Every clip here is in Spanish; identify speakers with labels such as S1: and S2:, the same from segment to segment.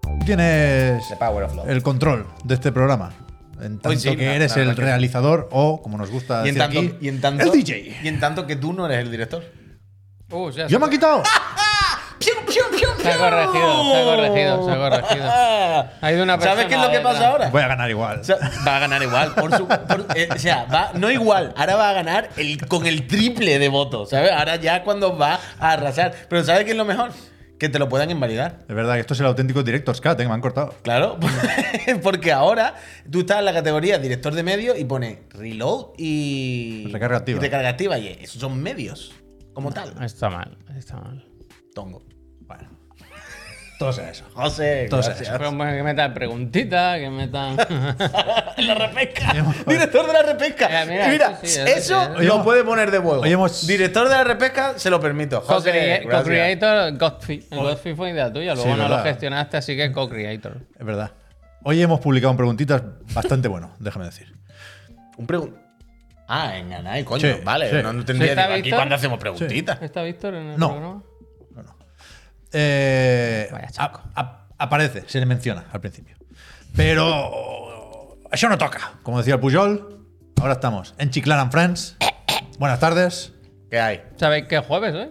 S1: tú tienes
S2: The power of love.
S1: el control de este programa. En tanto
S2: Hoy sí,
S1: que
S2: la-
S1: eres
S2: la
S1: el
S2: verdad que sí.
S1: realizador o, como nos gusta
S2: Y en,
S1: decir
S2: tanto,
S1: aquí,
S2: y en tanto-
S1: el DJ.
S2: Y en tanto que tú no eres el director.
S3: Uh, ya
S1: ¡Ya me han quitado!
S3: Se ha corregido, se ha corregido, se ha corregido. Ha ido una
S2: Ah. ¿Sabes qué es lo
S3: persona
S2: que pasa
S3: detrás.
S2: ahora?
S1: Voy a ganar igual.
S2: O sea, va a ganar igual. por su- por- eh, o sea, va, no igual. Ahora va a ganar el, con el triple de votos, ¿sabes? Ahora ya cuando va a arrasar. Pero ¿sabes qué es lo mejor? Que te lo puedan invalidar.
S1: Es verdad que esto es el auténtico Director's Cut, ¿eh? que me han cortado.
S2: Claro, porque ahora tú estás en la categoría director de medios y pone reload y
S1: Recarga activa.
S2: Y recarga activa. Y esos son medios, como tal.
S3: Está mal, está mal.
S2: Tongo.
S1: Bueno. Todo sea eso.
S2: José,
S1: Todo
S2: gracias.
S3: Pero bueno, que metan preguntitas, que metan.
S2: la repesca. Director de la repesca.
S3: Mira,
S2: Mira,
S3: mira, sí, sí, es
S2: eso
S3: lo
S1: que es.
S2: lo puede poner de huevo.
S1: Hoy hemos-
S2: Director de la repesca, se lo permito. José,
S3: Co-crea-
S2: gracias.
S3: Co-creator, Godfrey. El Godfrey fue idea tuya, luego
S1: Sí,
S3: no
S1: verdad.
S3: lo gestionaste, así que co-creator.
S1: Es verdad. Hoy hemos publicado un preguntitas bastante bueno, déjame decir.
S2: Un pregun- Ah, en Anay, coño.
S1: Sí,
S2: vale,
S1: sí.
S2: no, no
S3: ¿Sí
S2: tendría
S3: está
S2: digo, aquí
S3: Víctor?
S2: cuando hacemos preguntitas.
S3: ¿Está Víctor en el
S1: No.
S3: programa?
S1: Eh,
S3: Vaya chaco.
S1: a- a- aparece, se le menciona al principio. Pero eso no toca. Como decía el Pujol, ahora estamos en Chiclan and Friends. Buenas tardes.
S2: ¿Qué hay?
S3: ¿Sabéis que es jueves, eh?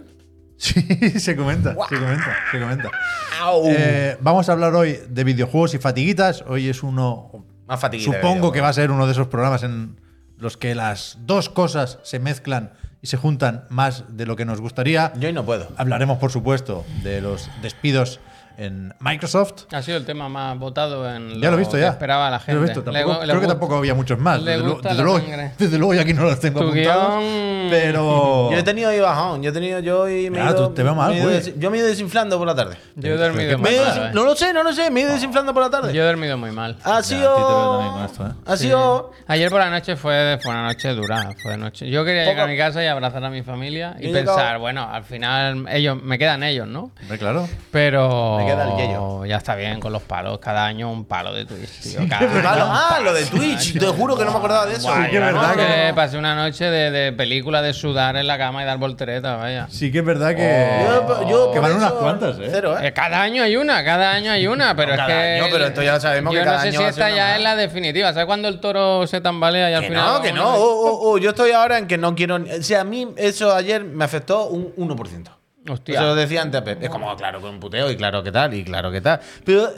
S1: Sí, se comenta, se comenta, se comenta.
S2: Au.
S1: Eh, vamos a hablar hoy de videojuegos y fatiguitas. Hoy es uno,
S2: Más fatiguita que
S1: Supongo
S2: yo.
S1: que va a ser uno de esos programas en los que las dos cosas se mezclan y se juntan más de lo que nos gustaría.
S2: Yo hoy no puedo.
S1: Hablaremos, por supuesto, de los despidos en Microsoft.
S3: Ha sido el tema más votado en
S1: Ya lo he visto
S3: que
S1: ya.
S3: esperaba la
S1: Ya lo
S3: gente.
S1: he visto.
S3: Le-
S1: Tampoco-
S3: le
S1: creo que
S3: gusta-
S1: tampoco había muchos más.
S3: le
S1: Desde, luego-
S3: gusta
S1: desde
S3: la
S1: luego,
S3: sangre.
S1: desde luego yo aquí no los tengo
S3: Tu
S1: apuntados.
S3: guión-
S1: Pero
S2: Yo he tenido ahí bajón, yo he tenido yo hoy me he
S1: Oh. Ah,
S2: ido-
S1: tú te veo mal,
S2: me he ido
S1: güey.
S2: des- Yo me he ido desinflando por la tarde.
S3: Yo he
S2: Me
S3: dormido muy
S2: he ido
S3: mal.
S2: desin-
S3: eh.
S2: No lo sé, no lo sé, me he ido desinflando por la tarde.
S3: Yo he dormido muy mal.
S2: Ha
S1: Oh. Ya, a ti te veo también con
S2: sido
S1: esto, ¿eh?
S2: ha
S3: Sí.
S2: sido
S3: Ayer por la noche fue, fue una noche dura, fue noche. Yo quería llegar a
S2: Poco-
S3: mi casa y abrazar a mi familia y
S2: Yo he
S3: pensar,
S2: llegado-
S3: bueno, al final ellos me quedan ellos, ¿no?
S1: Hombre, claro.
S3: Pero
S2: Me queda el yello.
S3: ya está bien con los palos, cada año un palo de Twitch, tío. cada año
S2: Vale,
S3: un
S2: Ah,
S3: palo.
S2: lo de Twitch, te juro que no me acordaba de eso.
S3: Guay,
S1: Sí, que es
S3: la
S1: verdad
S3: noche-
S1: que-
S3: pasé una noche de, de película de sudar en la cama y dar volteretas, vaya.
S1: Sí que es verdad que.
S2: Yo- yo
S1: Oh. que
S2: por
S1: van unas
S2: eso,
S1: cuantas, ¿eh?
S2: Cero,
S3: Eh, cada año hay una, cada año hay una, pero
S2: No,
S3: es
S2: cada
S3: que.
S2: año, pero esto ya sabemos
S3: yo
S2: que cada
S3: no sé
S2: año
S3: si
S2: va a ser
S3: esta
S2: una
S3: ya
S2: más.
S3: es la definitiva. ¿Sabes cuando el toro se tambalea y al
S2: Que
S3: final.?
S2: no,
S3: va
S2: que
S3: uno
S2: no.
S3: y-
S2: oh, oh, oh, yo estoy ahora en que no quiero. ni- O sea, a mí eso ayer me afectó un 1%.
S3: Hostia.
S2: Eso lo decía antes a Pep. Es como, claro, con un puteo y claro que tal, y claro que tal. Pero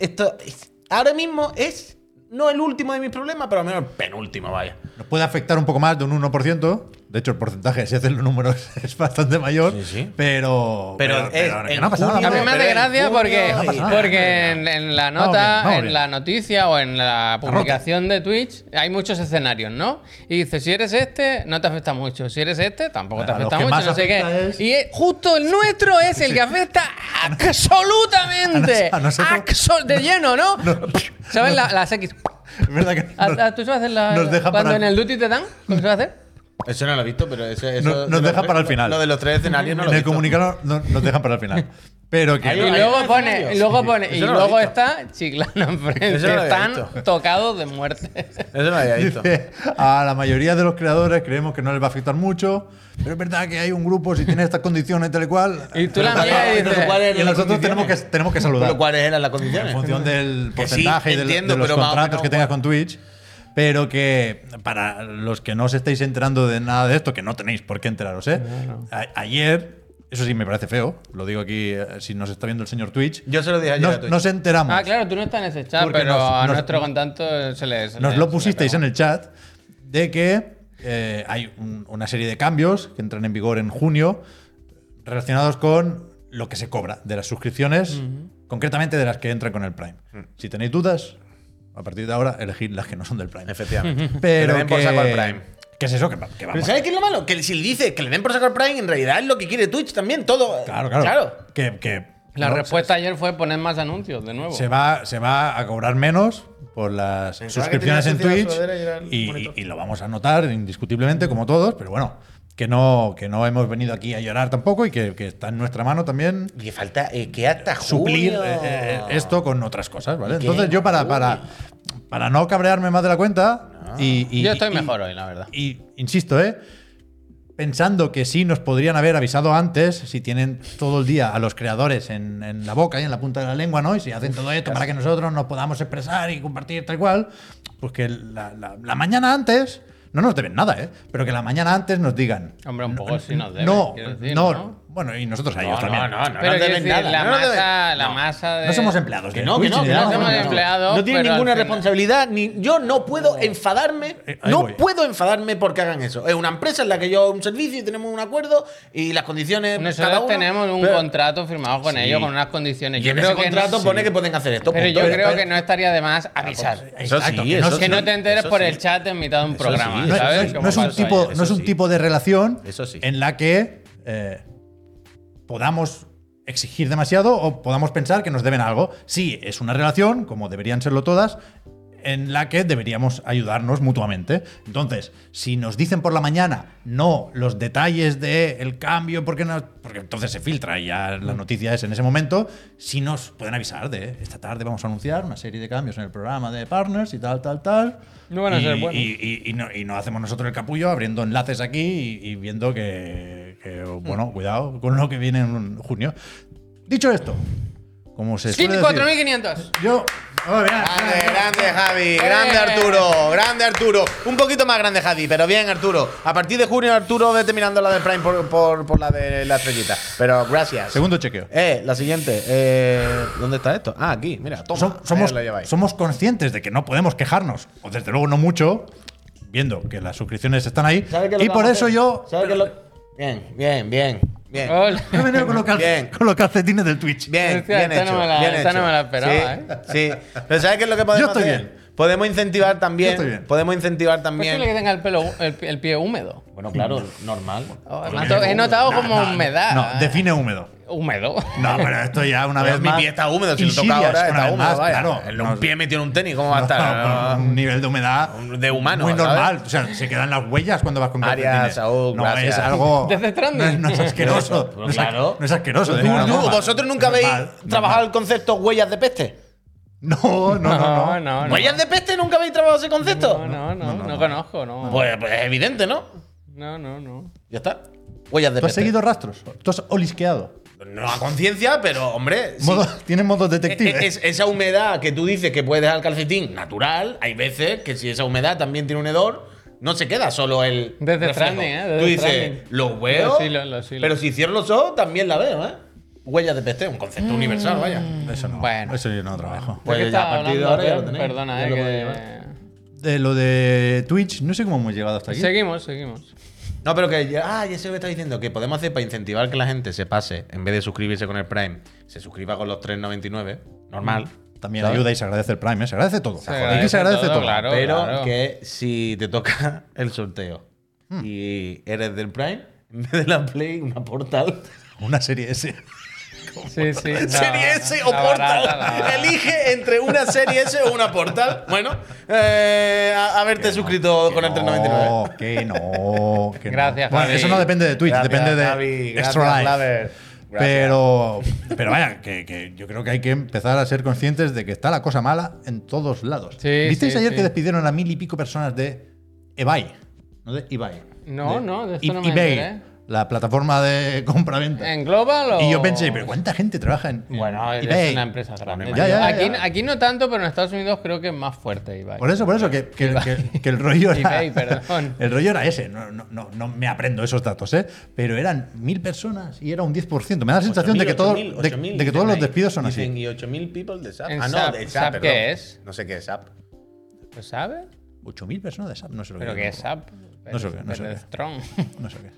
S2: esto es- ahora mismo es no el último de mis problemas, pero al menos el penúltimo, vaya.
S1: Nos puede afectar un poco más de un 1%. De hecho, el porcentaje, si haces los números, es bastante mayor.
S2: Sí, sí.
S1: Pero.
S2: Pero es
S1: que
S2: en
S1: no ha pasado
S2: junio-
S3: A mí
S1: nada.
S2: Pero
S3: me hace
S2: en
S3: gracia
S2: junio
S3: porque,
S2: y-
S1: pasa nada.
S3: porque en, en la
S1: Vamos bien,
S3: nota,
S1: vamos bien.
S3: en la noticia o en la publicación de Twitch hay muchos escenarios, ¿no? Y dice, si eres este, no te afecta mucho. Si eres este, tampoco
S1: Claro,
S3: te afecta
S1: los que
S3: mucho.
S1: más
S3: no sé
S1: afecta
S3: qué.
S1: es-
S3: Y eh, justo el nuestro es el que afecta absolutamente.
S1: a nosotros-
S3: Axol- de lleno, ¿no? ¿Sabes? La- las X.
S1: Es verdad que.
S3: ¿A-
S1: nos-
S3: a- ¿Tú sabes hacer la,
S1: nos deja
S3: cuando
S1: para-
S3: en el duty te dan? ¿Cómo se va a hacer?
S2: Eso no lo he visto, pero eso. eso-
S1: No- nos
S2: lo-
S1: deja para el final.
S2: Lo de los tres escenarios no lo
S1: en
S2: he
S1: el
S2: visto.
S1: comunicado no- nos dejan para el final. Pero que.
S2: Ahí
S3: Y
S2: Hay- hay
S3: luego
S2: unos
S3: pone,
S2: escenarios.
S3: y luego pone, y
S2: Eso no lo he
S3: luego
S2: visto.
S3: está Chiclana enfrente.
S2: Eso no lo había
S3: Están
S2: visto.
S3: tocados de muerte.
S2: Eso no lo había visto.
S1: Dice, a la mayoría de los creadores creemos que no les va a afectar mucho, pero es verdad que hay un grupo, si tiene estas condiciones, tal y cual.
S3: Y tú la
S1: pero-
S3: miras y dices-
S2: ¿Cuáles
S1: y
S2: eran las
S1: nosotros tenemos que,
S2: condiciones?
S1: tenemos que
S2: Pero
S1: saludar.
S2: ¿Cuáles eran las
S1: En
S2: condiciones?
S1: función del
S2: Que sí,
S1: porcentaje y del-
S2: entiendo,
S1: de los
S2: pero más o
S1: contratos
S2: menos,
S1: que tengas
S2: bueno.
S1: con Twitch. Pero que para los que no os estáis enterando de nada de esto, que no tenéis por qué enteraros, ¿eh? A- ayer, eso sí me parece feo, lo digo aquí eh, si nos está viendo el señor Twitch.
S2: Yo se lo dije ayer a
S1: nos,
S2: Twitch.
S1: nos enteramos.
S3: Ah, claro, tú no estás en ese chat,
S1: Porque
S3: pero
S1: nos-
S3: a
S1: nos-
S3: nuestro contacto se le. se
S1: Nos
S3: le-
S1: lo
S3: se le
S1: pusisteis
S3: pegó.
S1: en el chat de que eh, hay un- una serie de cambios que entran en vigor en junio relacionados con lo que se cobra de las suscripciones, concretamente de las que entran con el Prime.
S2: Mm.
S1: Si tenéis dudas, a partir de ahora elegid las que no son del Prime.
S2: Efectivamente.
S1: Pero
S2: Que le den por
S1: que,
S2: saco al Prime.
S1: ¿Qué es eso? Que, va- que
S2: Pero
S1: vamos.
S2: ¿sabes qué es lo malo? Que si le dices que le den por sacar Prime, en realidad es lo que quiere Twitch también, todo.
S1: Claro, claro. Que, que,
S3: La
S1: ¿no?
S3: respuesta ayer fue poner más anuncios de nuevo.
S1: Se va, se va a cobrar menos por las
S2: Pensaba que tenía
S1: suscripciones en
S2: asociada
S1: Twitch
S2: sudadera y era el
S1: y,
S2: monitor.
S1: y- y lo vamos a notar indiscutiblemente como todos, pero bueno, que no, que no hemos venido aquí a llorar tampoco y que, que está en nuestra mano también
S2: Y que falta eh, que hasta
S1: suplir
S2: junio.
S1: eh, eh, esto con otras cosas, ¿vale?
S2: ¿Y qué?
S1: Entonces yo para, para, para no cabrearme más de la cuenta y, y-
S3: Yo estoy
S1: y-
S3: mejor hoy, la verdad.
S1: y insisto, ¿eh? pensando que sí nos podrían haber avisado antes, si tienen todo el día a los creadores en, en la boca y en la punta de la lengua, ¿no? Y si hacen todo esto para que nosotros nos podamos expresar y compartir tal cual, pues que la, la- la mañana antes, no nos deben nada, ¿eh? Pero que la mañana antes nos digan.
S3: Hombre, un poco sí nos deben,
S1: No,
S3: quiero decir,
S1: no,
S3: ¿no?
S1: Bueno, y nosotros a ellos
S2: No,
S1: también.
S2: no, no, no,
S3: Pero
S2: no
S3: quiero
S2: deben
S3: decir,
S2: nada.
S3: la
S2: no, no deben-
S3: masa, la
S2: no.
S3: masa de.
S1: No somos empleados.
S2: Que
S1: de
S2: no, que
S1: Twitch
S2: no,
S1: ni
S2: que
S1: nada,
S2: no,
S3: somos
S1: no, no.
S3: empleados.
S2: No tiene
S3: pero al
S2: ninguna
S3: final-
S2: responsabilidad, ni yo no puedo enfadarme,
S1: Eh, ahí voy.
S2: no puedo enfadarme porque hagan eso. Es una empresa en la que yo hago un servicio y tenemos un acuerdo y las condiciones cada
S3: Nosotros
S2: uno,
S3: tenemos un
S2: pero-
S3: contrato firmado con
S2: Sí.
S3: ellos con unas condiciones.
S2: y en ese contrato
S3: no-
S2: pone
S3: sí.
S2: que pueden hacer esto.
S3: Pero
S2: punto.
S3: yo
S1: Pero-
S3: creo
S1: pero- Ah, pues,
S3: que no estaría de más avisar.
S2: Eso
S1: Exacto,
S2: sí,
S1: que
S2: eso
S1: no-
S2: sí.
S3: Que no te enteres
S2: eso
S3: por
S2: sí.
S3: el chat en mitad de un
S2: Eso
S3: programa,
S2: sí, eso
S3: ¿sabes?
S2: sí.
S1: No
S3: Como
S1: es un
S3: pasó
S1: tipo,
S3: ayer.
S1: no es un
S2: sí.
S1: tipo de relación
S2: Eso sí.
S1: en la que eh, podamos exigir demasiado o podamos pensar que nos deben algo. Sí, es una relación, como deberían serlo todas, en la que deberíamos ayudarnos mutuamente. Entonces, si nos dicen por la mañana no los detalles del cambio, porque, no, porque entonces se filtra y ya
S2: Mm.
S1: la noticia es en ese momento, si nos pueden avisar de esta tarde vamos a anunciar una serie de cambios en el programa de partners y tal, tal, tal.
S3: No van a
S1: y,
S3: ser buenos.
S1: y- y, y no, y no hacemos nosotros el capullo abriendo enlaces aquí y, y viendo que, que,
S2: Mm.
S1: bueno, cuidado con lo que viene en junio. Dicho esto, como se
S3: Sí,
S1: suele decir,
S3: 4.500.
S1: yo... Oh, mira,
S2: Grande,
S1: mira,
S2: grande Javi,
S3: Eh.
S2: grande Arturo, grande Arturo. Un poquito más grande Javi, pero bien Arturo. A partir de junio Arturo vete mirando la del Prime por, por- por la de la estrellita. Pero gracias.
S1: Segundo chequeo.
S2: Eh, la siguiente. Eh, ¿Dónde está esto? Ah, aquí, mira, toma.
S1: Som- somos,
S2: Ahí la lleváis.
S1: somos conscientes de que no podemos quejarnos, o desde luego no mucho, viendo que las suscripciones están ahí.
S2: ¿Sabe qué es lo
S1: Y
S2: que
S1: por
S2: vamos a
S1: eso
S2: hacer?
S1: yo...
S2: ¿Sabe qué es lo- Bien, bien, bien. Bien.
S3: Hola.
S1: He venido con los, cal-
S2: Bien.
S1: con los calcetines del Twitch.
S2: Bien,
S3: Hostia,
S2: bien
S3: esta
S2: hecho.
S3: no me la-
S2: bien
S3: esta
S2: hecho.
S3: no me la esperaba,
S2: sí, sí. Pero ¿sabes qué es lo que podemos
S1: estoy
S2: hacer?
S1: bien.
S2: Podemos incentivar también.
S1: estoy bien.
S2: Podemos incentivar
S3: Es posible
S2: también.
S3: que tenga el, pelo, el, el pie húmedo.
S2: Bueno, claro, normal.
S3: Oh, me ha to- he notado
S1: No,
S3: como
S1: no,
S3: humedad.
S1: No, define húmedo.
S3: Húmedo.
S1: No, pero esto ya una vez
S2: mi
S1: más.
S2: pie está húmedo, si lo toca
S1: insidias una
S2: ahora está
S1: vez
S2: húmedo,
S1: más,
S2: vaya.
S1: Claro,
S2: El-
S1: no,
S2: un pie metido en un tenis, ¿cómo va a
S1: no,
S2: estar?
S1: con un nivel de humedad
S2: de humano,
S1: muy
S2: ¿sabes?
S1: normal. O sea, se quedan las huellas cuando vas con
S2: Arias,
S1: calcetines.
S2: Saúl,
S1: no
S2: gracias.
S1: es algo.
S3: Desde Stranding.
S1: no, es, no es asqueroso.
S2: Pero
S1: no, es,
S2: claro.
S1: no es asqueroso. de
S2: Tú-
S1: ninguna
S2: tú-
S1: forma.
S2: ¿Vosotros nunca habéis
S1: Normal,
S2: trabajado
S1: normal.
S2: el concepto huellas de peste?
S1: No, no, no. no.
S3: no.
S2: ¿Huellas de peste? ¿Nunca habéis trabajado ese concepto?
S3: No, no, no, no,
S1: no.
S3: conozco, no.
S2: Pues, pues es evidente, ¿no?
S3: No, no, no.
S2: Ya está. Huellas de
S1: ¿Tú has
S2: peste.
S1: seguido rastros? ¿Tú has olisqueado?
S2: No a conciencia, pero hombre. sí.
S1: Modo, Tienes modos detectives.
S2: E, Es- es- esa humedad que tú dices que puedes dejar el calcetín natural, hay veces que si esa humedad también tiene un hedor, no se queda solo el.
S3: Desde
S2: reflejo.
S3: Stranding, ¿eh? Desde
S2: tú dices,
S3: Stranding.
S2: lo veo.
S3: Lo silo, lo silo.
S2: Pero si cierro los ojos, también la veo, ¿eh? Huellas de peste, un concepto
S3: Mm.
S2: universal, vaya.
S1: Eso no.
S3: Bueno.
S1: Eso yo no trabajo.
S2: Pues
S3: ¿De qué
S2: ya, a
S3: estaba
S2: partir de
S3: hablando?
S2: ahora ya lo
S3: Per-
S2: tenéis.
S3: Perdona,
S2: Ya
S3: eh,
S2: lo
S3: que-
S2: podéis
S1: De lo de Twitch, no sé cómo hemos llegado hasta aquí.
S3: Seguimos, seguimos.
S2: No, pero que. ya- Ah, ya sé lo que está diciendo. Que podemos hacer para incentivar que la gente se pase, en vez de suscribirse con el Prime, se suscriba con los 3.99, normal.
S3: Mm.
S1: También
S2: ¿sabes?
S1: ayuda y se agradece el Prime, ¿eh? se agradece todo. aquí
S3: agradece
S1: se agradece
S3: todo,
S1: todo.
S3: claro.
S2: pero que si te toca el sorteo
S1: Hmm.
S2: y eres del Prime, en vez de la Play, una Portal.
S1: Una serie S.
S3: Sí, sí. la-
S2: serie S o
S3: la
S2: Portal.
S3: barata, la barata.
S2: Elige entre una serie S o una Portal. Bueno, eh, a- haberte suscrito con el 399.
S1: No, que Oh, no. que no.
S3: Gracias,
S1: Bueno,
S3: Javi.
S1: eso no depende de Twitch,
S2: Gracias,
S1: depende de
S2: Javi. Gracias,
S1: Extra Life.
S2: Blaver. Gracias.
S1: Pero, pero vaya, que, que yo creo que hay que empezar a ser conscientes de que está la cosa mala en todos lados.
S3: Sí,
S1: ¿Visteis
S3: sí,
S1: ayer
S3: sí.
S1: que despidieron a mil y pico personas de eBay? No de eBay.
S3: No, no, de esto no me
S1: eBay,
S3: enteré.
S1: la plataforma de compra-venta.
S3: ¿En Global o.?
S1: Y yo pensé, pero ¿cuánta gente trabaja en en
S3: Bueno, es
S1: eBay?
S3: una empresa grande.
S1: Ya, ya, ya.
S3: Aquí, aquí no tanto, pero en Estados Unidos creo que es más fuerte, Ibai.
S1: Por eso, por eso, que, que- que- que el rollo era.
S3: eBay, perdón.
S1: El rollo era ese. No, no, no, no me aprendo esos datos, ¿eh? Pero eran mil personas y era un 10%. Me da la sensación de que, todo, de, de que todos los despidos son así.
S2: Y 8000 people de SAP.
S3: En
S2: Ah, no,
S3: SAP,
S2: de
S3: ¿SAP
S2: SAP.
S3: qué
S2: perdón.
S3: es?
S2: No sé qué es SAP.
S3: ¿Lo sabes?
S1: 8.000 personas de SAP, no sé lo
S3: Pero
S1: que
S3: que es SAP.
S1: No sé qué, no sé
S3: Pero
S1: qué.
S3: Strong.
S1: No sé qué es.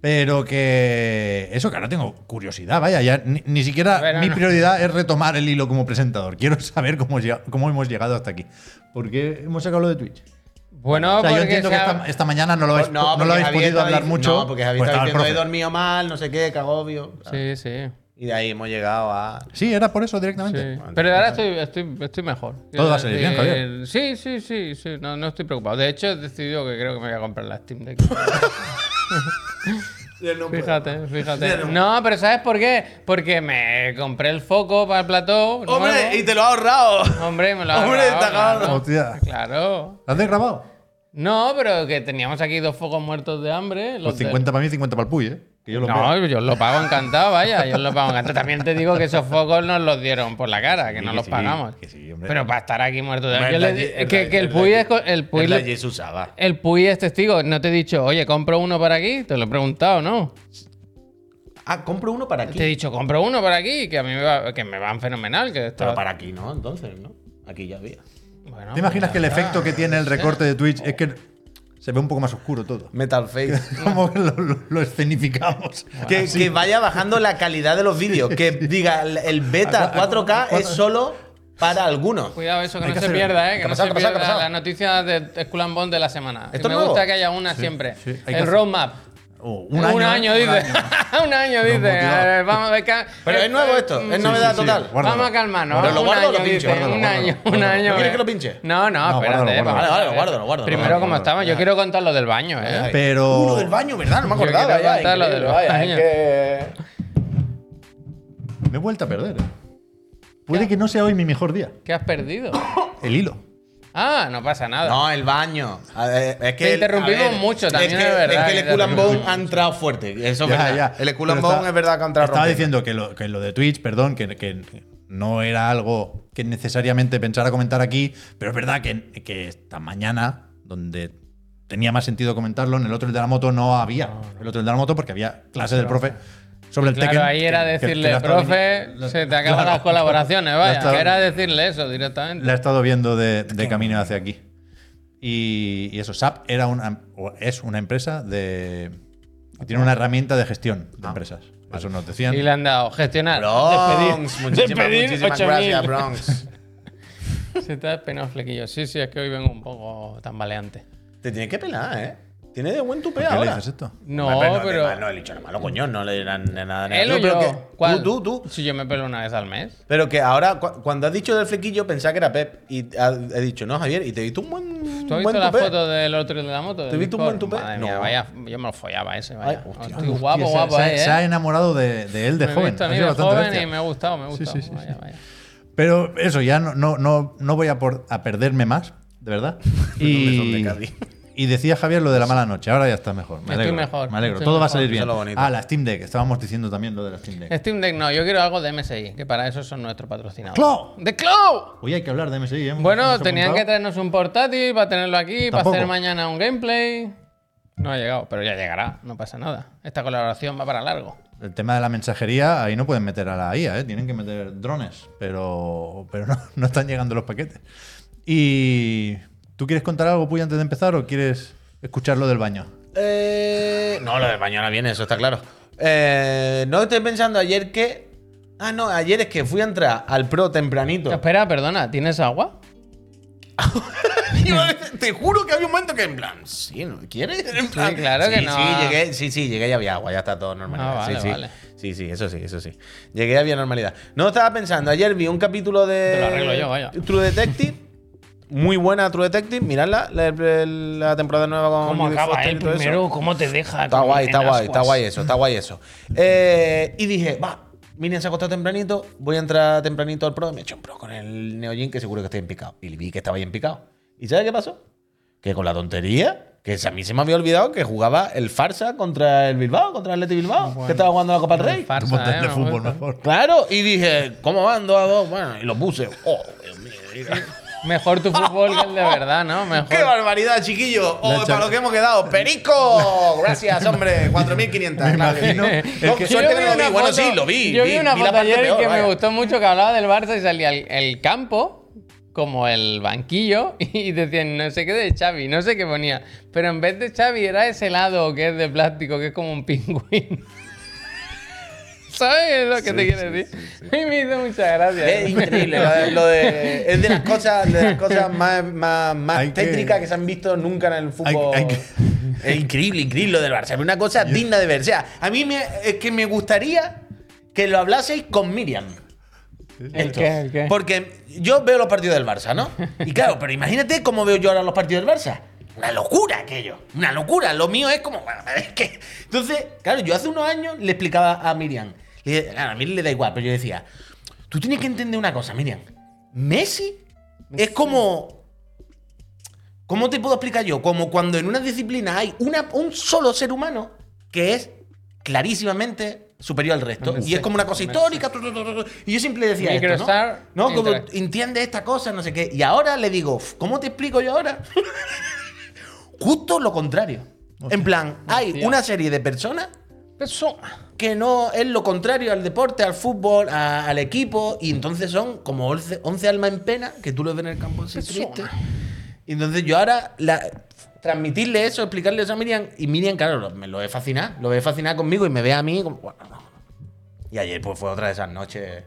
S1: Pero que. Eso que ahora tengo curiosidad, vaya. Ya ni, ni siquiera
S3: Bueno,
S1: mi
S3: no.
S1: prioridad es retomar el hilo como presentador. Quiero saber cómo, llega- cómo hemos llegado hasta aquí. ¿Por qué hemos sacado lo de Twitch?
S3: Bueno,
S1: O sea, yo
S3: porque
S1: entiendo que
S3: se ha-
S1: esta, esta mañana no lo habéis, no
S2: porque
S1: lo habéis
S2: Javier
S1: podido
S2: estaba
S1: hablar
S2: dic-
S1: mucho.
S2: No, porque Javier
S1: pues
S2: estaba
S1: estaba el
S2: diciendo he
S1: profe.
S2: dormido mal, no sé qué, cagobio.
S3: Sí, sí.
S2: Y de ahí hemos llegado a.
S1: Sí, era por eso
S3: sí.
S1: directamente.
S3: Pero ahora estoy, estoy, estoy mejor.
S1: Todo va a salir bien,
S3: Eh,
S1: Javier.
S3: Sí, sí, sí. sí. No, no estoy preocupado. De hecho, he decidido que creo que me voy a comprar la Steam Deck. Fíjate, fíjate. No, pero ¿sabes por qué? Porque me compré el foco para el plató.
S2: Hombre,
S3: nuevo.
S2: y te lo ha ahorrado.
S3: Hombre, me lo ha
S2: Hombre,
S3: grabado,
S2: está
S3: claro.
S1: Ah, Hostia.
S3: Claro.
S1: ¿Lo has grabado?
S3: No, pero que teníamos aquí dos focos muertos de hambre.
S1: Pues
S3: Los de-
S1: 50 para mí, 50 para el Puy, ¿eh? Que yo lo
S3: no,
S1: pago.
S3: yo lo pago encantado, vaya, yo lo pago encantado. También te digo que esos focos nos los dieron por la cara, que
S1: Sí,
S3: no
S1: que
S3: los
S1: sí,
S3: pagamos.
S1: que sí, hombre.
S3: Pero para estar aquí muerto de hambre.
S2: Hombre,
S3: yo
S2: es la
S3: le di-
S2: ye- es
S3: que,
S2: la-
S3: que el
S2: es la
S3: Puy
S2: ye-
S3: es, co- el Puy
S2: Es la
S3: le-
S2: Jesus Saba.
S3: el Puy es testigo. No te he dicho, oye, compro uno para aquí. Te lo he preguntado, ¿no?
S2: Ah, compro uno para
S3: Te he
S2: aquí.
S3: dicho, compro uno para aquí, que a mí me, va- que me van fenomenal. Que está-
S2: Pero para aquí no, entonces, ¿no? Aquí ya había.
S3: Bueno,
S1: ¿Te imaginas que el
S3: pues ya
S1: efecto que tiene el recorte de Twitch es que se ve un poco más oscuro todo?
S2: Metal Face.
S1: Como que lo, lo- lo escenificamos.
S2: Que, que vaya bajando la calidad de los vídeos. Que diga, el, el beta 4K es solo para algunos.
S3: Cuidado eso, que
S1: Hay
S3: no
S1: que
S3: se
S1: hacer-
S3: pierda, ¿eh?
S1: ¿Qué
S3: Que
S1: ha
S3: no
S1: pasado? ¿Qué
S3: se
S1: ha pasado?
S3: pierda
S1: ¿Qué ha pasado?
S3: la noticia de Skull and Bone de la semana.
S2: ¿Esto
S3: Que
S2: es
S3: me
S2: nuevo?
S3: gusta que haya una siempre.
S1: sí, hay que
S3: el
S1: hacer-
S3: roadmap.
S1: Oh,
S3: Un año,
S1: ¿eh?
S3: dice.
S1: Un año.
S3: un año, dice.
S1: motiva.
S3: A ver, vamos a ver. ca-
S2: Pero es nuevo esto, es
S3: Mm,
S2: novedad
S1: sí, sí.
S2: total.
S1: Guárdalo.
S3: Vamos a calmarnos.
S2: ¿Pero lo
S3: un
S2: guardo o
S3: año,
S2: lo pincho?
S3: dice,
S1: Guárdalo,
S3: un
S1: guárdalo,
S3: año, un
S1: guárdalo.
S3: año.
S2: ¿No quieres
S3: eh.
S2: que lo pinche?
S3: No, no,
S1: No,
S3: espérate.
S1: guárdalo,
S3: vamos
S1: guárdalo.
S3: a ver.
S2: Vale, vale, guárdalo, guárdalo,
S3: Primero,
S2: guárdalo.
S3: como estamos? Yo quiero contar lo del baño, ¿eh?
S1: Pero.
S2: Uno del baño, ¿verdad? No me
S3: Yo
S2: acordaba.
S3: quiero contar lo
S2: increíble,
S3: del
S2: vaya,
S3: baño.
S2: es que-
S1: Me he vuelto a perder. ¿eh? Puede que no sea hoy mi mejor día.
S3: ¿Qué has perdido?
S1: El hilo.
S3: Ah, no pasa nada.
S2: No, el baño. A ver, Es que
S3: Te
S2: el-
S3: interrumpimos
S2: a ver,
S3: mucho, también
S2: que-
S3: es verdad, eh,
S2: Es que el
S3: que
S2: Skull
S3: te
S2: and Bone ha entrado fuerte. Eso es
S1: Ya,
S2: verdad.
S1: ya.
S2: El Skull and
S1: Pero
S2: Bone
S1: está-
S2: es verdad que ha entrado
S1: Estaba
S2: rompiendo.
S1: diciendo que lo, que lo de Twitch, perdón, que, que no era algo que necesariamente pensara comentar aquí, pero es verdad que, que esta mañana, donde tenía más sentido comentarlo, en el otro el de la moto no había. El otro el de la moto porque había clase del profe sobre el
S3: Claro,
S1: Tekken,
S3: ahí
S1: que-
S3: era
S1: que- que
S3: decirle,
S1: la ha estado
S3: profe,
S1: viendo- la-
S3: se te acaban
S1: claro.
S3: las colaboraciones,
S1: La ha
S3: vaya.
S1: estado-
S3: que era decirle eso directamente.
S1: la he estado viendo de, de camino hacia aquí. Y, y eso, SAP era una, o es una empresa de, que tiene una herramienta de gestión
S2: Ah,
S1: de empresas. Eso nos decían.
S3: Y le han dado gestionar.
S2: Bronx,
S3: despedir,
S2: muchísimas,
S3: despedir
S2: muchísimas
S3: 8.000.
S2: gracias, Bronx.
S3: Se te ha despeinado el flequillo. Sí, sí, es que hoy vengo un poco tambaleante.
S2: Te tienes que pelar, ¿eh. Tienes de buen tupé
S1: ¿Qué le
S2: ahora.
S1: dices esto?
S3: No,
S2: Hombre,
S3: pero.
S2: No, he dicho nada malo, coño. No le dirán de nada. de
S3: Él o
S2: nada.
S3: yo.
S2: pero que-
S3: ¿Cuál?
S2: Tú, tú, tú.
S3: Si yo me pelo una vez al mes.
S2: Pero que ahora, cu- cuando has dicho del flequillo, pensaba que era Pep. Y ha- he dicho, no, Javier, y te he visto un buen.
S3: ¿Tú has
S2: buen
S3: visto la
S2: tupé.
S3: foto del otro de la moto? del
S2: ¿Te viste un
S3: Discord?
S2: buen tupé?
S3: Madre mía,
S2: No.
S3: vaya, yo me lo follaba ese,
S2: Ay,
S3: vaya.
S2: hostia,
S3: Estoy guapo,
S1: Hostia, se-
S3: guapo
S1: se,
S3: ahí,
S1: se ha
S3: ¿eh?
S1: enamorado de, de él de
S3: me he
S1: joven.
S3: visto
S1: Ha
S3: a mí
S1: sido
S3: de
S1: bastante
S3: joven
S1: bestia.
S3: y me ha gustado, me ha gustado.
S1: sí, sí,
S3: vaya, vaya.
S1: Pero eso, ya no, no, no, no voy a, por- a perderme más, de verdad.
S2: ¿Dónde son de
S1: Y,
S2: Cádiz?
S1: y decía Javier lo de la mala noche, ahora ya está mejor. Me
S3: Estoy
S1: alegro,
S3: mejor,
S1: Me alegro,
S3: estoy
S1: todo va a
S3: mejor.
S1: salir
S2: Eso
S1: bien.
S2: es lo bonito.
S1: Ah, la Steam Deck, estábamos diciendo también lo de la Steam Deck.
S3: Steam Deck no, yo quiero algo de MSI, que para eso son nuestro patrocinador.
S1: ¡Claw!
S3: ¡De Claw!
S1: Hoy hay que hablar de MSI, ¿eh?
S3: Bueno,
S1: ¿Hemos
S3: tenían que
S1: apuntado?
S3: traernos un portátil para tenerlo aquí, para
S1: Tampoco.
S3: hacer mañana un gameplay. No ha llegado, pero ya llegará, no pasa nada. Esta colaboración va para largo.
S1: El tema de la mensajería, ahí no pueden meter a la IA, ¿eh? tienen que meter drones, pero, pero no, no están llegando los paquetes. ¿Y tú quieres contar algo, Puy, antes de empezar o quieres escuchar lo del baño?
S2: Eh, no, lo de mañana viene, eso está claro. Eh, no estoy pensando ayer que. Ah, no, ayer es que fui a entrar al pro tempranito.
S3: Espera, perdona, ¿tienes agua?
S2: Iba a decir, Te juro que había un momento que en plan, sí, ¿no quieres? En plan,
S3: claro que
S2: sí,
S3: no.
S2: Sí, llegué, sí, sí, llegué y había agua, ya está todo normal.
S3: Ah,
S2: sí,
S3: vale,
S2: sí.
S3: vale.
S2: Sí, sí, eso sí, eso sí. Llegué y había normalidad. No estaba pensando, ayer vi un capítulo de
S3: Te lo arreglo yo, vaya.
S2: True Detective. Muy buena True Detective, miradla, la, la temporada nueva con
S3: ¿Cómo
S2: Jodie
S3: acaba
S2: Foster y
S3: el
S2: todo eso.
S3: primero? ¿Cómo te deja?
S2: Está
S3: con-
S2: guay,
S3: en
S2: está guay,
S3: ascuas?
S2: está guay eso, está guay eso. Eh, y dije, va, Miriam se ha acostado tempranito, voy a entrar tempranito al pro. Me he hecho un pro con el Neojin, que seguro que estoy en picado. Y vi que estaba bien picado. ¿Y sabes qué pasó? Que con la tontería, que a mí se me había olvidado que jugaba el Farsa contra el Bilbao, contra el Leti Bilbao, que estaba jugando la Copa del Rey.
S3: Farsa,
S1: Tú ponte
S3: ¿eh?
S1: el de
S3: No,
S1: fútbol
S3: no.
S1: mejor.
S2: Claro, y dije, ¿cómo van dos a dos? Bueno, y los puse. Oh, Dios mío.
S3: Mejor tu fútbol que el de verdad, ¿no? Mejor.
S2: ¡Qué barbaridad, chiquillo!
S1: La
S2: ¡Oh,
S1: cha-
S2: para lo que hemos quedado! ¡Perico! Gracias, hombre. 4.500.
S1: Me
S2: claro que sí.
S1: imagino el
S2: Con
S1: que-
S2: suerte
S3: Yo
S2: que
S3: vi
S2: no lo
S3: una
S2: vi. Bueno,
S3: foto-
S2: sí, lo vi.
S3: Yo vi una
S2: la
S3: foto
S2: parte
S3: ayer
S2: peor,
S3: que me
S2: vaya.
S3: gustó mucho que hablaba del Barça y salía el, el campo como el banquillo y decían no sé qué de Xavi, no sé qué ponía. Pero en vez de Xavi era ese lado que es de plástico, que es como un pingüino. ¿Sabes lo que te quiero decir? A mí me hizo muchas gracias.
S2: Es increíble. lo de- lo de- es de las cosas, de las cosas más, más, más
S1: Hay que-
S2: tétricas que, se han visto nunca en el fútbol.
S1: Hay- hay que-
S2: Es increíble, increíble lo del Barça. Es una cosa digna de ver. O sea, a mí me, es que me gustaría que lo hablaseis con Miriam.
S3: ¿El qué? ¿El qué?
S2: Porque yo veo los partidos del Barça, ¿no? Y claro, pero imagínate cómo veo yo ahora los partidos del Barça. Una locura aquello. Una locura. Lo mío es como, bueno, es que. Entonces, claro, yo hace unos años le explicaba a Miriam. Le dije, claro, a Miriam le da igual, pero yo decía, tú tienes que entender una cosa, Miriam. Messi es como. ¿Cómo te puedo explicar yo? Como cuando en una disciplina hay una, un solo ser humano que es clarísimamente superior al resto.
S3: Hombre,
S2: Y
S3: sí.
S2: es como una cosa
S3: Hombre,
S2: histórica. tu, tu, tu, tu, tu. Y yo siempre decía esto, ¿no?
S3: Microstar
S2: ¿no? Como
S3: entra.
S2: entiende esta cosa, no sé qué. Y ahora le digo, "Uf, ¿cómo te explico yo ahora? Justo lo contrario. En plan, hay
S3: Hostia.
S2: una serie de personas
S3: Persona.
S2: que no es lo contrario al deporte, al fútbol, a- al equipo, y entonces son como 11, 11 almas en pena que tú los ves en el campo así
S3: Persona.
S2: triste. Y entonces yo ahora la- transmitirle eso, explicarle eso a Miriam, y Miriam, claro, lo, me lo ve fascinada, lo ve fascinada conmigo y me ve a mí como, "Bueno, no". Y ayer pues fue otra de esas noches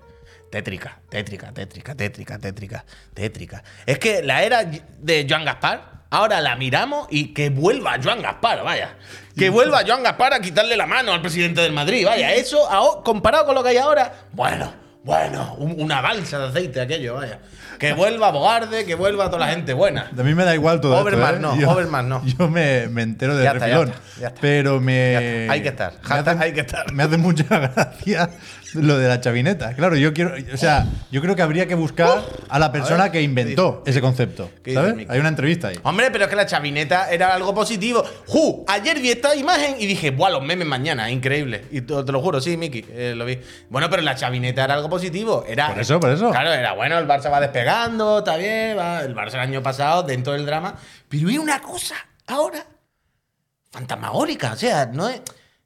S2: tétricas, tétrica, tétrica, tétrica, tétrica, tétrica. Es que la era de Joan Gaspar. Ahora la miramos y que vuelva Joan Gaspar, vaya. Que vuelva Joan Gaspar a quitarle la mano al presidente del Madrid, vaya. Eso, aho- comparado con lo que hay ahora, bueno, bueno, un- una balsa de aceite aquello, vaya. Que vuelva Bogarde, que vuelva toda la gente buena.
S1: A mí me da igual todo
S2: Overmars
S1: esto. ¿eh?
S2: no, Overmars no.
S1: Yo me, me entero de
S2: Ya está, ya
S1: refilón.
S2: está, ya está.
S1: Pero me.
S2: Ya está, hay que estar.
S1: Eh, me
S2: Hashtag hay que estar.
S1: Me hace mucha gracia lo de la chavineta. Claro, yo quiero. O sea, yo creo que habría que buscar a la persona
S2: ver,
S1: que
S2: ¿qué
S1: inventó ese concepto.
S2: ¿Qué dice
S1: ¿Sabes?
S2: Miki?
S1: Hay una entrevista ahí.
S2: Hombre, pero es que la chavineta era algo positivo. ¡Ju! Ayer vi esta imagen y dije, ¡buah, los memes mañana! Increíble. Y te, te lo juro, sí, Miki, eh, lo vi. Bueno, pero la chavineta era algo positivo. Era,
S1: Por eso, por eso.
S2: Claro, era bueno, el Barça va despegando, está bien, va- el Barça el año pasado, dentro del drama. Pero hay una cosa ahora fantasmagórica. O sea, no es,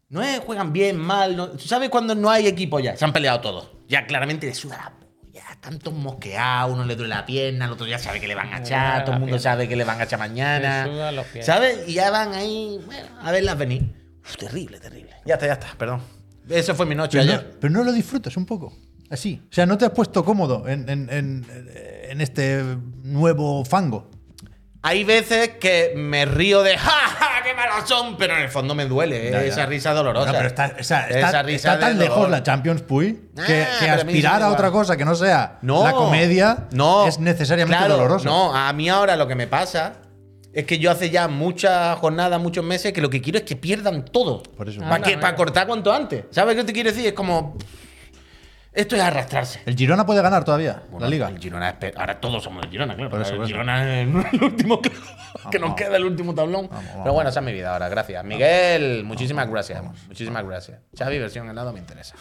S2: no es juegan bien, mal. No, ¿Tú sabes cuando no hay equipo ya? Se han peleado todos. Ya claramente le suda la polla. Tantos mosqueados, uno le duele la pierna, el otro ya sabe que le van a
S3: Le
S2: echar,
S3: duele
S2: todo
S3: la
S2: el mundo
S3: pierna.
S2: sabe que le van a echar
S3: Le
S2: mañana.
S3: sudan los pies.
S2: ¿Sabes? Y ya van ahí, bueno, a verlas venir. Uf, terrible, terrible. Ya está, ya está, perdón. Eso fue mi noche
S1: Pero no,
S2: ayer.
S1: pero no lo disfrutas un poco. Así. O sea, no te has puesto cómodo en, en- en- en este nuevo fango.
S2: Hay veces que me río de ¡Ja, ja! ¡Qué malos son! Pero en el fondo me duele. ¿eh?
S1: Ya, ya.
S2: Esa risa dolorosa.
S1: No, pero está, o sea, está-
S2: Esa risa
S1: está tan
S2: de
S1: lejos
S2: dolor.
S1: la Champions Puy
S2: Ah,
S1: que, que
S2: pero a mí
S1: aspirar
S2: sí me
S1: a
S2: da
S1: otra
S2: igual.
S1: cosa que no sea la comedia
S2: no.
S1: es necesariamente
S2: Claro,
S1: doloroso.
S2: No, a mí ahora lo que me pasa es que yo hace ya muchas jornadas, muchos meses, que lo que quiero es que pierdan todo.
S1: Por eso.
S2: Para,
S3: Anda,
S2: que,
S3: mira.
S2: para cortar cuanto antes. ¿Sabes qué te quiero decir? Es como. Esto es arrastrarse.
S1: El Girona puede ganar todavía
S2: Bueno,
S1: la liga.
S2: el Girona es pe- ahora todos somos el Girona, claro.
S1: Por eso,
S2: el
S1: por eso.
S2: Girona es el último que, que nos
S1: vamos.
S2: queda, el último tablón.
S1: vamos.
S2: Pero bueno, esa es mi vida ahora. Gracias. Miguel, muchísimas gracias. muchísimas gracias. Xavi, versión helado me interesa.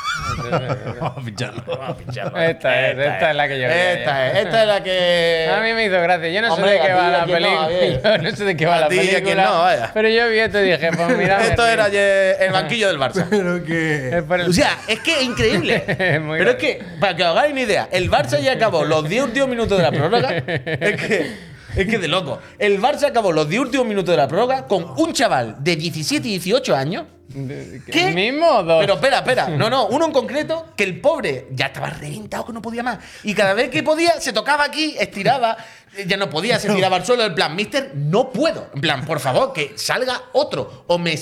S1: Vamos a pincharlo.
S2: Vamos a pincharlo.
S3: Esta es, esta es la que yo quería,
S2: Esta
S3: ya.
S2: es, esta es la que.
S3: A mí me hizo gracia. Yo no
S2: Hombre,
S3: sé de qué
S2: a ti,
S3: va
S2: a
S3: la
S2: quién no,
S3: película.
S2: a
S3: yo no sé de qué va
S2: A
S3: la
S2: ti, a quién
S3: película.
S2: no, vaya.
S3: Pero yo vi esto y dije, pues mira.
S2: Esto
S3: me
S2: era
S3: río.
S2: ayer el banquillo del Barça.
S1: Pero
S3: Es
S1: que.
S3: por el-
S2: O sea, es que es increíble.
S3: Muy
S2: Pero es
S3: gracioso.
S2: que, para que os hagáis una idea, el Barça ya acabó los 10 últimos minutos de la prórroga. Es que. Es que de loco. El Barça acabó los 10 últimos minutos de la prórroga con un chaval de 17 y 18 años. ¿Qué?
S3: ¿El mismo o dos?
S2: Pero espera, espera. No, no. Uno en concreto que el pobre ya estaba reventado que no podía más. Y cada vez que podía, se tocaba aquí, estiraba. eh, Ya no podía, se tiraba al suelo. En plan, mister, no puedo. En plan, por favor, que salga otro. O me,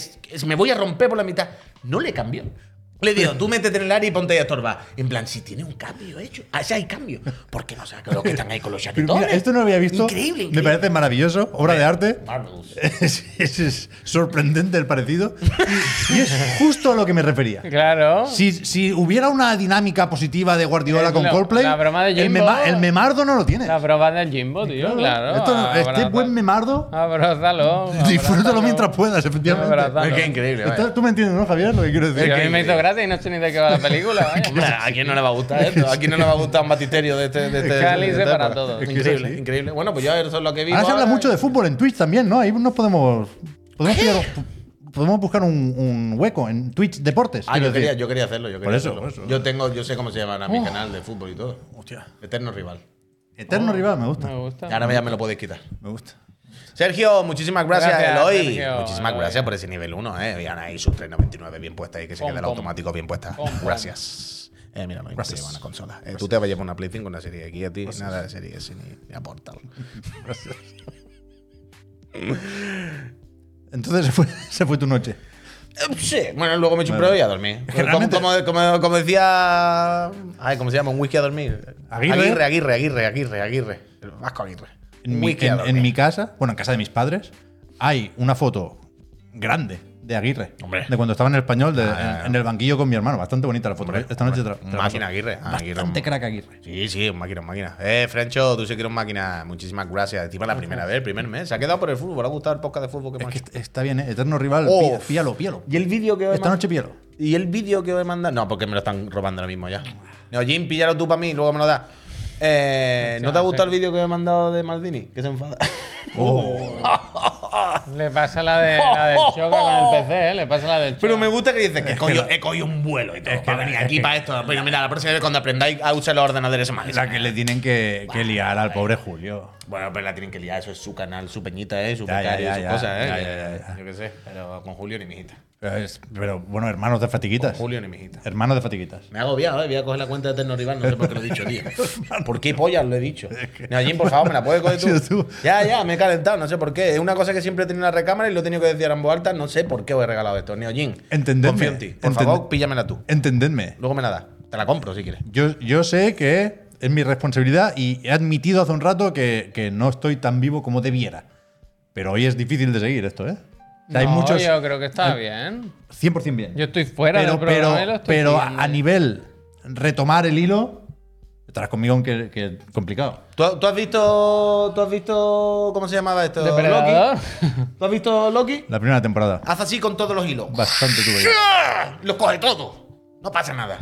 S2: me voy a romper por la mitad. No le cambió. Le digo, tú métete en el área y ponte ahí a estorbar. En plan, si tiene un cambio hecho. Ah, ya hay cambio. ¿Por qué no saca lo que están ahí con los
S1: pero
S2: chaquetones?
S1: mira, esto no lo había visto.
S2: Increíble,
S1: Me
S2: increíble. Eh,
S1: parece maravilloso. Obra de arte.
S2: Marvelous.
S1: Es, es- es sorprendente el parecido. Y, y es justo a lo que me refería.
S3: Claro.
S1: Si, si hubiera una dinámica positiva de Guardiola
S3: Es
S1: con
S3: lo-
S1: Coldplay,
S3: Eh, la broma de
S1: el,
S3: Jimbo.
S1: mema- el memardo no lo tiene.
S3: La broma del Jimbo, tío. Claro. Ah,
S1: Esto no- este
S3: Abraza-
S1: buen memardo,
S3: Abrázalo.
S1: disfrútalo
S3: abrázalo.
S1: mientras puedas, efectivamente.
S3: Abrázalo.
S2: Es que es increíble. vaya.
S1: Esto- Tú me entiendes, ¿no, Javier? Lo que quiero decir.
S3: Pero a
S2: que-
S3: mí me hizo gracia y no sé ni de qué va la película.
S2: Hombre,
S3: Vaya.
S2: ¿a quién no le va a gustar esto? ¿A quién no le va a gustar un batisterio de este? De este- de
S3: Cálice
S2: esta
S3: para
S2: época?
S3: todos.
S1: Es que es
S2: Increíble,
S1: así.
S2: increíble. Bueno, pues yo eso es lo que vi.
S1: Ahora se habla
S3: eh.
S1: mucho de fútbol en Twitch también, ¿no? Ahí nos podemos. Podemos, pillar- podemos buscar un, un hueco en Twitch Deportes.
S2: Ah,
S1: quiero
S2: yo quería,
S1: decir.
S2: yo quería hacerlo. Yo quería
S1: Por eso,
S2: hacerlo.
S1: por eso. Oh.
S2: Yo tengo, yo sé cómo se llaman a mi canal de fútbol y todo.
S1: Hostia.
S2: Eterno rival.
S1: Eterno rival, me gusta.
S3: Oh, Me gusta.
S2: Ahora ya me lo podéis quitar.
S1: Me gusta.
S2: Sergio, muchísimas gracias,
S3: Gracias,
S2: Eloy.
S3: Sergio,
S2: muchísimas
S3: Eloy.
S2: gracias por ese nivel 1, eh. Vean ahí sus 3.99 bien puestas y que se
S3: Pom,
S2: quede el
S3: pom.
S2: automático bien puesta.
S3: Pom, pom.
S2: Gracias. Eh, mira, me
S1: Gracias.
S2: lleva una consola. Eh, tú te vas a llevar una Play 5, una serie aquí a ti, nada de serie S ni, ni a Portal.
S1: Entonces se fue, se fue tu noche.
S2: Eh, Sí, bueno, luego me eché un
S1: Bueno.
S2: prueba y a dormir.
S1: que
S2: Como-
S1: realmente-
S2: Como, como- como decía. Ay, ¿cómo se llama? Un whisky a dormir.
S1: Aguirre.
S2: Aguirre, Aguirre, Aguirre, Aguirre. Aguirre. El Vasco Aguirre.
S1: En
S2: Un
S1: mi,
S2: whisky a
S1: en- en
S2: dormir.
S1: mi casa, bueno, en casa de mis padres, hay una foto grande de Aguirre.
S2: Hombre.
S1: De cuando estaba en el español, de-
S2: Ah.
S1: en, en el banquillo con mi hermano. Bastante bonita la foto. ¿eh?
S2: Hombre,
S1: Esta noche
S2: hombre,
S1: tra- tra-
S2: máquina Aguirre. ah, Aguirre,
S1: Bastante
S2: un-
S1: crack Aguirre.
S2: Sí, sí, un máquina, un máquina. Eh, Frencho, tú sí que eres un máquina. Muchísimas gracias. Encima la primera vez, el primer mes. Se ha quedado por el fútbol. Le ha gustado el podcast de fútbol que
S1: Es
S2: hemos
S1: que
S2: hecho.
S1: est- está bien, ¿eh? Eterno rival.
S2: Oh.
S1: pí- Píalo, píalo.
S2: Y el vídeo que hoy
S1: Esta noche píalo.
S2: Y el vídeo que os he mandado. No, porque me lo están robando ahora mismo ya. No, Jim, píllalo tú para mí, luego me lo das. Eh, ¿No te ha gustado el vídeo que os he mandado de Maldini? Que se enfada. Oh.
S1: Oh.
S3: Le pasa la, de, la del choca con el PC, ¿eh? Le pasa la del choca.
S2: Pero me gusta que dices que he cogido, he cogido un vuelo y todo. para venir aquí para esto. Pero mira, la próxima vez cuando aprendáis a usar los ordenadores más.
S1: La que le tienen que, que liar al pobre Julio.
S2: Bueno, pero la tienen que liar. Eso es su canal, su peñita, ¿eh? Su
S1: Ya, ya,
S2: becario,
S1: ya,
S2: sus
S1: ya,
S2: cosas, ¿eh?
S1: ya, ya, ya, ya.
S2: Yo qué sé. Pero con Julio ni mijita.
S1: Pero, es- pero, bueno, hermanos de
S2: Con
S1: fatiguitas.
S2: Julio ni mijita.
S1: Hermanos de fatiguitas.
S2: Me ha agobiado, ¿eh? voy a coger la cuenta de Eterno Rival, no sé por qué lo he dicho, tío. ¿Por qué pollas lo he dicho? Neojin, por favor, me la puedes
S1: Ha
S2: coger
S1: sido
S2: tú.
S1: tú.
S2: Ya, ya, me he calentado, no sé por qué. Es una cosa que siempre he tenido en la recámara y lo he tenido que decir a voz alta, no sé por qué os he regalado esto. Neojin,
S1: Entendedme.
S2: confío en ti. Por
S1: Entend-
S2: favor, píllamela tú.
S1: Entendedme.
S2: Luego me la das. Te la compro si quieres.
S1: Yo, yo sé que es mi responsabilidad y he admitido hace un rato que, que no estoy tan vivo como debiera. Pero hoy es difícil de seguir esto, ¿eh? O sea, hay
S3: No,
S1: muchos
S3: Yo creo que está bien.
S1: 100% bien.
S3: Yo estoy fuera
S1: pero,
S3: del programa y lo
S1: pero,
S3: estoy
S1: pero
S3: viendo.
S1: a, a nivel retomar el hilo, estarás conmigo aunque que complicado.
S2: ¿Tú, tú has visto. ¿Tú has visto. ¿Cómo se llamaba esto?
S3: Depredador.
S2: ¿Tú has visto Loki?
S1: La primera temporada.
S2: Haz así con todos los hilos.
S1: Bastante tuve. yo.
S2: Los coge todo. No pasa nada.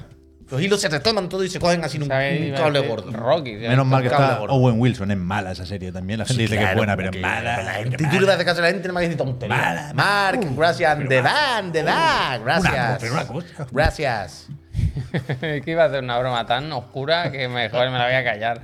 S2: Los hilos se retoman todo y se cogen así en un,
S3: ¿Sabes?
S2: un
S3: Iba a
S2: cable
S3: decir
S2: gordo.
S3: Rocky. ¿sabes?
S1: Menos mal que
S2: Cable
S1: está
S2: gordo.
S1: Owen Wilson. Es mala esa serie también. La gente dice que es buena, pero es mala.
S2: La gente, tú le vas a hacer caso a la gente, no me dice tontería.
S1: Mala,
S2: Mark, gracias. De van, de van.
S1: Una
S2: Gracias.
S1: cosa, una cosa.
S2: Gracias.
S3: que iba a hacer una broma tan oscura que mejor me la voy a callar.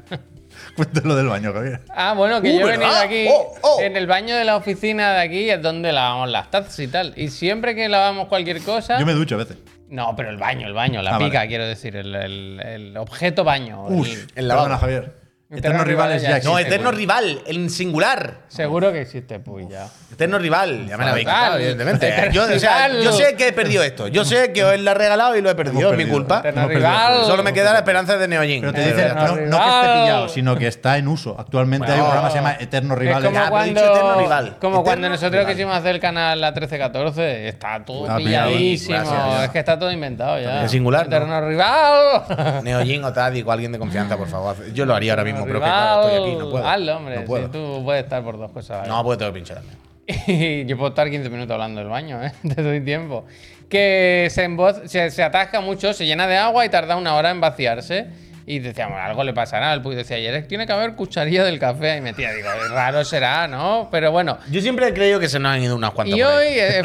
S1: Cuéntalo del baño, Javier.
S3: Ah, bueno, que
S2: Uh,
S3: yo he venido
S2: ¿verdad?
S3: aquí.
S2: Oh, oh.
S3: En el baño de la oficina de aquí es donde lavamos las tazas y tal. Y siempre que lavamos cualquier cosa.
S1: Yo me ducho a veces.
S3: No, pero el baño, el baño, la
S1: Ah,
S3: pica,
S1: vale.
S3: quiero decir, el, el- el objeto baño. el-
S1: Uy,
S2: el lavabo.
S1: perdona, Javier.
S3: Eternos
S1: Eternos rivales
S3: rivales
S1: ya
S3: ya
S1: existen.
S2: No,
S3: Sí,
S2: eterno
S3: seguro.
S2: rival, en singular.
S3: Seguro que existe Puy ya.
S2: Eterno rival. Ya me la habéis
S3: Fatal.
S2: quitado, evidentemente.
S3: Eterno
S2: Yo, o sea,
S3: rival.
S2: yo sé que he perdido esto. Yo sé que os la he regalado y lo he perdido.
S1: Hemos
S2: Es mi
S1: perdido.
S2: culpa.
S1: Eterno
S3: Eterno
S1: Hemos perdido.
S3: rival.
S2: Solo me queda la esperanza de Neojin.
S1: Pero te
S2: Eh,
S1: dicen, no,
S3: Eterno
S1: no que esté
S3: rival.
S1: pillado, sino que está en uso. Actualmente hay un
S2: Bueno.
S1: programa que se llama Eternos
S3: Es
S1: Rivales.
S3: como
S2: Ya, pero he
S3: cuando,
S2: dicho eterno rival.
S3: como cuando
S2: Eterno
S3: nosotros
S2: eh. rival.
S3: quisimos hacer el canal La 1314, está todo
S1: Ah, mira,
S3: pilladísimo.
S2: gracias.
S3: es que está todo inventado ya.
S2: En singular, ¿no?
S3: Eterno rival.
S2: Neojin o Tadic o alguien de confianza, por favor. Yo lo haría ahora mismo, pero es que
S3: Rival.
S2: claro, estoy aquí, no puedo.
S3: Hazlo, hombre.
S2: No puedo.
S3: si tú puedes estar por dos cosas. a la
S2: No, porque tengo que pinchar también.
S3: Y yo puedo estar 15 minutos hablando del baño, ¿eh? Te doy tiempo. Que se, emboz- se, se atasca mucho, se llena de agua y tarda una hora en vaciarse. Y decíamos, algo le pasará al Puy. Decía ayer, tiene que haber cucharilla del café. Y metía, digo, raro será, ¿no? Pero bueno.
S2: Yo siempre he creído que se nos han ido unas cuantas.
S3: Y
S2: por
S3: hoy
S2: ahí.
S3: he he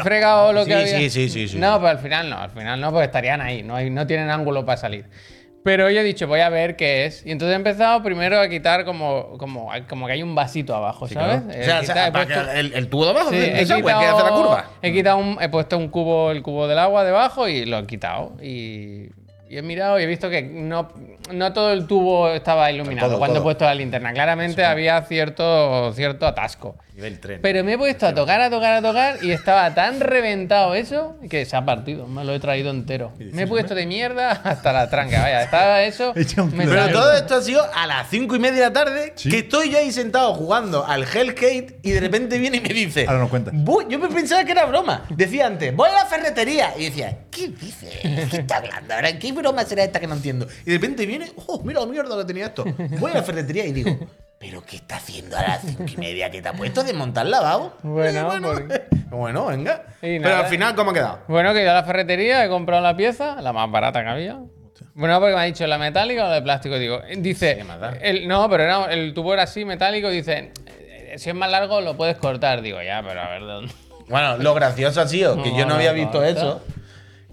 S3: fregado lo que
S2: Sí,
S3: había.
S2: sí, sí, sí, sí.
S3: No, pero al final no, al final no, porque estarían ahí, no, hay- no tienen ángulo para salir. Pero hoy he dicho, voy a ver qué es. Y entonces he empezado primero a quitar como, como, como que hay un vasito abajo, ¿sabes?
S2: O sea,
S3: He
S2: o sea,
S3: quitado, he
S2: para
S3: puesto-
S2: que el, el tubo de abajo,
S3: Sí,
S2: de- de
S3: he
S2: esa, güey, pues, que
S3: quitado-
S2: hace la curva.
S3: He quitado un- he puesto un cubo, el cubo del agua debajo y lo he quitado. Y, y he mirado y he visto que no, no todo el tubo estaba iluminado
S2: Todo,
S3: cuando
S2: todo.
S3: he puesto la linterna. Claramente había cierto, cierto atasco.
S2: Nivel 3.
S3: Pero me he puesto a tocar, a tocar, a tocar y estaba tan reventado eso que se ha partido. Me lo he traído entero. Me he puesto de mierda hesta la tranca. Vaya, estaba eso.
S1: Echa un
S3: me
S1: Pero
S2: Pero
S3: salió.
S2: todo esto ha sido a las 5 y media de la tarde,
S1: Sí.
S2: que estoy yo ahí sentado jugando al Hellgate y de repente viene y me dice.
S1: Ahora nos cuentas.
S2: "Voy-". Yo me pensaba que era broma. Decía antes, voy a la ferretería. Y decía, ¿qué dices? ¿Qué está hablando? ahora? ¿Qué broma será esta que no entiendo? Y de repente viene, oh, mira la mierda que tenía esto. Voy a la ferretería y digo, ¿pero qué está haciendo a las 5 y media? ¿Que te ha puesto a desmontar el lavabo?
S3: Bueno,
S2: Y bueno, bueno, venga.
S3: Y
S2: Pero
S3: nada.
S2: al final, ¿cómo ha quedado?
S3: Bueno, que ido a la ferretería, he comprado la pieza, la más barata que había. Bueno, porque me ha dicho la metálica o la de plástico. Digo, dice.
S2: Sí, más da.
S3: el- no, pero era, el tubo era así, metálico. Dice, eh, si es más largo, lo puedes cortar. Digo, ya, pero a ver de dónde.
S2: Bueno, lo gracioso ha sido que
S3: No,
S2: yo no
S3: no,
S2: había
S3: no,
S2: visto
S3: no.
S2: eso.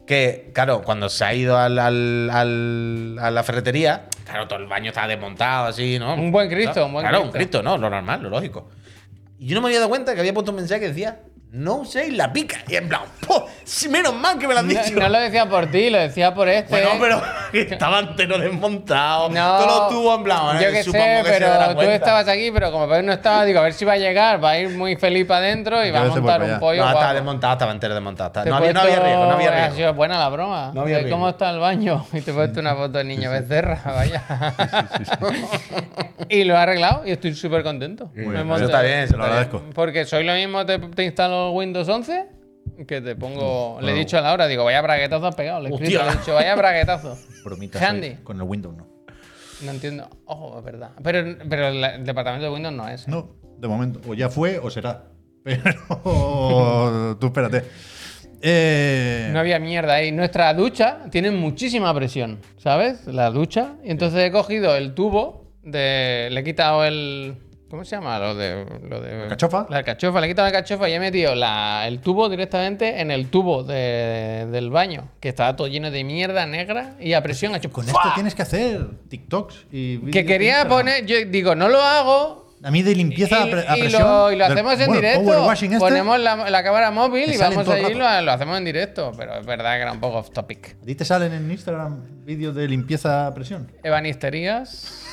S2: Que, claro, cuando se ha ido al, al- al- a la ferretería, claro, todo el baño estaba desmontado así, ¿no?
S3: Un buen Cristo, un buen
S2: Claro, un
S3: Cristo.
S2: Cristo, ¿no? Lo normal, lo lógico. Y yo no me había dado cuenta que había puesto un mensaje que decía, no uséis la pica. Y en plan, "Po, si menos mal que me lo han dicho.
S3: No, no lo decía por ti, lo decía por este.
S2: Bueno, pero estaba entero desmontado.
S3: No,
S2: todo lo tuvo en plan. bueno,
S3: yo que
S2: supongo
S3: sé,
S2: que se dará
S3: pero tú
S2: cuenta.
S3: estabas aquí, pero como Pep no estaba, digo, a ver si va a llegar, va a ir muy feliz para adentro y
S1: Yo
S3: va a
S1: a veces voy
S3: montar
S1: para
S3: un
S1: allá.
S3: pollo.
S2: No, estaba
S3: guapo.
S2: desmontado, estaba entero desmontado. estaba-
S3: Te he
S2: No había, no había
S3: puesto-
S2: riesgo, no había
S3: Ha
S2: riesgo.
S3: sido buena la broma.
S2: No había
S3: De ¿Cómo
S2: riesgo.
S3: está el baño? Y te he puesto una foto del niño Becerra, vaya. y lo he arreglado y estoy súper contento. Me
S1: bien,
S3: monto-
S2: eso está bien, eso
S1: Lo
S2: está bien.
S1: agradezco.
S3: Porque soy lo mismo, te, te instalo Windows 11, que te pongo. Le he dicho a la hora, digo, vaya braguetazo has pegado. Le he escrito,
S2: Hostia.
S3: le he dicho, vaya braguetazo.
S1: Bromitas
S3: Handy.
S1: hoy con el Windows no.
S3: No entiendo. Ojo, es verdad. Pero, pero la- el departamento de Windows no es. ¿eh?
S1: No, de momento. O ya fue o será. Pero tú espérate. Eh,
S3: No había mierda ahí. Nuestra ducha tiene muchísima presión, ¿sabes? La ducha. Y entonces he cogido el tubo de. Le he quitado el. ¿Cómo se llama? Lo de. Lo de
S1: ¿Alcachofa?
S3: La cachofa. Le he quitado la cachofa y he metido la- el tubo directamente en el tubo de- del baño, que estaba todo lleno de mierda negra y a presión ha hecho.
S1: Con este
S3: ¡fua!
S1: esto tienes que hacer TikToks y vídeos
S3: Que
S1: de
S3: quería
S1: Instagram.
S3: poner. Yo digo, no lo hago.
S1: A mí de limpieza a
S3: y,
S1: pre- a
S3: y
S1: presión.
S3: lo, y lo
S1: del-
S3: hacemos en
S1: bueno,
S3: directo.
S1: powerwashing este,
S3: Ponemos la, la cámara móvil
S1: Te
S3: y
S1: salen
S3: vamos
S1: todo el
S3: allí y
S1: rato.
S3: lo, lo hacemos en directo. Pero es verdad que era un poco off topic.
S1: ¿A ti te salen en Instagram vídeos de limpieza a presión?
S3: Evanisterías.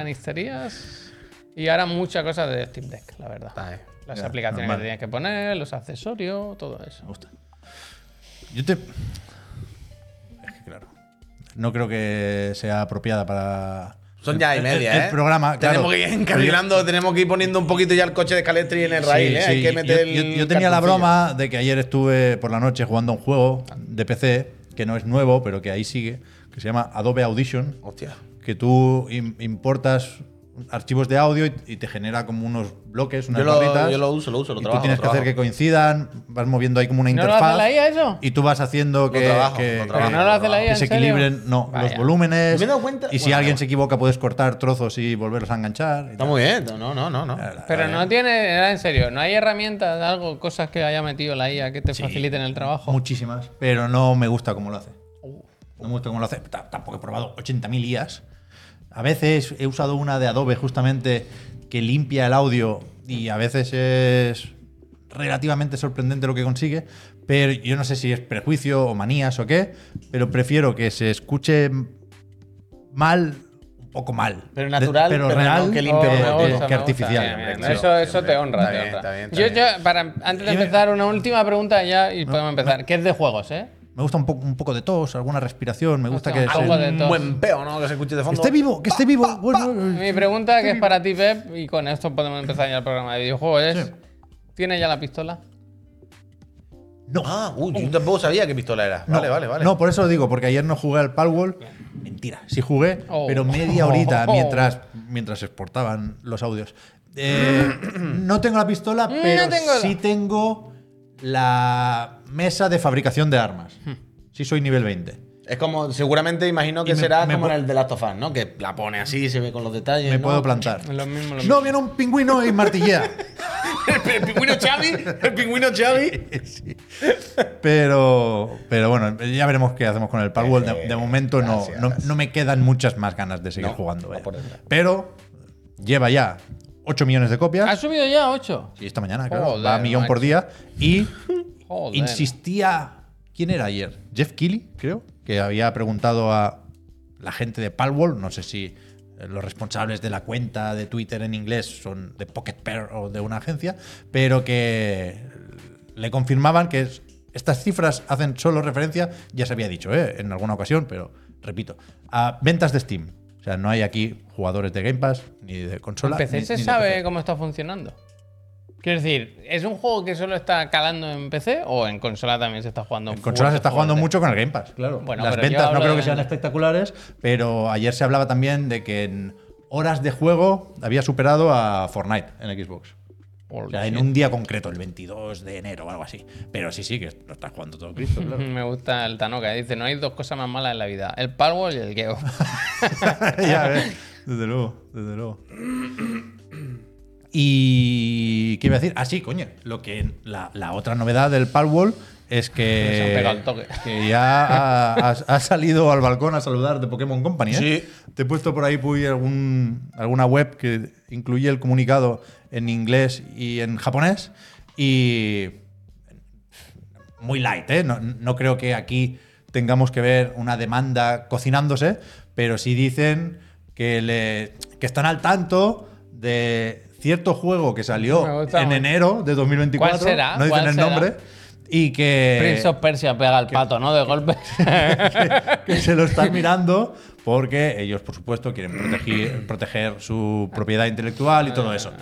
S3: Evanisterías. Y ahora muchas cosas de Steam Deck, la verdad. Las
S1: Ya,
S3: aplicaciones
S1: normal.
S3: que tenías que poner, los accesorios, todo eso.
S1: Me gusta. Yo te. Es que claro. No creo que sea apropiada para.
S2: Son ya y
S1: el-
S2: media,
S1: el-
S2: ¿eh?
S1: El programa, claro.
S2: Tenemos que ir encarrilando, tenemos que ir poniendo un poquito ya el coche de Calestri en el raíl,
S1: Sí,
S2: ¿eh?
S1: sí.
S2: Hay que meter
S1: yo, yo-
S2: el
S1: yo tenía la
S2: cartoncillo.
S1: broma de que ayer estuve por la noche jugando a un juego de PC que no es nuevo, pero que ahí sigue, que se llama Adobe Audition,
S2: Hostia.
S1: que tú im- importas archivos de audio y, y te genera como unos bloques, unas
S2: Yo lo,
S1: barritas,
S2: yo lo uso, lo uso, lo
S1: y
S2: trabajo.
S1: tú tienes
S2: lo
S1: que hacer
S2: trabajo.
S1: que coincidan, vas moviendo ahí como una
S3: ¿No lo
S1: interfaz.
S3: hace la IA eso?
S1: Y tú vas haciendo que,
S2: trabajo,
S1: que-
S2: lo
S1: que-
S2: trabajo,
S3: ¿No lo hace la
S1: que
S3: IA, en
S1: se
S3: serio?
S1: equilibren no, los
S3: Vaya.
S1: volúmenes.
S2: Me he dado cuenta-
S1: Y si
S2: bueno,
S1: alguien
S2: bueno.
S1: se equivoca, puedes cortar trozos y volverlos a enganchar. y
S2: Está
S1: tal.
S2: muy bien, no, no, no. no.
S3: Pero no tiene, era en serio, no hay herramientas, algo, cosas que haya metido la IA que te faciliten el trabajo. Uh.
S1: Muchísimas, pero no me gusta cómo lo hace. No me gusta cómo lo hace. T- Tampoco he probado 80.000 IAs. A veces he usado una de Adobe justamente que limpia el audio y a veces es relativamente sorprendente lo que consigue, pero yo no sé si es prejuicio o manías o qué, pero prefiero que se escuche mal, un poco mal.
S2: Pero natural,
S1: pero,
S2: pero no
S1: real,
S2: que
S3: Oh,
S2: limpio,
S1: que-
S3: me
S2: no,
S1: que-
S3: gusta,
S1: que
S3: me gusta.
S1: artificial.
S3: Bien, bien.
S2: hombre,
S3: Eso,
S2: sí,
S3: eso
S2: hombre.
S3: te honra.
S2: Está
S3: te
S2: bien,
S3: honra.
S2: está bien, está
S3: yo,
S2: bien.
S3: yo, para, antes de
S1: Dime.
S3: empezar, una última pregunta ya y podemos empezar. ¿Qué es de juegos, eh?
S1: Me gusta un poco, un poco de tos, alguna respiración, me gusta
S3: Hostia,
S1: que
S3: un
S1: se-
S3: poco de
S2: Un
S3: tos.
S2: buen peo, ¿no? Que se escuche de
S1: Que
S2: fondo.
S1: esté vivo, que esté
S3: Ah,
S1: vivo. Bueno,
S3: Mi pregunta, que es para ti, Pep, y con esto podemos empezar ya el programa de videojuegos, es...
S1: Sí.
S3: ¿Tienes ya la pistola?
S1: no.
S2: Ah, uy, yo tampoco sabía qué pistola era. Vale,
S1: no,
S2: vale, vale.
S1: No, por eso lo digo, porque ayer no jugué al Palworld. Mentira, sí jugué,
S3: Oh.
S1: pero media horita
S3: Oh.
S1: mientras, mientras exportaban los audios. Eh, no tengo la pistola, pero
S3: No tengo la-
S1: sí tengo la mesa de fabricación de armas.
S3: Hmm.
S1: Sí soy nivel 20.
S2: Es como, seguramente imagino que
S1: Y me-
S2: será
S1: me
S2: como
S1: po-
S2: en el de Last of Us, ¿no? Que la pone así, se ve con los detalles.
S1: Me
S2: ¿no?
S1: puedo plantar.
S3: Eh, Lo mismo, lo
S1: No, viene un pingüino y martillea.
S2: el pingüino Xavi, el pingüino Xavi.
S1: Pero, pero bueno, ya veremos qué hacemos con el Palworld. De, de momento no,
S2: Eh, Gracias.
S1: no, no me quedan muchas más ganas de seguir
S2: No,
S1: jugando. vaya.
S2: a por detrás.
S1: Pero lleva ya 8 millones de copias.
S3: ¿Has subido ya 8?
S2: Ah,
S1: Sí, esta mañana, claro.
S3: Joder,
S1: va a millón
S3: macho.
S1: por día. Y
S3: Joder.
S1: insistía. ¿Quién era ayer? Jeff Keighley, creo, que había preguntado a la gente de Palworld, no sé si eh, los responsables de la cuenta de Twitter en inglés son de Pocket Pair o de una agencia, pero que eh, le confirmaban que es- estas cifras hacen solo referencia, ya se había dicho ¿eh? en alguna ocasión, pero repito, a ventas de Steam. O sea, no hay aquí jugadores de Game Pass ni de
S3: En
S1: consola.
S3: PC
S1: ni-
S3: se
S1: ni de
S3: sabe
S1: PC.
S3: cómo está funcionando. Quiero decir, ¿es un juego que solo está calando en PC o en consola también se está jugando?
S1: En consolas se está jugando
S3: fuerte?
S1: mucho con el Game Pass, claro.
S3: Bueno,
S1: Las
S3: pero yo
S1: ventas no
S3: hablo
S1: creo
S3: de
S1: que sean
S3: ventas.
S1: espectaculares, pero ayer se hablaba también de que en horas de juego había superado a Fortnite en Xbox. O sea, en un día concreto, el 22 de enero o algo así. Pero sí, sí, que lo está jugando todo Cristo, claro.
S3: Me gusta el Tanoka. Dice, no hay dos cosas más malas en la vida. El Palworld y el Geo.
S1: ya ves, desde luego, desde luego. Y qué iba a decir, ah sí, coño, lo que la, la otra novedad del Palworld es
S3: Se han
S1: que,
S3: pegado al toque.
S1: que ya ha, ha- ha salido al balcón a saludar de Pokémon Company. ¿eh?
S2: Sí.
S1: Te he puesto por ahí Puy, algún, alguna web que incluye el comunicado en inglés y en japonés y muy light, ¿eh? No, no creo que aquí tengamos que ver una demanda cocinándose, pero sí dicen que, le, que están al tanto de cierto juego que
S3: Me
S1: salió
S3: gusta
S1: en
S3: mucho.
S1: enero de 2024.
S3: ¿Cuál será?
S1: No dicen
S3: ¿Cuál
S1: el
S3: será?
S1: nombre. Y Eh, que,
S3: Prince of Persia pega al pato, ¿no? De golpe.
S1: que se lo están mirando porque ellos, por supuesto, quieren proteger, proteger su propiedad intelectual y todo eso.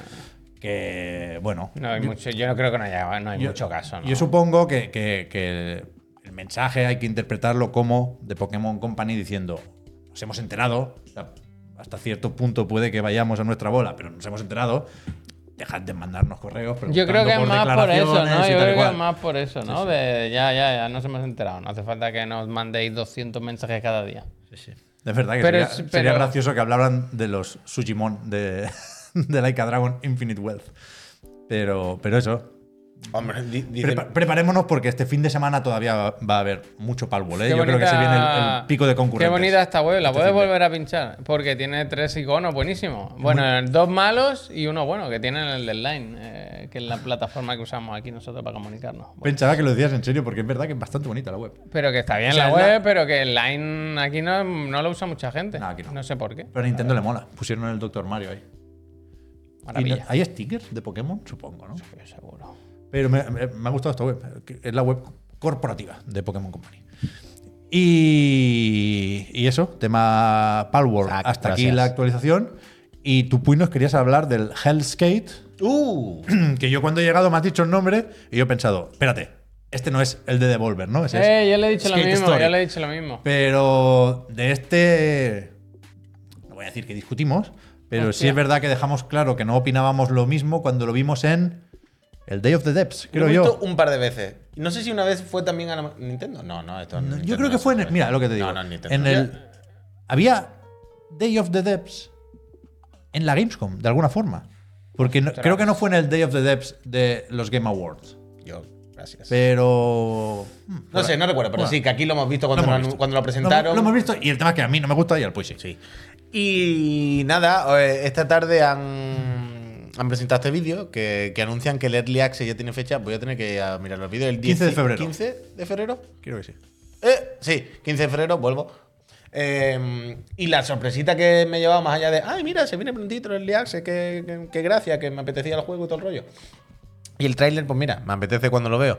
S1: que, bueno,
S3: No hay mucho, yo no creo que no haya no hay mucho caso. ¿no?
S1: Yo supongo que, que- que el, el mensaje hay que interpretarlo como de Pokémon Company diciendo, nos hemos enterado, o sea, hasta cierto punto puede que vayamos a nuestra bola, pero nos hemos enterado, dejad de mandarnos correos.
S3: Yo creo
S1: preguntando
S3: que es más por eso,
S1: declaraciones
S3: ¿no?
S1: y tal y
S3: Yo creo que es
S1: cual.
S3: más por eso, ¿no? De ya, ya, ya, nos hemos enterado. No hace falta que nos mandéis 200 mensajes cada día.
S1: Es verdad que
S3: Pero
S1: sería,
S3: es- pero-
S1: sería gracioso que hablaran de los Sujimon de, de Laika Dragon Infinite Wealth. Pero, pero eso.
S2: Hombre, di- dicen-
S1: Prepa- preparémonos porque este fin de semana todavía va va a haber mucho palvo. ¿eh?
S3: Qué
S1: Yo creo que
S3: bonita-
S1: se viene el, el pico de concurrencia.
S3: Qué bonita esta web, la puedes
S1: fin de-
S3: volver a pinchar. Porque tiene tres iconos buenísimos. Bueno, dos malos y uno bueno, que tienen el del Line, eh, que es la plataforma que usamos aquí nosotros para comunicarnos. Bueno,
S1: Pensaba que lo decías en serio porque es verdad que es bastante bonita la web.
S3: pero que está bien
S1: sea,
S3: la
S1: es la-
S3: web, pero que el Line aquí no, no lo usa mucha gente.
S1: No,
S3: No,
S1: aquí no.
S3: sé por qué.
S1: Pero a Nintendo le mola. Pusieron el Doctor Mario ahí. Y no-
S3: Maravilla.
S1: ¿Hay stickers de Pokémon? Supongo, ¿no?
S3: Yo seguro.
S1: Pero me, me- me ha gustado esta web. que Es la web corporativa de Pokémon Company. Y, y eso, tema Palworld.
S2: Zac,
S1: Hasta aquí
S2: gracias.
S1: la actualización. Y tú, Puy, nos querías hablar del Hellskate.
S2: ¡Uh!
S1: Que yo cuando he llegado me has dicho el nombre y yo he pensado, espérate, este no es el de Devolver, ¿no? Ese es
S3: Eh, yo le he dicho lo
S1: Skate
S3: mismo,
S1: Story.
S3: yo le he dicho lo mismo.
S1: Pero de este. No voy a decir que discutimos, pero sí
S3: Hostia.
S1: es verdad que dejamos claro que no opinábamos lo mismo cuando lo vimos en el Day of the Depths, creo
S2: lo he visto
S1: yo.
S2: un par de veces. No sé si una vez fue también a la- Nintendo. No, no, esto
S1: No,
S2: Nintendo
S1: Yo creo
S2: no
S1: que
S2: se
S1: fue en. el-
S2: puede.
S1: mira lo que te digo.
S2: No, no, en Nintendo.
S1: en el, había Day of the Depths en la Gamescom, de alguna forma. Porque no- creo que no fue en el Day of the Depths de los Game Awards.
S2: Yo, gracias.
S1: Pero. hmm,
S2: no sé, no recuerdo, pero
S1: Bueno.
S2: sí, que aquí lo hemos visto cuando,
S1: Lo
S2: lo,
S1: hemos visto.
S2: cuando lo
S1: lo-
S2: presentaron.
S1: Lo, hemos visto y el tema es que a mí no me gusta y al Puy sí.
S2: Sí. Y nada, eh, esta tarde han, han presentado este vídeo que, que anuncian que el Early Access ya tiene fecha. Voy a tener que ir a mirar los vídeos. El
S1: 15 de
S2: 10
S1: febrero.
S2: 15 de febrero.
S1: Creo que sí.
S2: Eh, sí, 15 de febrero, vuelvo. Eh, y la sorpresita que me llevaba más allá de, ay, mira, se viene prontito el Early Access, qué, qué- qué gracia, que me apetecía el juego y todo el rollo. Y el tráiler, pues mira, me apetece cuando lo veo.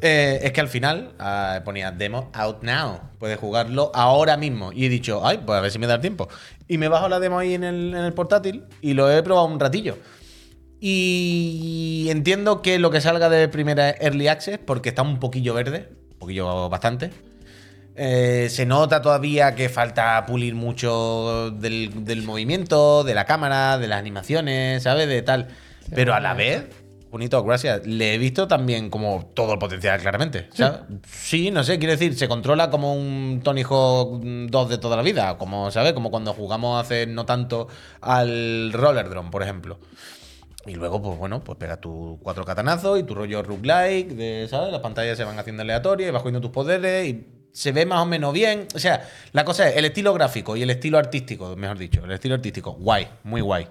S2: Eh, es que al final ah, ponía demo out now. Puedes jugarlo ahora mismo. Y he dicho, ay, pues a ver si me da tiempo. Y me bajo la demo ahí en el, en el portátil y lo he probado un ratillo. Y entiendo que lo que salga de primera Early Access, porque está un poquillo verde, un poquillo bastante. Eh, se nota todavía que falta pulir mucho del, del movimiento, de la cámara, de las animaciones, ¿sabes? De tal. Pero a la vez, bonito, gracias. Le he visto también como todo el potencial, claramente. ¿sabes? Sí, no sé, quiero decir, se controla como un Tony Hawk 2 de toda la vida, como, ¿sabes? Como cuando jugamos hace no tanto al Roller Drone, por ejemplo. Y luego, pues bueno, pues pegas tus cuatro catanazos y tu rollo roguelike, de, ¿sabes? Las pantallas se van haciendo aleatorias y vas cogiendo tus poderes y se ve más o menos bien. O sea, la cosa es el estilo gráfico y el estilo artístico, mejor dicho, el estilo artístico, guay, muy guay.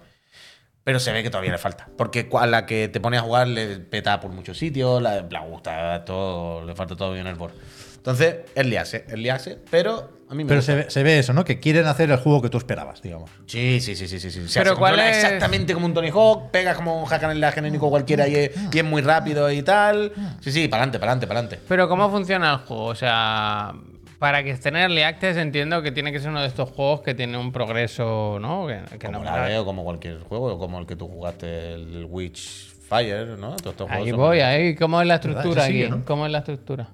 S2: Pero se ve que todavía le falta. Porque cu- a la que te pones a jugar le peta por muchos sitios, la, la gusta, todo, le falta todo bien el board. Entonces, early access, early access, pero a mí me
S1: Pero
S2: gusta.
S1: se ve, se ve eso, ¿no? Que quieren hacer el juego que tú esperabas, digamos.
S2: Sí, sí, sí, sí, sí. sí. O sea,
S3: Pero
S2: se controla
S3: ¿cuál es-
S2: exactamente como un Tony Hawk, pegas como un hack en el genérico cualquiera y es,
S3: Ah.
S2: y es muy rápido y tal. Sí, sí, para adelante, para adelante, para adelante.
S3: Pero ¿cómo funciona el juego? O sea, para que esté en Early Access entiendo que tiene que ser uno de estos juegos que tiene un progreso, ¿no? Que, que
S2: Como
S3: no-
S2: la veo, como cualquier juego, como el que tú jugaste, el Witch Fire, ¿no? Todos estos juegos
S3: Ahí
S2: son-
S3: voy, ahí. ¿Cómo es la estructura
S1: Ese sigue,
S3: aquí?
S1: ¿no?
S3: ¿Cómo es la estructura?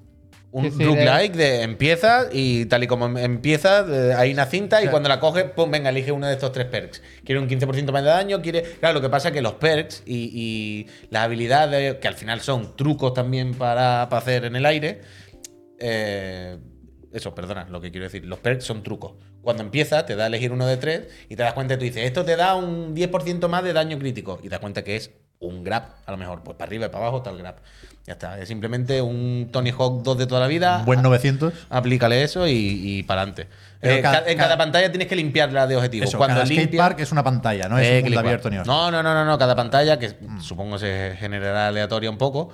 S2: Un
S3: Es decir,
S2: roguelike de empiezas y tal y como em- empiezas, eh, hay una cinta y cuando la coges, pum, venga, elige uno de estos tres perks. Quiere un 15% más de daño, quiere. Claro, lo que pasa es que los perks y, y las habilidades, que al final son trucos también para, para hacer en el aire. eh, eso, perdona, lo que quiero decir. Los perks son trucos. Cuando empiezas, te da a elegir uno de tres y te das cuenta y tú dices, esto te da un 10% más de daño crítico. Y te das cuenta que es un grab, a lo mejor. Pues para arriba y para abajo está el grab. Ya está. Es simplemente un Tony Hawk 2 de toda la vida.
S1: Un buen 900.
S2: Aplícale eso y, para adelante.
S1: Pero
S2: en
S1: cada-
S2: cada,
S1: cada-
S2: pantalla tienes que limpiarla de objetivos.
S1: Eso,
S2: Cuando
S1: cada skate
S2: limpia-
S1: park es una pantalla, no Ah, es
S2: Eh,
S1: un mundo
S2: clic,
S1: abierto ni
S2: no,
S1: hostia. Mm.
S2: no, no, no, no, cada pantalla, que supongo se generará aleatoria un poco.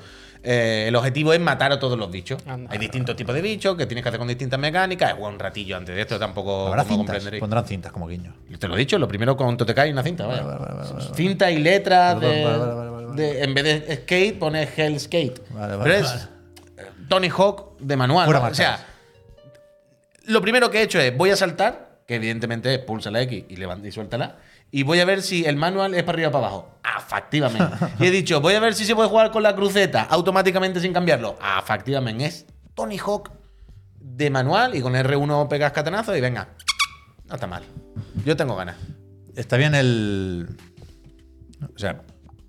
S2: eh, el objetivo es matar a todos los bichos.
S3: Anda.
S2: Hay distintos tipos de bichos que tienes que hacer con distintas mecánicas. He jugado un ratillo antes de esto, tampoco
S1: Habrá
S2: como
S1: cintas.
S2: comprenderéis.
S1: Pondrán cintas como guiño.
S2: Te lo he dicho, lo primero con te cae una cinta, vaya.
S1: Vale, vale, vale, vale, vale.
S2: cinta y letras
S1: Perdón,
S2: de,
S1: vale, vale, vale, vale, vale.
S2: de- En vez de skate, pones Hell Skate.
S1: Vale, vale,
S2: Pero es eh, Tony Hawk de manual.
S1: Pura
S2: ¿no? O sea,
S1: marcas.
S2: lo primero que he hecho es voy a saltar que evidentemente es pulsa la X y, levanta y suéltala. Y voy a ver si el manual es para arriba o para abajo. Afectivamente. y he dicho, voy a ver si se puede jugar con la cruceta automáticamente sin cambiarlo. Afectivamente. Es Tony Hawk de manual y con R1 pegas catanazo y venga. No está mal. Yo tengo ganas.
S1: Está bien el. O sea,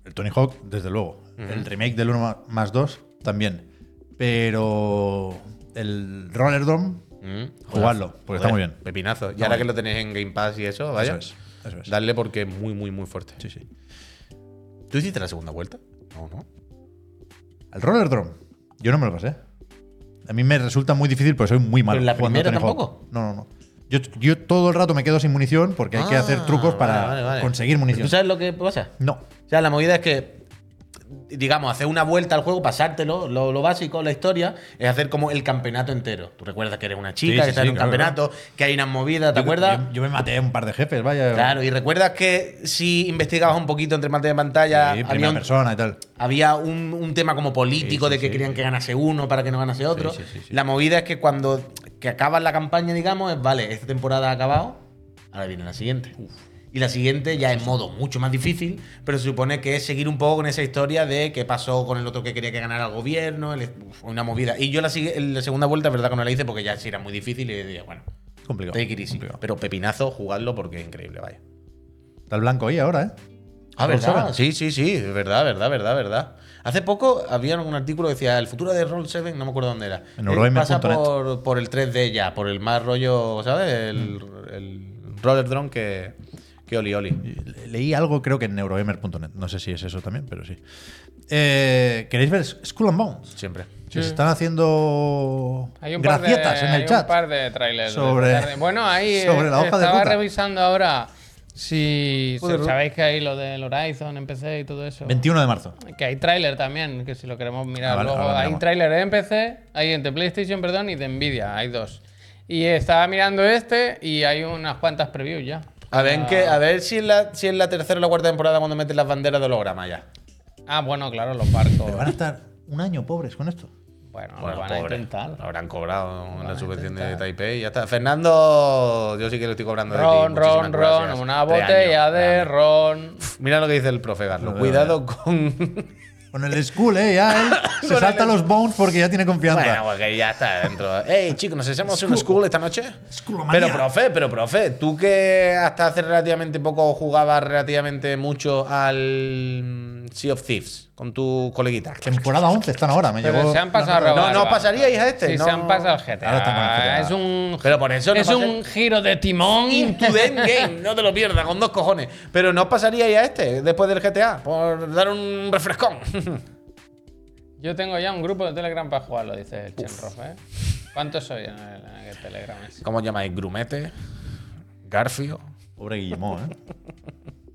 S1: el Tony Hawk, desde luego. El remake del 1 más 2 también. Pero. El Roller Dome,
S2: Mm.
S1: jugadlo, porque está muy
S2: Joder,
S1: bien.
S2: Pepinazo. Y
S1: Está
S2: ahora
S1: muy
S2: que lo tenéis en Game Pass y eso, vaya.
S1: Eso es, eso es.
S2: Darle porque es muy, muy, muy fuerte.
S1: Sí, sí.
S2: ¿Tú hiciste la segunda vuelta? No, no.
S1: El Roller Drum, yo no me lo pasé. A mí me resulta muy difícil porque soy muy malo.
S2: ¿Pero en la
S1: jugando a
S2: primera
S1: Tony Hawk.
S2: tampoco?
S1: No, no, no. Yo, yo todo el rato me quedo sin munición porque hay que
S2: Ah,
S1: hacer trucos para
S2: vale, vale, vale.
S1: conseguir munición.
S2: ¿Tú sabes lo que pasa?
S1: No.
S2: O sea, la movida es que, digamos, hacer una vuelta al juego, pasártelo, lo, lo básico, la historia, es hacer como el campeonato entero. Tú recuerdas que eres una chica,
S1: Sí, sí,
S2: que estás
S1: sí,
S2: en un
S1: claro,
S2: campeonato, que hay unas movidas, ¿te acuerdas?
S1: Yo, yo me maté a un par de jefes, vaya.
S2: Claro, y recuerdas que si investigabas un poquito entre mate de pantalla,
S1: Sí,
S2: había
S1: primera
S2: un,
S1: persona y tal.
S2: había un, un tema como político
S1: Sí, sí,
S2: de que
S1: sí,
S2: querían
S1: sí.
S2: que ganase uno para que no ganase otro.
S1: Sí, sí, sí, sí.
S2: La movida es que cuando que acabas la campaña, digamos, es vale, esta temporada ha acabado, ahora viene la siguiente. Y la siguiente ya en modo mucho más difícil, pero se supone que es seguir un poco con esa historia de qué pasó con el otro que quería que ganara el gobierno, el- uf, una movida. Y yo la, sigue- la segunda vuelta, es verdad que no la hice porque ya sí era muy difícil y dije, bueno,
S1: Complicado.
S2: take it easy.
S1: complicado.
S2: Pero pepinazo, jugadlo porque es increíble, vaya.
S1: Está el blanco ahí ahora, ¿eh?
S2: Ah,
S1: Roll Seven.
S2: ¿verdad? Sí, sí, sí, es verdad, verdad, verdad, verdad. Hace poco había un artículo que decía el futuro de Roll 7, no me acuerdo dónde era.
S1: En
S2: Él
S1: eurogamer.net.
S2: pasa por, por el 3D ya, por el más rollo, ¿sabes? El,
S3: Mm.
S2: el roller drone que, que Oli Oli.
S1: Le- Leí algo, creo que en neurogamer.net. No sé si es eso también, pero sí. Eh, ¿Queréis ver School and Bones?
S2: Siempre.
S1: Se están haciendo
S3: Hay un
S1: gracietas
S3: par de,
S1: en el
S3: hay
S1: chat.
S3: un par de trailers. de
S1: Sobre-
S3: esta tarde. bueno, ahí eh,
S1: sobre la hoja de
S3: estaba
S1: ruta.
S3: revisando ahora si, si
S2: Joder, Ru-
S3: sabéis que hay lo del Horizon en PC y todo eso.
S1: 21 de marzo.
S3: Que hay tráiler también, que si lo queremos mirar
S1: Ah, vale,
S3: luego.
S1: ahora lo
S3: hay
S1: miramos.
S3: tráiler en PC, hay en de PlayStation, perdón, y de Nvidia, hay dos. Y estaba mirando este y hay unas cuantas previews ya.
S2: A ver, que,
S3: Ah.
S2: a ver si es la, si es la tercera o la cuarta temporada cuando meten las banderas de holograma ya.
S3: Ah, bueno, claro, los barcos.
S1: Pero van a estar un año pobres con esto.
S2: Bueno,
S3: Bueno, Ah, lo van
S2: pobre,
S3: a intentar.
S2: lo habrán cobrado
S3: a
S2: la subvención de
S3: intentar.
S2: Taipei y ya está. Fernando, yo sí que lo estoy cobrando de aquí.
S3: Ron,
S2: Muchísimas
S3: ron,
S2: gracias.
S3: ron, una
S2: Tres años.
S3: botella de
S2: Grande.
S3: ron.
S2: Mira lo que dice el profe Garlo. Cuidado con
S1: Con el School, ¿eh? Ya él se salta los Bones porque ya tiene confianza.
S2: Bueno, porque ya está dentro. Ey, chicos, ¿nos echamos un school esta noche?
S1: Schoolomanía.
S2: Pero, profe, pero, profe, tú que hasta hace relativamente poco jugabas relativamente mucho al mm, Sea of Thieves con tu coleguita.
S1: Temporada 11 están ahora. Me
S3: Pero
S1: llegó
S3: se han pasado a
S2: No,
S3: robar.
S2: no
S3: banco.
S2: pasaríais a este,
S3: Sí,
S2: no.
S3: se han pasado al GTA.
S1: Ahora están con el GTA.
S3: Es un,
S2: Pero por eso no
S3: es
S2: pasa-
S3: un giro de timón.
S2: Into the Game, no te lo pierdas, con dos cojones. Pero no pasaríais a este después del GTA por dar un refrescón.
S3: Yo tengo ya un grupo de Telegram para jugarlo, dice el Chenrof, ¿eh? ¿Cuántos soy en el, en el Telegram ese?
S2: ¿Cómo os llamáis? ¿Grumete? ¿Garfio?
S1: Pobre Guillemot, ¿eh?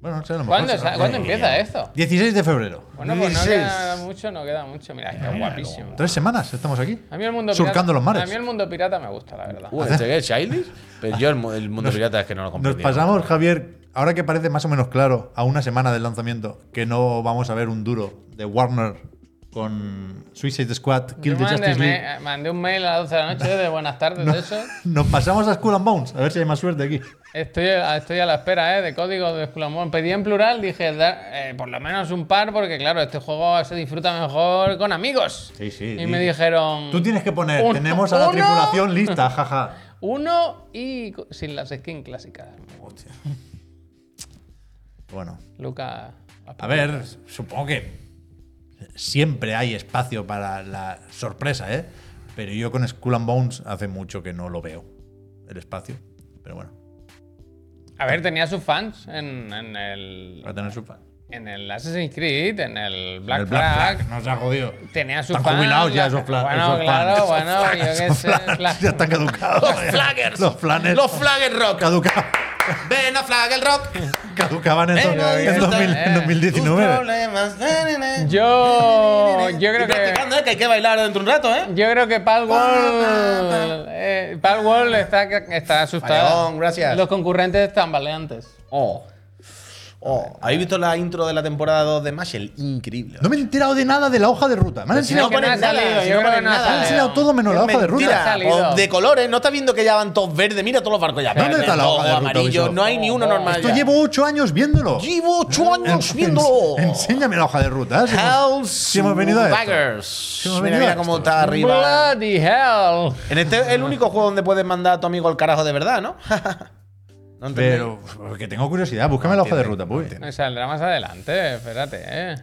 S1: Bueno, Pues no sé, a lo mejor
S3: ¿Cuándo,
S1: se-
S3: sa- ¿cuándo empieza eh? esto?
S1: 16 de febrero.
S3: Bueno, pues no
S2: 16.
S3: queda mucho, no queda mucho. Mira, es que es guapísimo.
S1: Tres semanas estamos aquí.
S3: A mí el mundo pirata,
S1: surcando los mares.
S3: A mí el mundo pirata me gusta, la verdad.
S2: Uh, ¿Este qué es Childish? Pero yo el, mu- el mundo pirata es que no lo
S1: Nos
S2: comprendí.
S1: pasamos, Javier, ahora que parece más o menos claro, a una semana del lanzamiento, que no vamos a ver un duro de Warner con Suicide Squad, Kill
S3: Yo
S1: the
S3: mandé,
S1: Justice League.
S3: me- mandé un mail a las 12 de la noche de buenas tardes, de eso.
S1: Nos pasamos a School and Bones, a ver si hay más suerte aquí.
S3: Estoy, estoy a la espera, ¿eh? De código de Skulamon. Pedí en plural, dije, da- eh, por lo menos un par, porque claro, este juego se disfruta mejor con amigos.
S1: Sí, sí,
S3: Y
S1: sí.
S3: me dijeron.
S1: Tú tienes que poner,
S3: "Uno-
S1: tenemos a la
S3: uno,
S1: tripulación lista, jaja.
S3: Uno y co- sin las skins clásicas.
S1: Bueno,
S3: Luca.
S1: a ver, supongo que siempre hay espacio para la sorpresa, ¿eh? Pero yo con School and Bones hace mucho que no lo veo, el espacio. Pero bueno,
S3: A ver, tenía sus fans en, en el.
S1: va a tener su fan.
S3: En el Assassin's Creed, en el Black,
S1: El Black
S3: Flag.
S1: Flag nos ha jodido.
S3: Tenía sus
S1: Están
S3: fans.
S1: jubilados ya
S3: la-
S1: esos flan-
S3: Bueno,
S1: esos
S3: claro,
S1: fans.
S3: bueno, yo qué
S1: Los
S3: sé.
S1: flags
S3: claro.
S1: ya están caducados.
S2: Los flaggers.
S1: Los flanes.
S2: Los flaggers rock.
S1: caducados.
S2: Ven a flagger rock.
S1: Caducaban en,
S2: Eh,
S1: dos-
S2: no,
S1: en
S2: disfruta,
S1: 2000 en
S3: eh.
S2: Tus
S1: 2019.
S2: problemas. na, na, na.
S3: Yo. Yo creo
S2: Y
S3: que.
S2: practicando, eh, que hay que bailar dentro de un rato, ¿eh?
S3: Yo creo que
S2: Pa,
S3: Palworld. Eh, Palworld está, está asustada.
S2: Fallón, gracias.
S3: Los concurrentes están baleantes.
S2: Oh. Oh, ¿Habéis visto la intro de la temporada 2 de Mashell? Increíble.
S1: No me he enterado de nada de la hoja de ruta. Me han
S2: Pero si no
S1: enseñado,
S3: que no
S2: ponen
S3: ha
S2: nada,
S3: salido,
S2: si
S3: yo
S2: no
S3: creo que
S2: ponen
S3: no ha
S2: nada.
S1: me han
S2: sale,
S1: enseñado
S3: salido.
S1: todo menos la
S2: Es
S1: hoja de
S2: mentira,
S1: ruta.
S3: No ha salido.
S2: o de colores, no estás viendo que ya van todos verdes. Mira todos los barcos ya.
S1: ¿Dónde
S2: verdes,
S1: está la
S2: rojos,
S1: hoja de ruta,
S2: amarillos,
S1: Ubisoft?
S2: No hay ni
S3: Oh.
S2: uno normal.
S1: Esto
S2: ya.
S1: llevo ocho años viéndolo.
S2: Llevo ocho años
S1: En-
S2: viéndolo.
S1: en- enséñame la hoja de ruta. ¿eh? Si hemos-
S2: House
S1: si hemos venido a esto.
S2: Baggers.
S1: hemos
S2: mira,
S1: venido a
S2: mira
S1: esto.
S2: cómo está arriba.
S3: Bloody hell.
S2: En este es el único juego donde puedes mandar a tu amigo al carajo de verdad, ¿no? no entendéis.
S1: Pero uf, que tengo curiosidad, búscame la hoja de ruta, pues.
S3: Me saldrá más adelante, espérate, eh.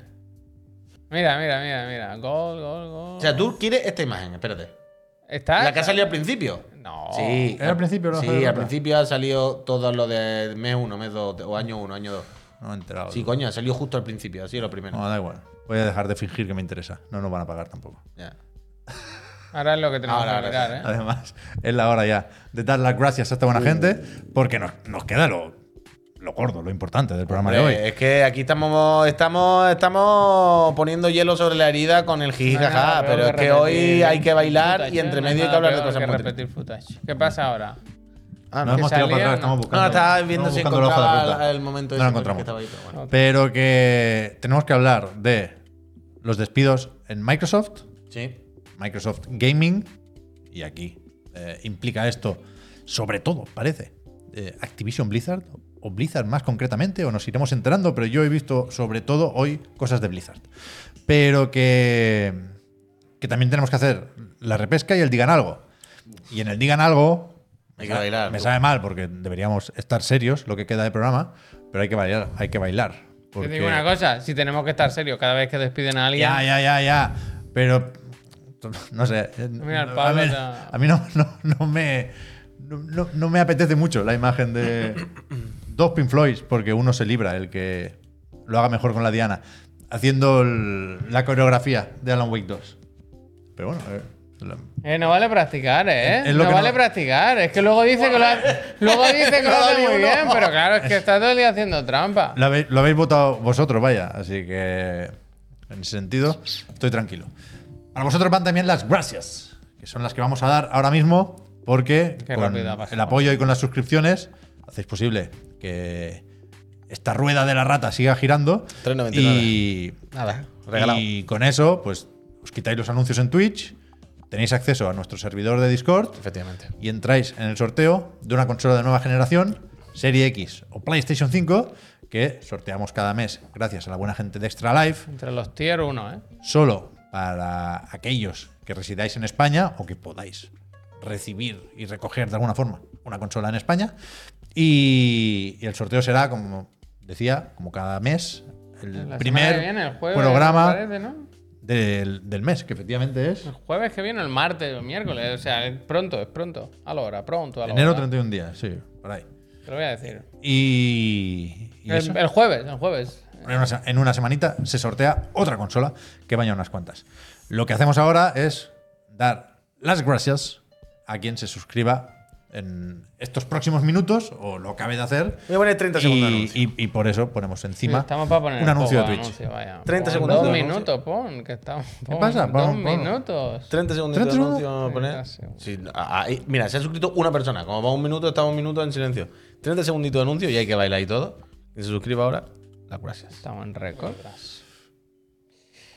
S3: Mira, mira, mira, mira. Gol, gol, gol.
S2: O sea, tú quieres esta imagen, espérate.
S3: ¿Está?
S2: La que ha salido al principio.
S3: Ah, No.
S2: Sí.
S1: ¿Era al principio la hoja de
S2: Sí,
S1: ruta?
S2: al principio ha salido todo lo de mes 1, mes 2, o año 1, año 2.
S1: No me he enterado.
S2: Sí, coño, ha salido justo al principio, ha sido lo primero.
S1: No, da igual. Voy a dejar de fingir que me interesa. No nos van a pagar tampoco.
S2: Ya.
S3: Ahora es lo que tenemos
S2: Ahora,
S3: que
S2: ahora
S3: mirar, eh.
S1: Además, es la hora ya de dar las gracias a esta buena gente porque nos, nos queda lo, lo gordo, lo importante del programa de
S2: Eh,
S1: hoy.
S2: Es que aquí estamos, estamos, estamos poniendo hielo sobre la herida con el jiji
S3: No hay
S2: jaja,
S3: nada peor
S2: pero es que
S3: repetir
S2: hoy hay que bailar
S3: footage,
S2: y entre
S3: ¿eh? No
S2: medio hay que
S3: nada
S2: hablar de
S3: peor
S2: cosas
S3: que
S2: muy tristes.
S3: repetir footage. ¿Qué pasa ahora?
S1: No
S2: Ah, no.
S1: hemos tirado para atrás,
S3: salieron,
S1: estamos
S3: no.
S1: buscando.
S2: No, estaba viendo
S1: estamos
S2: si
S1: buscando la hoja de
S2: encontraba
S1: ruta.
S2: el momento
S1: No la
S2: ese en el que
S1: encontramos.
S2: estaba ahí, pero bueno.
S1: Pero que tenemos que hablar de los despidos en Microsoft,
S2: Sí.
S1: Microsoft Gaming, y aquí eh, implica esto, sobre todo, parece, eh, Activision Blizzard, o Blizzard más concretamente, o nos iremos enterando, pero yo he visto sobre todo hoy cosas de Blizzard. Pero que, que también tenemos que hacer la repesca y el digan algo. Y en el digan algo...
S2: Hay que bailar,
S1: Me
S2: tú.
S1: sabe mal porque deberíamos estar serios lo que queda de programa, pero hay que bailar, hay que bailar.
S3: Te
S1: porque-
S3: digo una cosa, si tenemos que estar serios cada vez que despiden a alguien.
S1: ya, ya, ya, ya. Pero. No sé. eh,
S3: Mira, el
S1: a
S3: Pablo
S1: mí,
S3: ya-
S1: a mí no, no- no me. No, no- no me apetece mucho la imagen de dos Pink Floyds, porque uno se libra, el que lo haga mejor con la Diana, haciendo el- la coreografía de Alan Wake 2. Pero bueno, a ver, la-
S3: Eh, no vale practicar, ¿eh?
S1: Es lo
S3: no
S1: que no-
S3: vale practicar. Es que luego dice que lo hace, luego dice que lo
S1: No,
S3: hace
S1: ni
S3: muy
S1: uno.
S3: bien, pero claro, es que está todo el día haciendo trampa.
S1: Lo habéis, lo habéis votado vosotros, vaya. Así que, en ese sentido, estoy tranquilo. Para vosotros van también las gracias, que son las que vamos a dar ahora mismo, porque
S3: Qué
S1: con
S3: rápido ha pasado.
S1: el apoyo y con las suscripciones hacéis posible que esta rueda de la rata siga girando.
S2: 3,99.
S1: Y,
S2: Nada,
S1: y con eso, pues, os quitáis los anuncios en Twitch, tenéis acceso a nuestro servidor de Discord
S2: Efectivamente.
S1: y entráis en el sorteo de una consola de nueva generación, Serie X o PlayStation 5, que sorteamos cada mes gracias a la buena gente de Extra Life,
S3: Entre los tier 1, ¿eh?
S1: solo para aquellos que residáis en España o que podáis recibir y recoger de alguna forma una consola en España. Y, y el sorteo será, como decía, como cada mes, el
S3: La semana
S1: primer
S3: que viene, el jueves,
S1: programa
S3: me parece, ¿no?
S1: del, del mes, que efectivamente es
S3: El jueves que viene, el martes o el miércoles. O sea, es pronto, es pronto. A la hora, pronto. A la
S1: enero
S3: hora.
S1: 31 días, sí, por ahí.
S3: Te lo voy a decir.
S1: Y, y eso.
S3: El, el jueves, el jueves.
S1: En una, se- en una semanita se sortea otra consola que vaya unas cuantas. Lo que hacemos ahora es dar las gracias a quien se suscriba en estos próximos minutos o lo acabe de hacer.
S2: Voy a poner 30 segundos de
S1: Y-
S2: anuncio.
S1: y, y por eso ponemos encima
S3: Estamos para poner
S1: un
S3: el
S1: anuncio de
S3: poco
S1: Twitch.
S3: anuncio, vaya.
S2: 30
S3: Pon
S2: segundos
S3: Dos
S2: de anuncio.
S3: minutos, pon. Que estamos. pon,
S1: pasa?
S3: Dos
S1: Pon, pon.
S3: minutos.
S2: 30 segundos de
S1: 30
S2: anuncio vamos a poner.
S3: 30 segundos.
S2: Sí, ah, ah, mira, se ha suscrito una persona. Como va un minuto, estamos un minuto en silencio. 30 segunditos de anuncio y hay que bailar y todo. Que se suscriba ahora. Las gracias.
S3: Estamos en récord.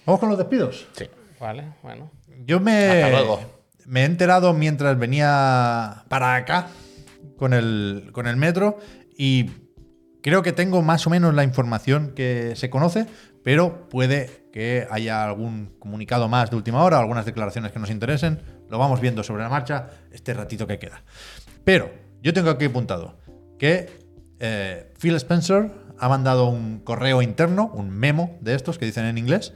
S1: Vamos con los despidos.
S2: Sí.
S3: Vale, bueno.
S1: Yo me,
S2: Hasta luego.
S1: me he enterado mientras venía para acá con el, con el metro y creo que tengo más o menos la información que se conoce, pero puede que haya algún comunicado más de última hora, algunas declaraciones que nos interesen. Lo vamos viendo sobre la marcha este ratito que queda. Pero yo tengo aquí apuntado que eh, Phil Spencer ha mandado un correo interno, un memo de estos que dicen en inglés,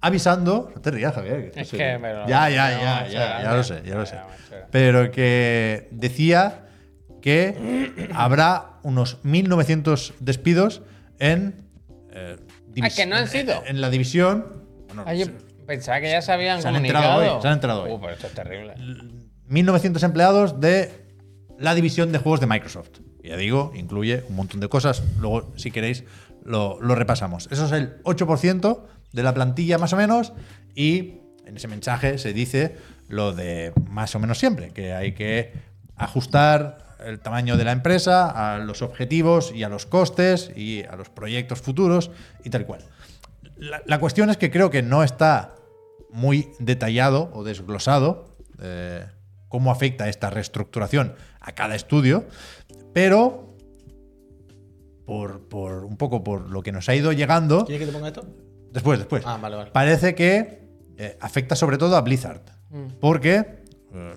S1: avisando. No te rías, Javier. esto
S3: Es
S1: sí.
S3: que me lo-
S1: ya,
S3: me
S1: ya,
S3: lo
S1: ya,
S3: macho,
S1: ya, ya
S3: me-
S1: lo sé, ya lo
S3: me
S1: sé.
S3: lo macho.
S1: Pero que decía que habrá unos 1.900 despidos en. eh, divis-
S3: Ah, que no han sido.
S1: En, en la división. bueno,
S3: Ay, yo pensaba que ya se habían
S1: se han enterado
S3: comunicado.
S1: hoy, se han enterado hoy.
S3: Uh, pero esto es terrible.
S1: 1.900 empleados de la división de juegos de Microsoft. Ya digo, incluye un montón de cosas. Luego, si queréis, lo, lo repasamos. Eso es el 8% de la plantilla, más o menos. Y en ese mensaje se dice lo de más o menos siempre, que hay que ajustar, el tamaño de la empresa, a los objetivos y a los costes y a los proyectos futuros y tal cual. La, la cuestión es que creo que no está muy detallado o desglosado eh, cómo afecta esta reestructuración a cada estudio, pero por, por- un poco por lo que nos ha ido llegando,
S2: ¿Quieres que te ponga esto?
S1: después, después,
S2: Ah, vale, vale.
S1: parece que eh, afecta sobre todo a Blizzard,
S3: Mm.
S1: porque eh,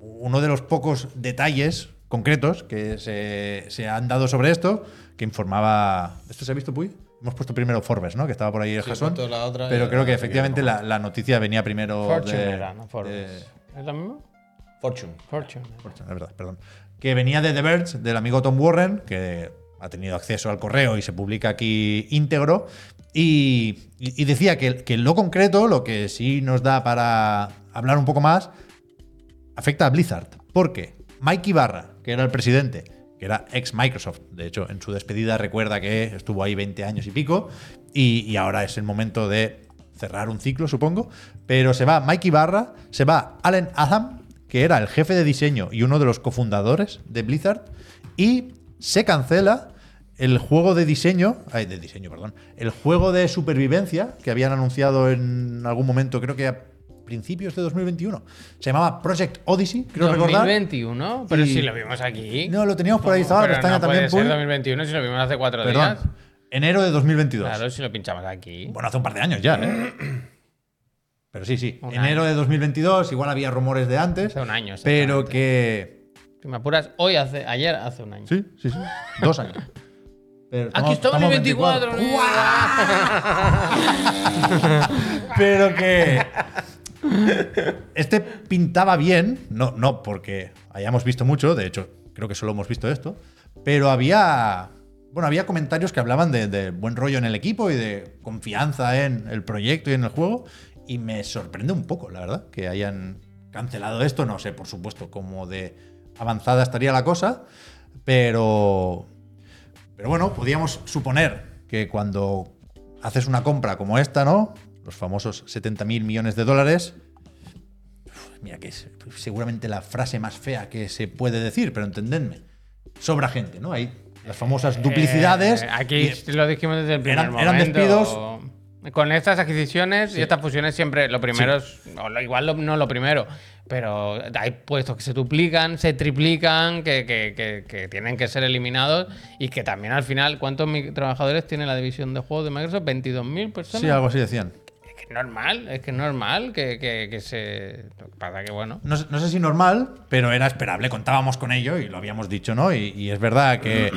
S1: uno de los pocos detalles concretos que se, se han dado sobre esto, que informaba... ¿Esto se ha visto, Puy? Hemos puesto primero Forbes, ¿no? Que estaba por ahí el
S2: Sí,
S1: Jason.
S2: justo la otra,
S1: Pero
S2: eh,
S1: creo que
S2: la-
S1: efectivamente la, la noticia venía primero
S3: Fortune
S1: de-
S3: era, ¿no? Forbes.
S1: de-
S3: ¿Es la misma?
S2: Fortune.
S3: Fortune.
S1: Fortune, es verdad, perdón. Que venía de The Verge, del amigo Tom Warren, que ha tenido acceso al correo y se publica aquí íntegro. Y, y- y decía que, que lo concreto, lo que sí nos da para hablar un poco más, afecta a Blizzard. Porque Mike Ibarra, que era el presidente, que era ex Microsoft, de hecho, en su despedida recuerda que estuvo ahí 20 años y pico, y, y ahora es el momento de cerrar un ciclo, supongo, pero se va Mike Ibarra, se va Allen Adam, que era el jefe de diseño y uno de los cofundadores de Blizzard, y se cancela el juego de diseño, ay, de diseño, perdón, el juego de supervivencia que habían anunciado en algún momento, creo que a principios de 2021. Se llamaba Project Odyssey, creo recordar.
S3: 2021, pero
S1: Y-
S3: si lo vimos aquí.
S1: No, lo teníamos por ahí, estaba la
S3: Pero
S1: pestaña
S3: no puede
S1: también,
S3: ser
S1: Puy.
S3: 2021 si lo vimos hace cuatro
S1: Perdón.
S3: días.
S1: Enero de 2022.
S3: Claro, si lo pinchamos aquí.
S1: Bueno, hace un par de años ya, ¿eh? Pero sí, sí.
S3: Un
S1: Enero de 2022, igual había rumores de antes.
S3: hace un año.
S1: Pero
S3: exactamente.
S1: que.
S3: Si me apuras, hoy hace, ayer hace un año.
S1: Sí, sí, sí. Dos años. Pero
S3: Aquí estamos en el 24.
S1: Pero que. Este pintaba bien, no, no porque hayamos visto mucho, de hecho, creo que solo hemos visto esto, pero había. Bueno, había comentarios que hablaban de, de buen rollo en el equipo y de confianza en el proyecto y en el juego. Y me sorprende un poco, la verdad, que hayan cancelado esto. No sé, por supuesto, cómo de avanzada estaría la cosa. Pero pero bueno, podíamos suponer que cuando haces una compra como esta, ¿no? Los famosos 70 mil millones de dólares. Uf, Mira, que es seguramente la frase más fea que se puede decir, pero entendedme. Sobra gente, ¿no? Hay las famosas duplicidades.
S3: Eh, aquí
S1: y-
S3: lo dijimos desde el primer
S1: eran-
S3: momento.
S1: eran despidos.
S3: Con estas adquisiciones y estas fusiones siempre lo primero es, o lo- igual lo- no lo primero, pero hay puestos que se duplican, se triplican, que, que- que- que tienen que ser eliminados y que también al final, ¿cuántos mi- trabajadores tiene la división de juegos de Microsoft? 22.000 personas.
S1: sí, algo así decían.
S3: Es que es normal, es que es normal que, que- que se... Lo que pasa que bueno...
S1: no, sé- no sé si normal, pero era esperable. Contábamos con ello y lo habíamos dicho, ¿no? Y, y es verdad que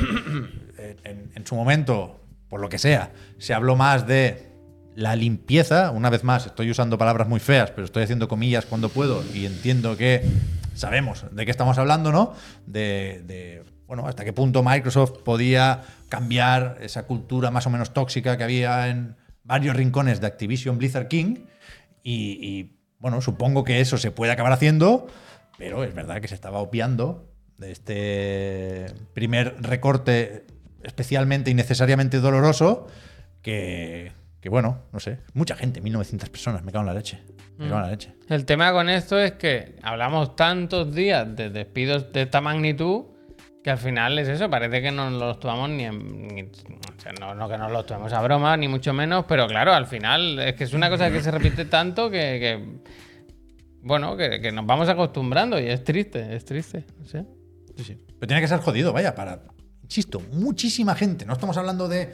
S1: en, en su momento, por lo que sea, se habló más de la limpieza. Una vez más, estoy usando palabras muy feas, pero estoy haciendo comillas cuando puedo y entiendo que sabemos de qué estamos hablando, ¿no? De, de, bueno, hasta qué punto Microsoft podía cambiar esa cultura más o menos tóxica que había en varios rincones de Activision Blizzard King. Y, y, bueno, supongo que eso se puede acabar haciendo, pero es verdad que se estaba obviando de este primer recorte especialmente y necesariamente doloroso que, que, bueno, no sé, mucha gente, 1900 personas, me cago en la leche. Me cago en la leche.
S3: El tema con esto es que hablamos tantos días de despidos de esta magnitud que al final es eso, parece que no los tomamos ni, en- ni- o sea, no, no que nos los tomemos a broma, ni mucho menos, pero claro, al final es que es una cosa que se repite tanto que, que, bueno, que, que nos vamos acostumbrando y es triste, es triste. no sé.
S1: Pero tiene que ser jodido, vaya, para, insisto, muchísima gente. No estamos hablando de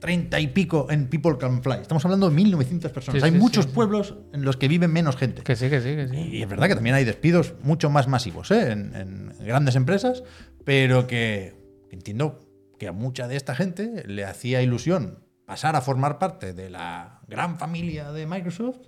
S1: 30 y pico en People Can Fly, estamos hablando de 1900 personas.
S3: Sí,
S1: Hay
S3: sí,
S1: muchos
S3: sí, sí.
S1: pueblos en los que vive menos gente.
S3: Que sí, que sí, que sí.
S1: Y es verdad que también hay despidos mucho más masivos ¿eh? en, en grandes empresas, pero que entiendo que a mucha de esta gente le hacía ilusión pasar a formar parte de la gran familia de Microsoft.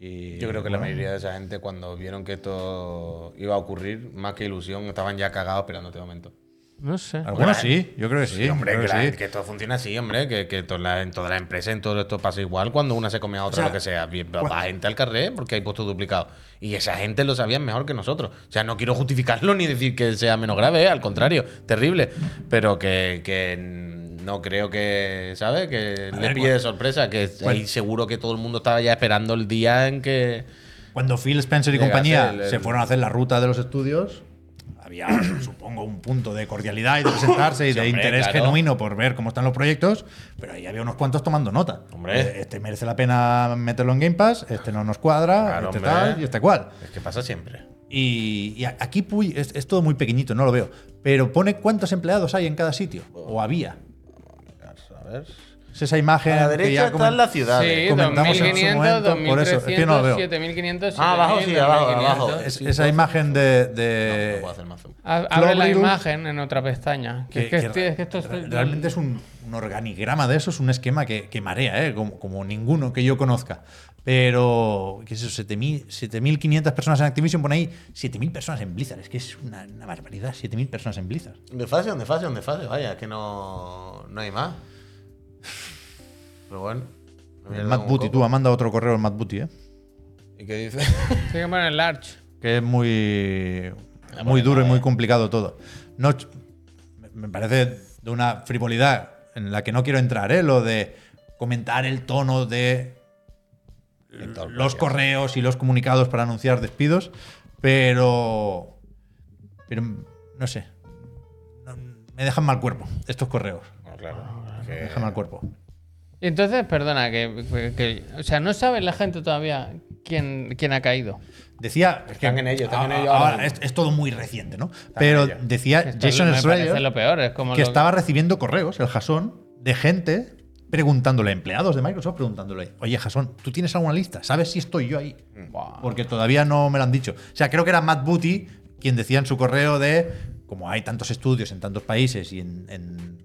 S1: Y,
S2: Yo creo que la
S1: bueno,
S2: mayoría de esa gente, cuando vieron que esto iba a ocurrir, más que ilusión, estaban ya cagados esperando este momento.
S3: No sé.
S1: Algunos sí, yo creo que sí.
S2: Sí, hombre,
S1: creo
S2: que,
S1: que
S2: la-
S1: sí.
S2: que esto funciona así, hombre, que, que to- la- en todas las empresas, en todo esto pasa igual, cuando una se come a otra,
S1: O sea,
S2: lo que sea, bien, va va gente al carré porque hay puestos duplicados. Y esa gente lo sabía mejor que nosotros. O sea, no quiero justificarlo ni decir que sea menos grave, ¿eh? al contrario, terrible. Pero que, que no creo que, ¿sabes? Que
S1: A
S2: le
S1: ver,
S2: pille de
S1: cuál-
S2: sorpresa, que
S1: cuál-
S2: ahí seguro que todo el mundo estaba ya esperando el día en que...
S1: Cuando Phil Spencer y
S2: Llegase
S1: compañía
S2: el- el-
S1: se fueron a hacer la ruta de los estudios, había, supongo, un punto de cordialidad y de presentarse y
S2: Sí,
S1: de
S2: hombre,
S1: interés
S2: claro.
S1: genuino por ver cómo están los proyectos, pero ahí había unos cuantos tomando nota.
S2: Hombre.
S1: Eh, Este merece la pena meterlo en Game Pass, este no nos cuadra,
S2: Claro,
S1: este
S2: hombre.
S1: tal y este cual.
S2: Es que pasa siempre.
S1: Y, y a- aquí Puy es, es todo muy pequeñito, no lo veo, pero pone cuántos empleados hay en cada sitio, o había.
S2: A ver.
S1: Es esa imagen
S2: A la
S1: Eh, que ya
S2: derecha
S1: comen-
S2: están las ciudades.
S3: Sí,
S1: comentamos en su
S3: 2500,
S1: momento, por eso, es que no lo
S3: 2300,
S1: veo.
S3: 7500.
S2: Ah, abajo, sí, abajo, abajo.
S1: Es- esa imagen de, de-
S2: No puedo hacer más zoom.
S3: Ha- Abre la
S1: Globulus.
S3: imagen en otra pestaña. Que, es que
S1: que
S3: estoy- es que esto es-
S1: re- realmente es un, un organigrama de eso, es un esquema que, que marea, ¿eh? como, como ninguno que yo conozca. Pero, ¿qué es eso? 7.000 7.500 personas en Activision, pone ahí 7.000 personas en Blizzard, es que es una, una barbaridad, 7.000 personas en Blizzard.
S2: De fase, de fase, de fase. Vaya, es que no, no hay más. Pero bueno. me voy a
S1: El
S2: dar
S1: Matt
S2: un
S1: Booty,
S2: coco.
S1: tú, manda otro correo al Matt Booty, ¿eh?
S2: ¿Y qué dice?
S3: Tiene que poner large.
S1: que es muy, muy duro y muy complicado todo. No, ch- me- me parece de una frivolidad en la que no quiero entrar, ¿eh? lo de comentar el tono de
S2: Víctor,
S1: los
S2: gracias.
S1: correos y los comunicados para anunciar despidos, pero, pero no sé, No- me dejan mal cuerpo estos correos,
S2: Bueno, Ah, claro.
S1: me
S2: que-
S1: dejan mal cuerpo.
S3: Y Entonces, perdona, que, que- que- O sea, no sabe la gente todavía quién, quién ha caído.
S1: Decía, es que
S2: Están en ello, están en
S1: a-
S2: ello ahora
S1: ahora es,
S2: mismo.
S1: es todo muy reciente, ¿no? Pero
S2: en ello.
S1: decía
S3: Esto
S1: Jason
S3: me parece
S1: Schreier
S3: lo peor. Es como
S1: que
S3: lo
S1: estaba recibiendo correos, el Jason, de gente preguntándole, empleados de Microsoft preguntándole, oye Jason, ¿tú tienes alguna lista? ¿Sabes si estoy yo ahí?
S3: Buah.
S1: Ah, Porque todavía no me lo han dicho. O sea, creo que era Matt Booty quien decía en su correo de, como hay tantos estudios en tantos países y en, en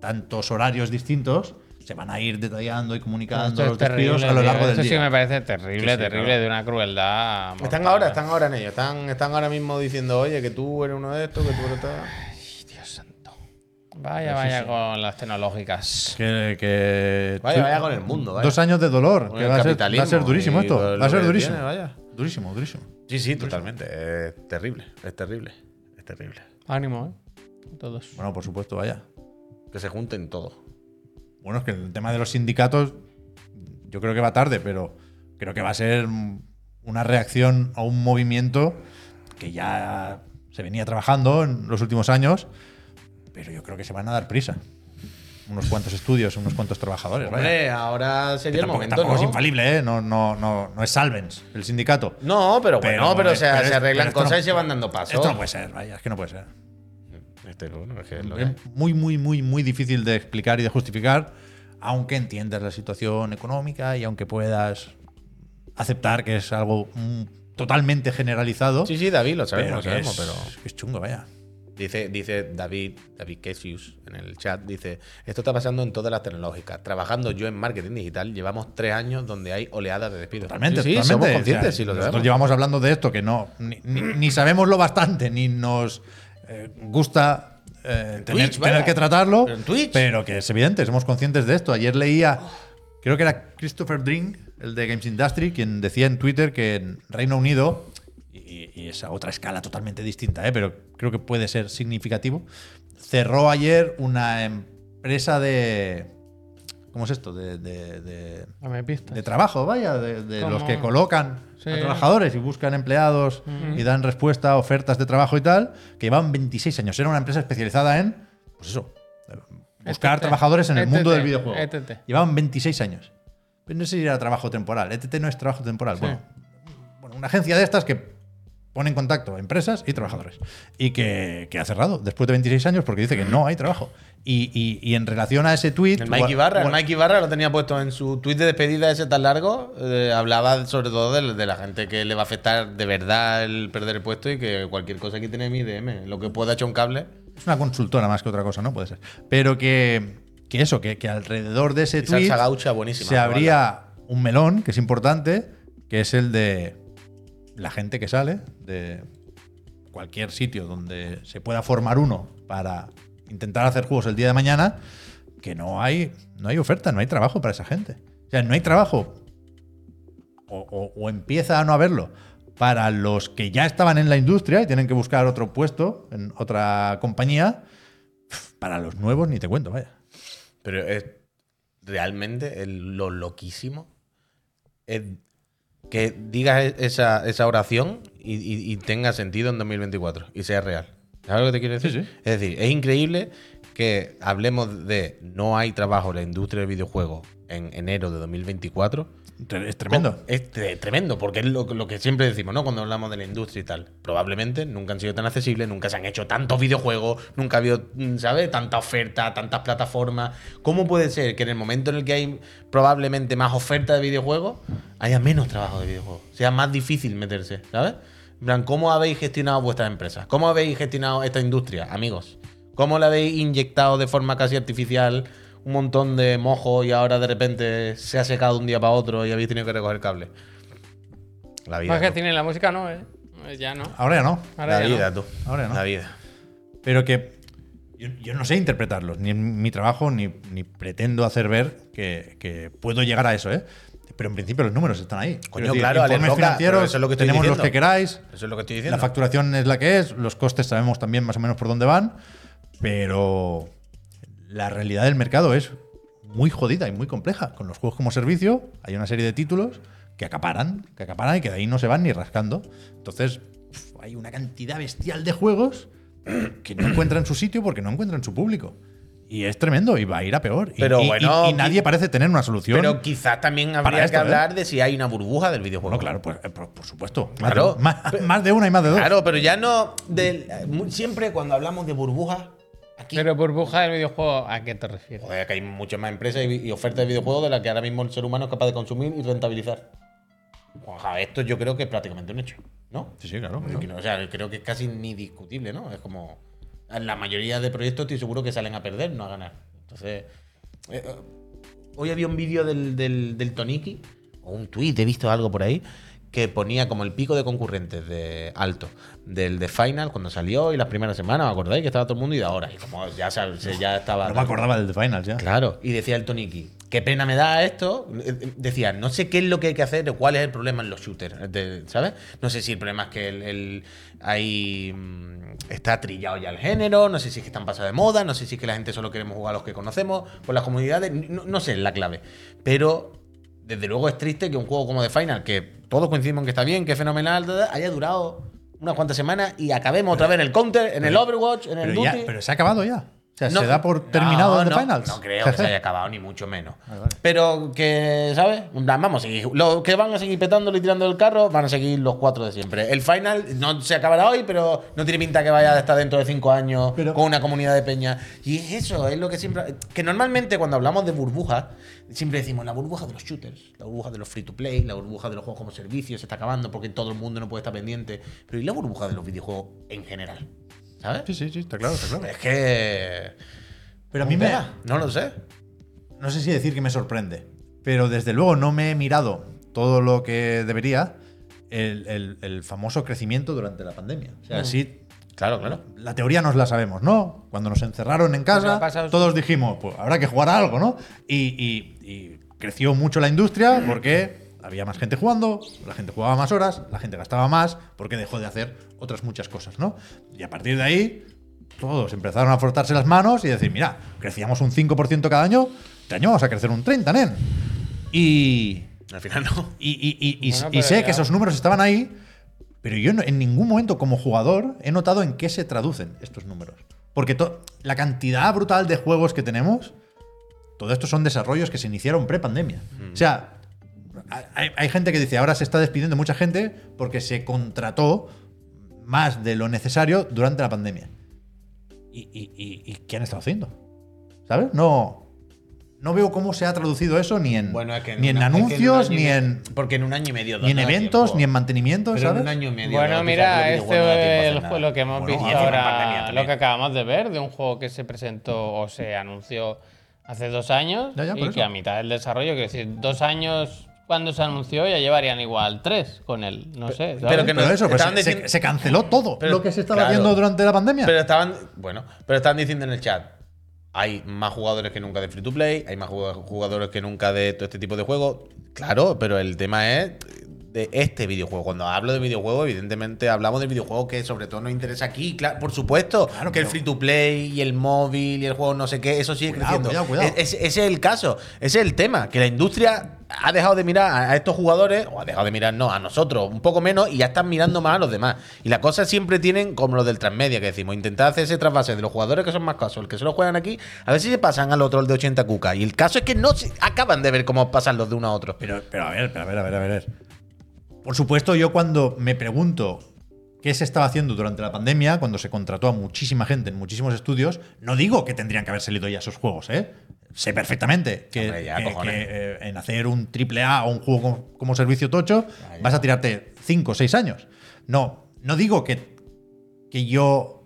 S1: tantos horarios distintos, se van a ir detallando y comunicando
S3: Esto es
S1: los despidos a lo
S3: tío.
S1: largo del
S3: Esto sí
S1: día.
S3: me parece terrible,
S2: Sí, sí,
S3: terrible,
S2: claro.
S3: de una crueldad.
S2: Están
S3: mortal.
S2: ahora, están ahora en ello. Están, están ahora mismo diciendo, oye, que tú eres uno de estos, que tú eres tal.
S3: Ay, Dios santo. Vaya, vaya con las tecnológicas.
S1: Que, que-
S2: Vaya, vaya con el mundo, vaya.
S1: Dos años de dolor.
S2: Con
S1: que
S2: el
S1: va, a ser,
S2: capitalismo
S1: va a ser durísimo
S2: y
S1: esto.
S2: todo lo
S1: Va a ser
S2: que
S1: durísimo.
S2: tiene, vaya.
S1: Durísimo, durísimo.
S2: Sí, sí, totalmente. Es terrible, es terrible, es terrible.
S3: Ánimo, ¿eh? Todos.
S1: Bueno, por supuesto, vaya.
S2: Que se junten todos.
S1: Bueno, es que el tema de los sindicatos, yo creo que va tarde, pero creo que va a ser una reacción a un movimiento que ya se venía trabajando en los últimos años, pero yo creo que se van a dar prisa. Unos cuantos estudios, unos cuantos trabajadores, vaya.
S2: Hombre, ahora
S1: Que
S2: sería el
S1: tampoco-
S2: momento,
S1: tampoco
S2: ¿no?
S1: es infalible, ¿eh? No, no, no, no es Salvens, el sindicato.
S2: No, pero bueno, pero,
S1: hombre,
S2: se,
S1: pero
S2: se
S1: es-
S2: arreglan
S1: pero esto
S2: cosas
S1: no-
S2: y se van dando pasos.
S1: Esto no puede ser, vaya, es que no puede ser.
S2: Este, bueno, es que es lo que
S1: Es muy, muy, muy, muy difícil de explicar y de justificar, aunque entiendas la situación económica y aunque puedas aceptar que es algo mm, totalmente generalizado.
S2: Sí, sí, David, lo sabemos,
S1: pero
S2: lo
S1: que
S2: sabemos,
S1: es,
S2: pero.
S1: que es chungo, vaya.
S2: Dice, dice David, David Kesius en el chat, dice, esto está pasando en todas las tecnológicas. Trabajando yo en marketing digital, llevamos tres años donde hay oleadas de despidos.
S1: Totalmente,
S2: sí, sí,
S1: totalmente.
S2: somos conscientes,
S1: O sea,
S2: sí, lo
S1: nosotros
S2: sabemos.
S1: llevamos hablando de esto que no ni, ni- ni sabemos lo bastante, ni nos eh, gusta eh, tener,
S2: Twitch, vaya.
S1: tener que tratarlo,
S2: Pero en Twitch.
S1: pero que es evidente, somos conscientes de esto. Ayer leía, creo que era Christopher Drink, el de Games Industry, quien decía en Twitter que en Reino Unido y, y es a otra escala totalmente distinta, ¿eh? pero creo que puede ser significativo. Cerró ayer una empresa de. ¿Cómo es esto? De- de- de
S3: Dame pistas.
S1: de trabajo, vaya, de, de
S3: Como-
S1: los que colocan
S3: Sí.
S1: a trabajadores y buscan empleados y dan respuesta a ofertas de trabajo y tal, que llevan 26 años. Era una empresa especializada en, pues eso, buscar
S3: ETT.
S1: trabajadores en el
S3: ETT,
S1: mundo del videojuego.
S3: ETT.
S1: Llevaban 26 años. Pero no sé si era trabajo temporal. ETT no es trabajo temporal. Bueno, bueno, una agencia de estas que pone en contacto a empresas y trabajadores. Y que, que ha cerrado después de 26 años porque dice que no hay trabajo. Y, y- y en relación a ese tweet...
S2: El Mike Ibarra, el Mike Ibarra lo tenía puesto en su tweet de despedida ese tan largo. eh, hablaba sobre todo de, de la gente que le va a afectar de verdad el perder el puesto y que cualquier cosa que tiene mi DM, lo que pueda echar un cable.
S1: Es una consultora más que otra cosa, ¿no? Puede ser. Pero que, que eso, que, que alrededor de ese
S2: Y salsa
S1: tweet
S2: gaucha buenísima.
S1: se abría un melón que es importante, que es el de la gente que sale de cualquier sitio donde se pueda formar uno para intentar hacer juegos el día de mañana, que no hay, no hay oferta, no hay trabajo para esa gente. O sea, no hay trabajo o, o- o empieza a no haberlo para los que ya estaban en la industria y tienen que buscar otro puesto en otra compañía, para los nuevos ni te cuento, vaya.
S2: Pero es realmente el- lo loquísimo es que digas e-, esa, esa oración y, y- y tenga sentido en 2024 y sea real. ¿Sabes lo que te quiero decir?
S1: Sí, sí.
S2: Es decir, es increíble que hablemos de no hay trabajo en la industria del videojuego en enero de 2024.
S1: Tre- Es tremendo.
S2: Oh, Es tre- tremendo, porque es lo, lo que siempre decimos, ¿no? Cuando hablamos de la industria y tal. Probablemente nunca han sido tan accesibles, nunca se han hecho tantos videojuegos, nunca ha habido, mm, ¿sabes? Tanta oferta, tantas plataformas. ¿Cómo puede ser que en el momento en el que hay probablemente más oferta de videojuegos, haya menos trabajo de videojuegos? Sea más difícil meterse, ¿sabes? En plan, ¿cómo habéis gestionado vuestras empresas? ¿Cómo habéis gestionado esta industria, amigos? ¿Cómo le habéis inyectado de forma casi artificial un montón de mojo y ahora de repente se ha secado de un día para otro y habéis tenido que recoger cable? La vida.
S3: Más que
S2: tú.
S3: tiene la música no, ¿eh? Eh, Ya no.
S1: Ahora ya no.
S3: Ahora
S2: La
S3: ya no.
S2: vida, tú.
S1: Ahora no.
S2: La vida.
S1: Pero que yo, yo no sé interpretarlos, ni en mi trabajo, ni, ni pretendo hacer ver que, que puedo llegar a eso, ¿eh? Pero en principio los números están ahí.
S2: Coño,
S1: Quiero decir,
S2: claro, Ale,
S1: informes
S2: Roca,
S1: financieros,
S2: pero eso es lo que estoy
S1: tenemos los
S2: diciendo.
S1: que queráis,
S2: Eso es lo que estoy
S1: la
S2: diciendo.
S1: facturación es la que es, los costes sabemos también más o menos por dónde van, pero la realidad del mercado es muy jodida y muy compleja. Con los juegos como servicio hay una serie de títulos que acaparan, que acaparan y que de ahí no se van ni rascando. Entonces uf, hay una cantidad bestial de juegos que no encuentran su sitio porque no encuentran su público. Y es tremendo y va a ir a peor. Y-
S2: Pero
S1: y, y-
S2: bueno,
S1: y nadie
S2: qui-
S1: parece tener una solución.
S2: Pero quizás también
S1: Para
S2: habría
S1: esto,
S2: que
S1: ¿eh?
S2: hablar de si hay una burbuja del videojuego.
S1: bueno, claro, pues, eh, por, por supuesto. Más,
S2: Claro.
S1: de, más- más de una y más de dos.
S2: Claro, pero ya no. del- mu- siempre cuando hablamos de burbujas, aquí.
S3: Pero burbuja del videojuego, ¿a qué te refieres?
S2: Joder, que hay muchas más empresas y, y ofertas de videojuegos de las que ahora mismo el ser humano es capaz de consumir y rentabilizar. Ojalá, esto yo creo que es prácticamente un hecho, ¿no?
S1: Sí, sí, claro.
S2: Yo creo- O sea, creo que es casi ni discutible, ¿no? Es como. La mayoría de proyectos estoy seguro que salen a perder, no a ganar. Entonces. eh, eh, hoy había un vídeo del, del, del Toniki, o un tuit, he visto algo por ahí, que ponía como el pico de concurrentes de alto, del de Final cuando salió y las primeras semanas, ¿os acordáis? Que estaba todo el mundo y de ahora. Y como ya, se- se- ya estaba.
S1: No me acordaba del The Finals ya.
S2: Claro, y decía el Toniki, qué pena me da esto. Eh, eh, Decía, no sé qué es lo que hay que hacer o cuál es el problema en los shooters, eh, de- ¿sabes? No sé si el problema es que el, el- ahí mm, está trillado ya el género, no sé si es que están pasados de moda, no sé si es que la gente solo queremos jugar a los que conocemos, con las comunidades, no, no sé, es la clave. Pero desde luego es triste que un juego como The Final, que todos coincidimos en que está bien, que es fenomenal, da, da, haya durado unas cuantas semanas y acabemos otra vez en el Counter, en el Overwatch, en el
S1: Pero,
S2: Duty.
S1: ya, pero se ha acabado ya. O sea,
S2: No,
S1: se da por terminado
S2: no,
S1: el The
S2: no,
S1: Finals.
S2: No creo que se haya acabado, ni mucho menos. Pero que, ¿sabes? En plan, Vamos, y los que van a seguir petándolo y tirando del carro van a seguir los cuatro de siempre. El final no se acabará hoy, pero no tiene pinta que vaya a estar dentro de cinco años
S1: Pero-
S2: con una comunidad de peña. Y es eso, es lo que siempre. Que normalmente cuando hablamos de burbujas, siempre decimos la burbuja de los shooters, la burbuja de los free to play, la burbuja de los juegos como servicio se está acabando porque todo el mundo no puede estar pendiente. Pero ¿y la burbuja de los videojuegos en general? ¿Sabes?
S1: Sí, sí, sí, está claro, está claro.
S2: Es que.
S1: Pero a mí
S2: un
S1: me.
S2: tema, No lo sé.
S1: No sé si decir que me sorprende. Pero desde luego no me he mirado todo lo que debería el, el- el famoso crecimiento durante la pandemia. O sea, sí,
S2: Claro, claro.
S1: la teoría nos la sabemos, ¿no? Cuando nos encerraron en
S3: Bueno,
S1: casa,
S3: ha pasado-
S1: todos dijimos, pues habrá que jugar a algo, ¿no? Y, y- y creció mucho la industria porque había más gente jugando, la gente jugaba más horas, la gente gastaba más, porque dejó de hacer otras muchas cosas, ¿no? Y a partir de ahí, todos empezaron a frotarse las manos y decir, mira, crecíamos un 5% cada año, este año vamos a crecer un 30%, nen. Y,
S2: Al final no.
S1: y, y- y- y-
S3: Bueno,
S1: y
S3: pero
S1: sé
S3: ya-
S1: que esos números estaban ahí, pero yo no- en ningún momento como jugador he notado en qué se traducen estos números. Porque to- la cantidad brutal de juegos que tenemos, todo esto son desarrollos que se iniciaron pre-pandemia.
S2: Mm.
S1: O sea, hay, hay gente que dice, ahora se está despidiendo mucha gente porque se contrató más de lo necesario durante la pandemia. ¿Y, y- y- y qué han estado haciendo? ¿Sabes? No, no veo cómo se ha traducido eso ni en, ni en
S2: una- es que
S1: anuncios,
S2: un año
S1: ni
S2: y me-
S1: en
S2: Porque en un año y medio.
S1: ni en
S2: no da
S1: eventos,
S2: tiempo.
S1: ni en mantenimiento,
S2: Pero
S1: ¿sabes?
S2: en un año y medio.
S3: Bueno,
S2: no, quizás
S3: mira,
S2: el
S3: este
S2: videojuego no da tiempo a
S3: es
S2: hacer
S3: el
S2: nada.
S3: juego lo que hemos
S1: Bueno, y
S3: visto
S1: encima en
S2: pandemia
S3: ahora,
S2: también.
S3: lo que acabamos de ver, de un juego que se presentó o se anunció hace dos años
S1: Ya, ya,
S3: y
S1: por
S3: que
S1: eso.
S3: a mitad del desarrollo, quiero decir, dos años cuando se anunció ya llevarían igual tres con él, no sé. ¿sabes?
S2: pero que
S1: Pero
S2: nos
S1: eso, pues,
S2: estaban
S1: se,
S2: diciendo-
S1: se canceló todo
S2: Pero,
S1: lo que se estaba
S2: claro.
S1: haciendo durante la pandemia.
S2: Pero estaban. Bueno, pero estaban diciendo en el chat. Hay más jugadores que nunca de free to play, hay más jugado- jugadores que nunca de todo este tipo de juegos. Claro, pero el tema es de este videojuego. Cuando hablo de videojuego, evidentemente hablamos del videojuego que sobre todo nos interesa aquí, claro, por supuesto, que el
S1: pero-
S2: free to play y el móvil y el juego no sé qué, eso sigue
S1: Cuidado,
S2: creciendo.
S1: cuidado, cuidado.
S2: E- ese- ese es el caso, ese es el tema, que la industria ha dejado de mirar a- a estos jugadores, o ha dejado de mirar, no, a nosotros, un poco menos, y ya están mirando más a los demás. Y las cosas siempre tienen, como los del transmedia, que decimos, intentar hacer ese trasvase de los jugadores que son más casos, el que solo juegan aquí, a ver si se pasan al otro, el de 80 cuca. Y el caso es que no se- acaban de ver cómo pasan los de uno a otro.
S1: Pero, pero a ver, pero a ver, a ver, a ver. Por supuesto, yo cuando me pregunto qué se estaba haciendo durante la pandemia, cuando se contrató a muchísima gente en muchísimos estudios, no digo que tendrían que haber salido ya esos juegos, ¿eh? Sé perfectamente que,
S2: Hombre, ya,
S1: que-
S2: cojones.
S1: que, eh, en hacer un triple A o un juego como, como servicio tocho
S2: Ah, ya.
S1: vas a tirarte 5 o 6 años. No, no digo que, que yo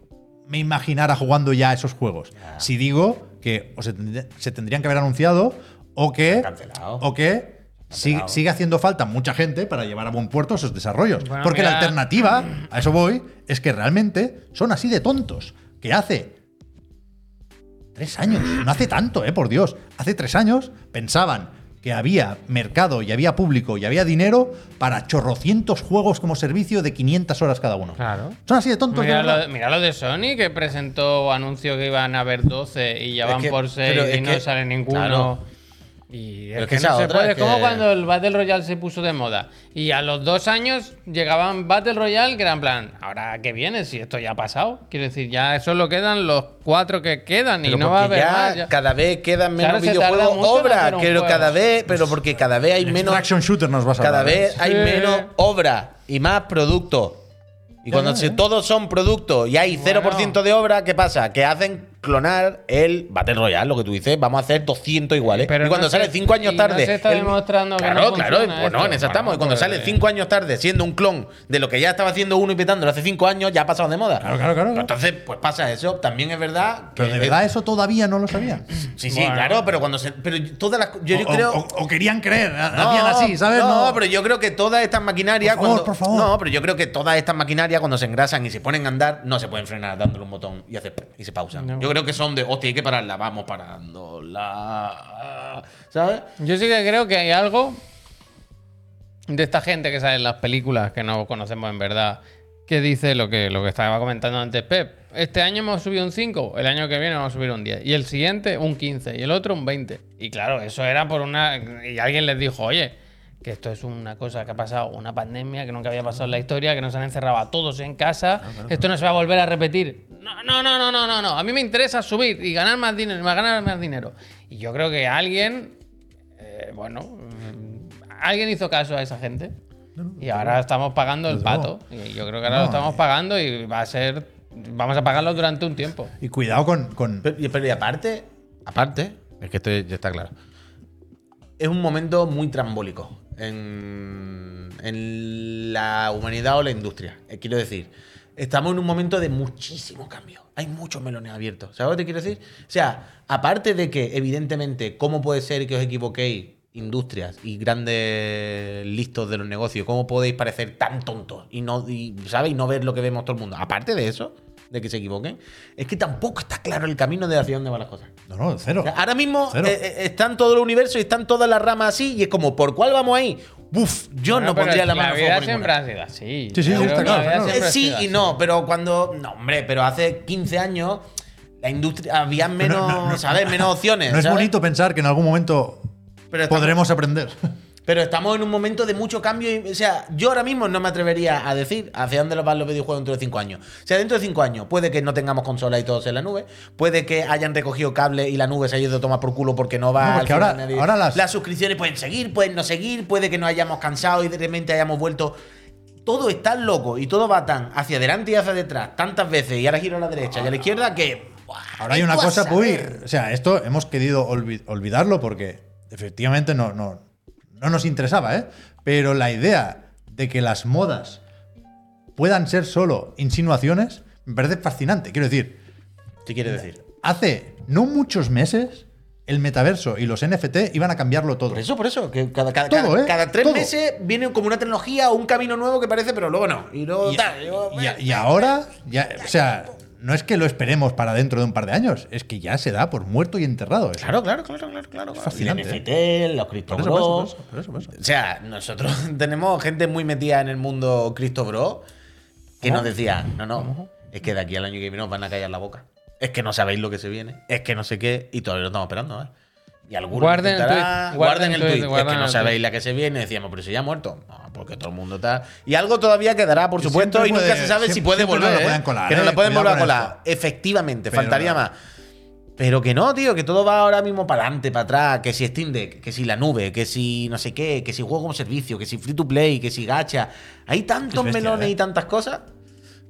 S1: me imaginara jugando ya esos juegos. Si digo que o se, tendría- se tendrían que haber anunciado o que
S2: Cancelado.
S1: o que si-
S2: Claro.
S1: sigue haciendo falta mucha gente para llevar a buen puerto esos desarrollos.
S3: Bueno,
S1: Porque la
S3: mira-
S1: alternativa, a eso voy, es que realmente son así de tontos. Que hace tres años, no hace tanto, eh, por Dios, hace tres años pensaban que había mercado y había público y había dinero para chorrocientos juegos como servicio de 500 horas cada uno.
S3: Claro.
S1: Son así de tontos. de
S3: Mira
S1: verdad.
S3: lo, mira lo de Sony, que presentó anuncio que iban a haber 12 y ya
S2: Es
S3: van
S2: que-
S3: por 6
S2: pero es
S3: y no
S2: que-
S3: sale ninguno.
S2: claro.
S3: Y
S2: Pero
S3: es
S2: es
S3: que,
S2: que
S3: no
S2: esa
S3: se
S2: otra
S3: puede.
S2: es
S3: como
S2: que-
S3: cuando el Battle Royale se puso de moda. Y a los dos años llegaban Battle Royale, que eran plan, ahora que viene, si esto ya ha pasado. Quiero decir, ya solo quedan los cuatro que quedan y
S2: Pero
S3: no va a
S2: porque
S3: haber
S2: ya
S3: más, ya.
S2: cada vez quedan menos
S3: Claro, se tarda
S2: videojuegos
S3: mucho en
S2: obra,
S3: hacer un
S2: pero
S3: juego.
S2: cada vez, pero porque cada vez hay menos
S1: Extraction shooter nos vas a
S2: cada
S1: hablar, ¿eh?
S2: vez hay
S3: Sí.
S2: menos obra y más productos. Y cuando
S1: ya,
S3: ¿eh?
S2: se-
S1: ya.
S2: todos son productos y hay 0% de obra, ¿qué pasa? Que hacen clonar el Battle Royale, lo que tú dices, vamos a hacer 200 iguales.
S3: Pero
S2: y cuando
S3: no
S2: sale
S3: se-
S2: 5 años
S3: y
S2: tarde.
S3: no se está
S2: el-
S3: demostrando que
S2: claro,
S3: no
S2: claro,
S3: funciona
S2: pues no,
S3: esto.
S2: en esa estamos.
S3: Bueno,
S2: Y cuando
S3: pues,
S2: sale
S3: eh.
S2: 5 años tarde, siendo un clon de lo que ya estaba haciendo uno y petándolo hace 5 años, ya ha pasado de moda.
S1: Claro, claro, claro.
S2: Pero entonces, pues pasa eso. También es verdad
S1: Pero de
S2: que-
S1: verdad eso todavía no lo sabían.
S2: Sí, sí,
S3: Bueno.
S2: claro, pero cuando se. Pero todas las. Yo, yo
S1: o,
S2: creo.
S1: o- o querían creer, hacían así, ¿sabes?
S2: Ah, No, pero yo creo que todas estas maquinarias.
S1: Por favor,
S2: cuando,
S1: por favor.
S2: No, pero yo creo que todas estas maquinarias, cuando se engrasan y se ponen a andar, no se pueden frenar dándole un botón y, hace ¡pum! y se pausan.
S3: No.
S2: Yo creo que son de, hostia, hay que pararla, vamos parándola. ¿Sabes?
S3: Yo sí que creo que hay algo de esta gente que sale en las películas que no conocemos en verdad, que dice lo que, lo que estaba comentando antes Pep. Este año hemos subido un 5, el año que viene vamos a subir un 10, y el siguiente un 15, y el otro un 20. Y claro, eso era por una... Y alguien les dijo, oye, que esto es una cosa que ha pasado, una pandemia que nunca había pasado en la historia, que nos han encerrado a todos en casa, esto no se va a volver a repetir. No, no, no, no, no, no, no. A mí me interesa subir y ganar más dinero, y más ganar más dinero. Y yo creo que alguien eh, bueno, mm, alguien hizo caso a esa gente. y ahora estamos pagando el
S1: desde
S3: pato. Y yo creo que ahora
S1: No, eh.
S3: lo estamos pagando y va a ser. Vamos a pagarlo durante un tiempo.
S1: Y cuidado con, con-
S2: Pero, y- pero y aparte, aparte, es que esto ya está claro. Es un momento muy trambólico en, en la humanidad o la industria. Eh, Quiero decir, estamos en un momento de muchísimo cambio. Hay muchos melones abiertos. ¿Sabes lo que te quiero decir? O sea, aparte de que, evidentemente, ¿cómo puede ser que os equivoquéis, industrias y grandes listos de los negocios? ¿Cómo podéis parecer tan tontos y no, y, ¿sabes? y no ver lo que vemos todo el mundo? Aparte de eso, de que se equivoquen, es que tampoco está claro el camino de hacia dónde van las cosas.
S1: No, no, cero.
S2: O sea, Ahora mismo
S1: Cero.
S2: eh, eh, están todo el universo y están todas las ramas así y es como, ¿por cuál vamos ahí? Buf, yo
S3: Bueno,
S2: no
S3: pero
S2: pondría la mano
S3: La
S2: al
S3: vida
S2: fuego por
S3: siempre
S2: ninguna.
S3: ha sido así.
S1: Sí, sí,
S3: Yo
S1: sí,
S3: creo
S1: está
S3: que la
S1: claro,
S3: vida
S1: claro.
S3: siempre
S2: Eh,
S3: ha
S2: Sí
S3: sido
S2: y
S3: así.
S2: no, pero cuando... No, hombre, pero hace 15 años la industria había menos, ¿sabes? Menos opciones.
S1: No es
S2: ¿sabes?
S1: bonito pensar que en algún momento
S2: Pero estamos-
S1: podremos aprender.
S2: Pero estamos en un momento de mucho cambio. y- o sea, yo ahora mismo no me atrevería a decir hacia dónde van los videojuegos dentro de 5 años. O sea, dentro de 5 años puede que no tengamos consola y todos en la nube. Puede que hayan recogido cable y la nube se haya ido a tomar por culo porque no va
S1: No, porque
S2: al final
S1: ahora- ahora las-
S2: suscripciones pueden seguir, pueden no seguir. Puede que nos hayamos cansado y de repente hayamos vuelto. Todo es tan loco y todo va tan hacia adelante y hacia detrás tantas veces y ahora giro a la derecha y a la izquierda que... ¡buah!
S1: Ahora hay una
S2: Tú a
S1: cosa, Puy.
S2: saber.
S1: O sea, esto hemos querido olvi- olvidarlo porque efectivamente no, no, no nos interesaba, ¿eh? Pero la idea de que las modas puedan ser solo insinuaciones me parece fascinante. Quiero decir,
S2: ¿Qué quieres decir?
S1: hace no muchos meses el metaverso y los NFT iban a cambiarlo todo.
S2: Por eso, por eso. Que cada, cada,
S1: Todo,
S2: cada-
S1: ¿eh?
S2: cada tres
S1: Todo.
S2: meses viene como una tecnología o un camino nuevo que parece, pero luego no. Y luego
S1: Y,
S2: tal, y luego-
S1: y- y ahora, ya, o sea, no es que lo esperemos para dentro de un par de años, es que ya se da por muerto y enterrado. eso.
S2: Claro, claro, claro, claro, claro. claro.
S1: fascinante,
S2: El NFT, los Crypto
S1: Por eso,
S2: Bros.
S1: por eso, por eso, por eso, por eso.
S2: O sea, nosotros tenemos gente muy metida en el mundo Cristo Bro que nos decía, no, no, es que de aquí al año que viene nos van a callar la boca. Es que no sabéis lo que se viene. Es que no sé qué. Y todavía lo estamos esperando, ¿eh? Y algunos
S3: Guarden el
S2: intentará-
S3: tuit,
S2: guarden el tweet. Es
S3: guarden
S2: que no
S3: el
S2: sabéis
S3: tuit.
S2: la que se viene. Decíamos, pero si ya ha muerto. No, porque todo el mundo está. Y algo todavía quedará, por
S1: Que
S2: supuesto,
S1: siempre
S2: y nunca
S1: puede-
S2: se sabe si
S1: siempre-
S2: puede
S1: siempre
S2: volver.
S1: nos lo
S2: ¿eh?
S1: pueden colar,
S2: que no
S1: ¿eh?
S2: la pueden
S1: Cuidado
S2: volver a
S1: con
S2: colar.
S1: esto.
S2: Efectivamente,
S1: Pero
S2: faltaría
S1: nada.
S2: más. Pero que no, tío, que todo va ahora mismo para adelante, para atrás, que si Steam Deck, que si la nube, que si no sé qué, que si juego como servicio, que si free to play, que si gacha. Hay tantos
S1: Es bestia,
S2: melones
S1: ¿eh?
S2: y tantas cosas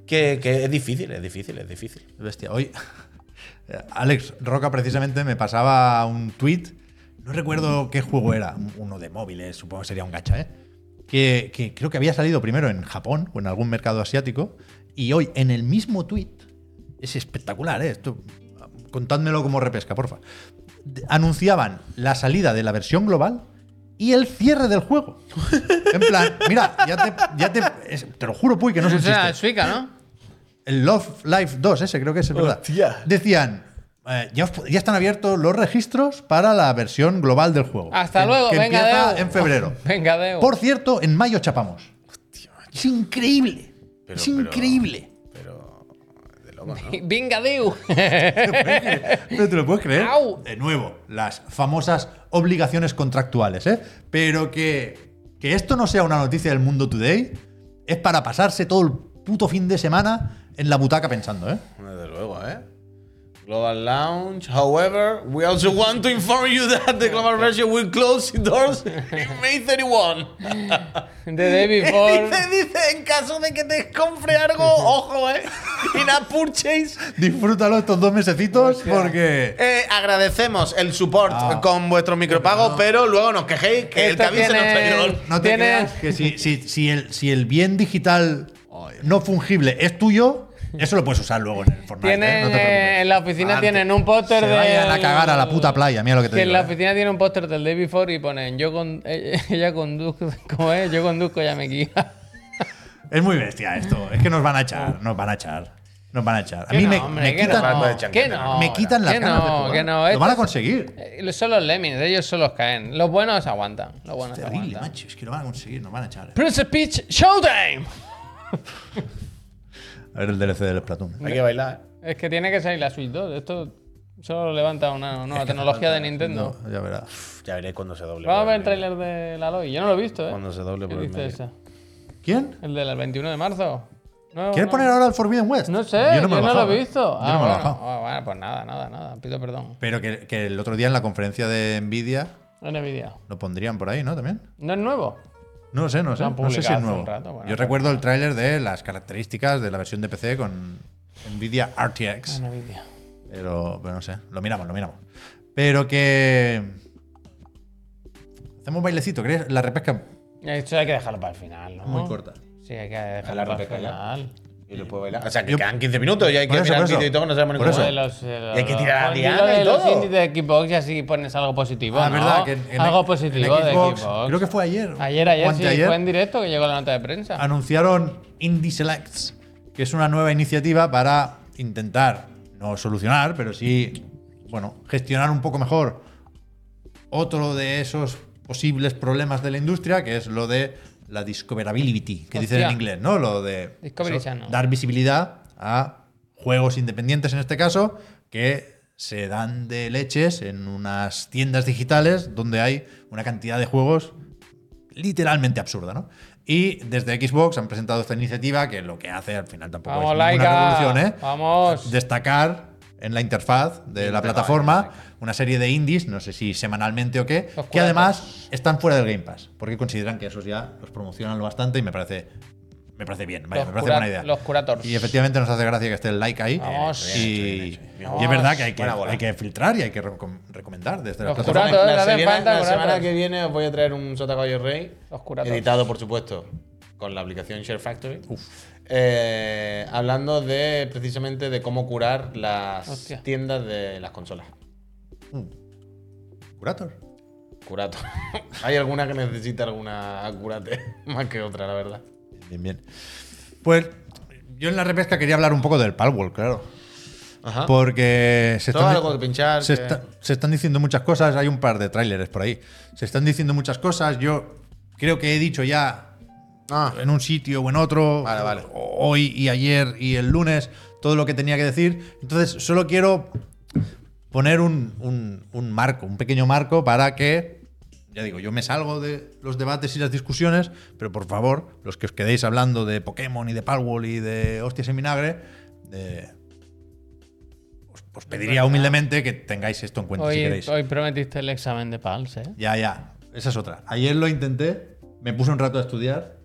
S2: que, que es difícil, es difícil, es difícil.
S1: Bestia, hoy Alex Roca precisamente me pasaba un tweet, no recuerdo qué juego era, uno de móviles, supongo que sería un gacha, ¿eh? que, que creo que había salido primero en Japón o en algún mercado asiático, y hoy en el mismo tweet, es espectacular, ¿eh? esto, contádmelo como repesca, porfa, D- anunciaban la salida de la versión global y el cierre del juego. En plan, mira, ya te, ya te, es- te lo juro, Puy, que no es
S3: o
S1: un
S3: sea,
S1: chiste.
S3: Suica, ¿no?
S1: El Love Life 2, ese creo que es, es ¿verdad?
S2: Hostia.
S1: Decían, eh, ya, os po- ya están abiertos los registros para la versión global del juego.
S3: Hasta
S1: que-
S3: luego,
S1: que
S3: venga,
S1: empieza
S3: adeu.
S1: en febrero.
S3: Venga, Deo.
S1: Por cierto, en mayo chapamos. Es increíble.
S2: Pero-
S1: es
S2: pero-
S1: increíble.
S2: Pero. De loco, ¿no?
S3: Venga, Deo.
S1: No te lo puedes creer.
S3: Au.
S1: De nuevo, las famosas obligaciones contractuales, ¿eh? Pero que, que esto no sea una noticia del mundo today es para pasarse todo el puto fin de semana en la butaca pensando, ¿eh?
S2: Desde luego, ¿eh? Global Lounge. However, we also want to inform you that the global version will close its doors in May 31.
S3: The day before.
S2: Dice, dice, en caso de que te compre algo, ojo, ¿eh? In a purchase.
S1: Disfrútalo estos dos mesecitos
S3: Hostia.
S1: porque...
S2: Eh, agradecemos el support
S1: Ah.
S2: con vuestros micropagos, pero luego nos quejéis que el
S3: Esto
S2: Cabi se nos
S3: tiene-
S2: traidor.
S1: No te
S3: Tiene-
S1: creas que si, si- si el, si el bien digital no fungible es tuyo, eso lo puedes usar luego en el Fortnite. ¿eh?
S3: Tienen,
S1: No te
S3: eh, en
S1: preocupes.
S3: la oficina
S2: Antes.
S3: tienen un póster
S1: Se
S3: de.
S1: vayan a cagar a la puta playa, mira lo que te
S3: Que en
S1: digo,
S3: la
S1: eh.
S3: oficina tiene un póster del day before y ponen yo con eh, ella conduzco como es yo conduzco ya me guía
S1: Es muy bestia esto. Es que nos van a echar, nos van a echar. Nos van a echar. A mí me, me quitan,
S2: no.
S3: que no
S1: me quitan las
S3: que
S1: ganas de
S3: no
S1: jugar.
S3: que no
S1: Lo
S3: Estos-
S1: van a conseguir.
S3: eh, son los lemmings ellos son los caen los buenos aguantan los buenos
S1: Terrible,
S3: aguantan
S1: macho. Es que lo van a conseguir, nos van a echar. eh.
S3: Princess Peach Showtime
S1: A ver el DLC del Splatoon.
S2: Hay que bailar, ¿eh?
S3: es que tiene que salir la Switch 2 esto solo levanta una nueva tecnología de Nintendo
S1: No, ya verás.
S2: Uf, Ya veréis cuando se doble.
S3: Vamos a
S2: por
S3: ver
S2: el
S3: el tráiler de la Loi. Yo no lo he visto, ¿eh?
S2: Cuando se doble
S3: ¿Qué
S2: por el
S3: dice
S2: medio.
S3: esa?
S1: ¿Quién?
S3: ¿El del 21 de marzo? No,
S1: ¿Quieres
S3: no.
S1: poner ahora el Forbidden West?
S3: No sé, yo no,
S1: me he bajado,
S3: lo he
S1: eh.
S3: visto.
S1: Yo
S3: Ah,
S1: no me lo he
S3: bueno,
S1: bajado.
S3: Ah, bueno, pues nada, nada, nada. Pido perdón.
S1: Pero que, que el otro día en la conferencia de Nvidia
S3: No es Nvidia.
S1: lo pondrían por ahí, ¿no? También.
S3: No es nuevo.
S1: No lo sé, no lo sé.
S3: Lo han
S1: No sé si
S3: publicado
S1: es
S3: hace
S1: nuevo.
S3: un rato, bueno,
S1: Yo
S3: pues
S1: recuerdo el tráiler de las características de la versión de PC con Nvidia RTX.
S3: Ah, No es Nvidia.
S1: Pero, pero no sé. Lo miramos, lo miramos. Pero que. Hacemos bailecito, ¿crees? La repesca
S3: Esto hay que dejarlo para el final, ¿no?
S1: muy corta.
S3: Sí, hay que dejarlo
S2: Hablar
S3: para
S2: de
S3: el
S2: pesca
S3: final.
S2: Y después bailar. O sea, que
S1: Yo-
S2: quedan 15 minutos y hay
S1: Por
S2: que
S1: eso,
S2: mirar
S1: por
S2: el
S1: eso.
S2: vídeo y todo, que no sabemos
S1: Por
S2: ni
S1: eso.
S2: cómo
S3: Lo de
S2: es.
S3: los, eh,
S2: Y hay que tirar a
S3: lo de
S2: Diana y
S3: los
S2: todo.
S3: indies de Xbox y así pones algo positivo.
S1: Ah,
S3: ¿no?
S1: verdad. Que en- en
S3: algo
S1: X-
S3: positivo
S1: en Xbox,
S3: de Xbox.
S1: Creo que fue ayer.
S3: Ayer, ayer,
S1: o
S3: sí,
S1: anteayer, Ah,
S3: fue en directo que llegó la nota de prensa.
S1: anunciaron Indie Selects, que es una nueva iniciativa para intentar, no solucionar, pero sí, bueno, gestionar un poco mejor otro de esos posibles problemas de la industria, que es lo de la discoverability, que dicen en
S3: Hostia.
S1: inglés, ¿no? Lo de
S3: Discovery Channel.
S1: dar visibilidad a juegos independientes en este caso, que se dan de leches en unas tiendas digitales donde hay una cantidad de juegos literalmente absurda, ¿no? Y desde Xbox han presentado esta iniciativa que lo que hace al final tampoco
S3: Vamos,
S1: es ninguna
S3: Laika.
S1: revolución, ¿eh?
S3: Vamos.
S1: Destacar en la interfaz de la plataforma una serie de indies, no sé si semanalmente o qué,
S3: Los
S1: que
S3: cuatro.
S1: además están fuera del Game Pass, porque consideran que esos ya los promocionan lo bastante y me parece me parece bien, vaya,
S3: Los
S1: me parece buena
S3: cura-
S1: idea.
S3: los curators.
S1: Y efectivamente nos hace gracia que esté el like ahí.
S3: Vamos.
S1: Y,
S2: Bien hecho, bien hecho, bien
S1: y es verdad que hay que,
S2: Buena bola.
S1: hay que filtrar y hay que recom- recomendar desde la
S3: Los
S1: plataforma.
S3: Curato, eh, le
S2: la
S3: hacen
S2: semana,
S3: falta
S2: la
S3: curato.
S2: semana que viene os voy a traer un Sotacayo Rey.
S3: Los curatos.
S2: Editado, por supuesto, con la aplicación Share Factory. Eh, hablando de precisamente de cómo curar las
S3: Hostia.
S2: tiendas de las consolas.
S1: Curator.
S2: Curato. Hay alguna que necesita alguna curate más que otra, la verdad.
S1: Bien, bien. Pues yo en la repesca quería hablar un poco del Palworld, claro.
S2: Ajá.
S1: Porque se
S2: Ah. Todo
S1: están,
S2: algo de pinchar,
S1: se,
S2: que-
S1: está- se están diciendo muchas cosas. Hay un par de tráileres por ahí. Se están diciendo muchas cosas. Yo creo que he dicho ya
S2: Ah,
S1: en un sitio o en otro.
S2: Vale, vale.
S1: Hoy y ayer y el lunes. Todo lo que tenía que decir. Entonces, solo quiero poner un, un- un marco, un pequeño marco para que. Ya digo, yo me salgo de los debates y las discusiones, pero por favor, los que os quedéis hablando de Pokémon y de Palworld y de hostias en vinagre, eh, os, os pediría humildemente que tengáis esto en cuenta si
S3: Hoy,
S1: queréis.
S3: hoy prometiste el examen de PALS, ¿eh?
S1: Ya, ya. Esa es otra. Ayer lo intenté, me puse un rato a estudiar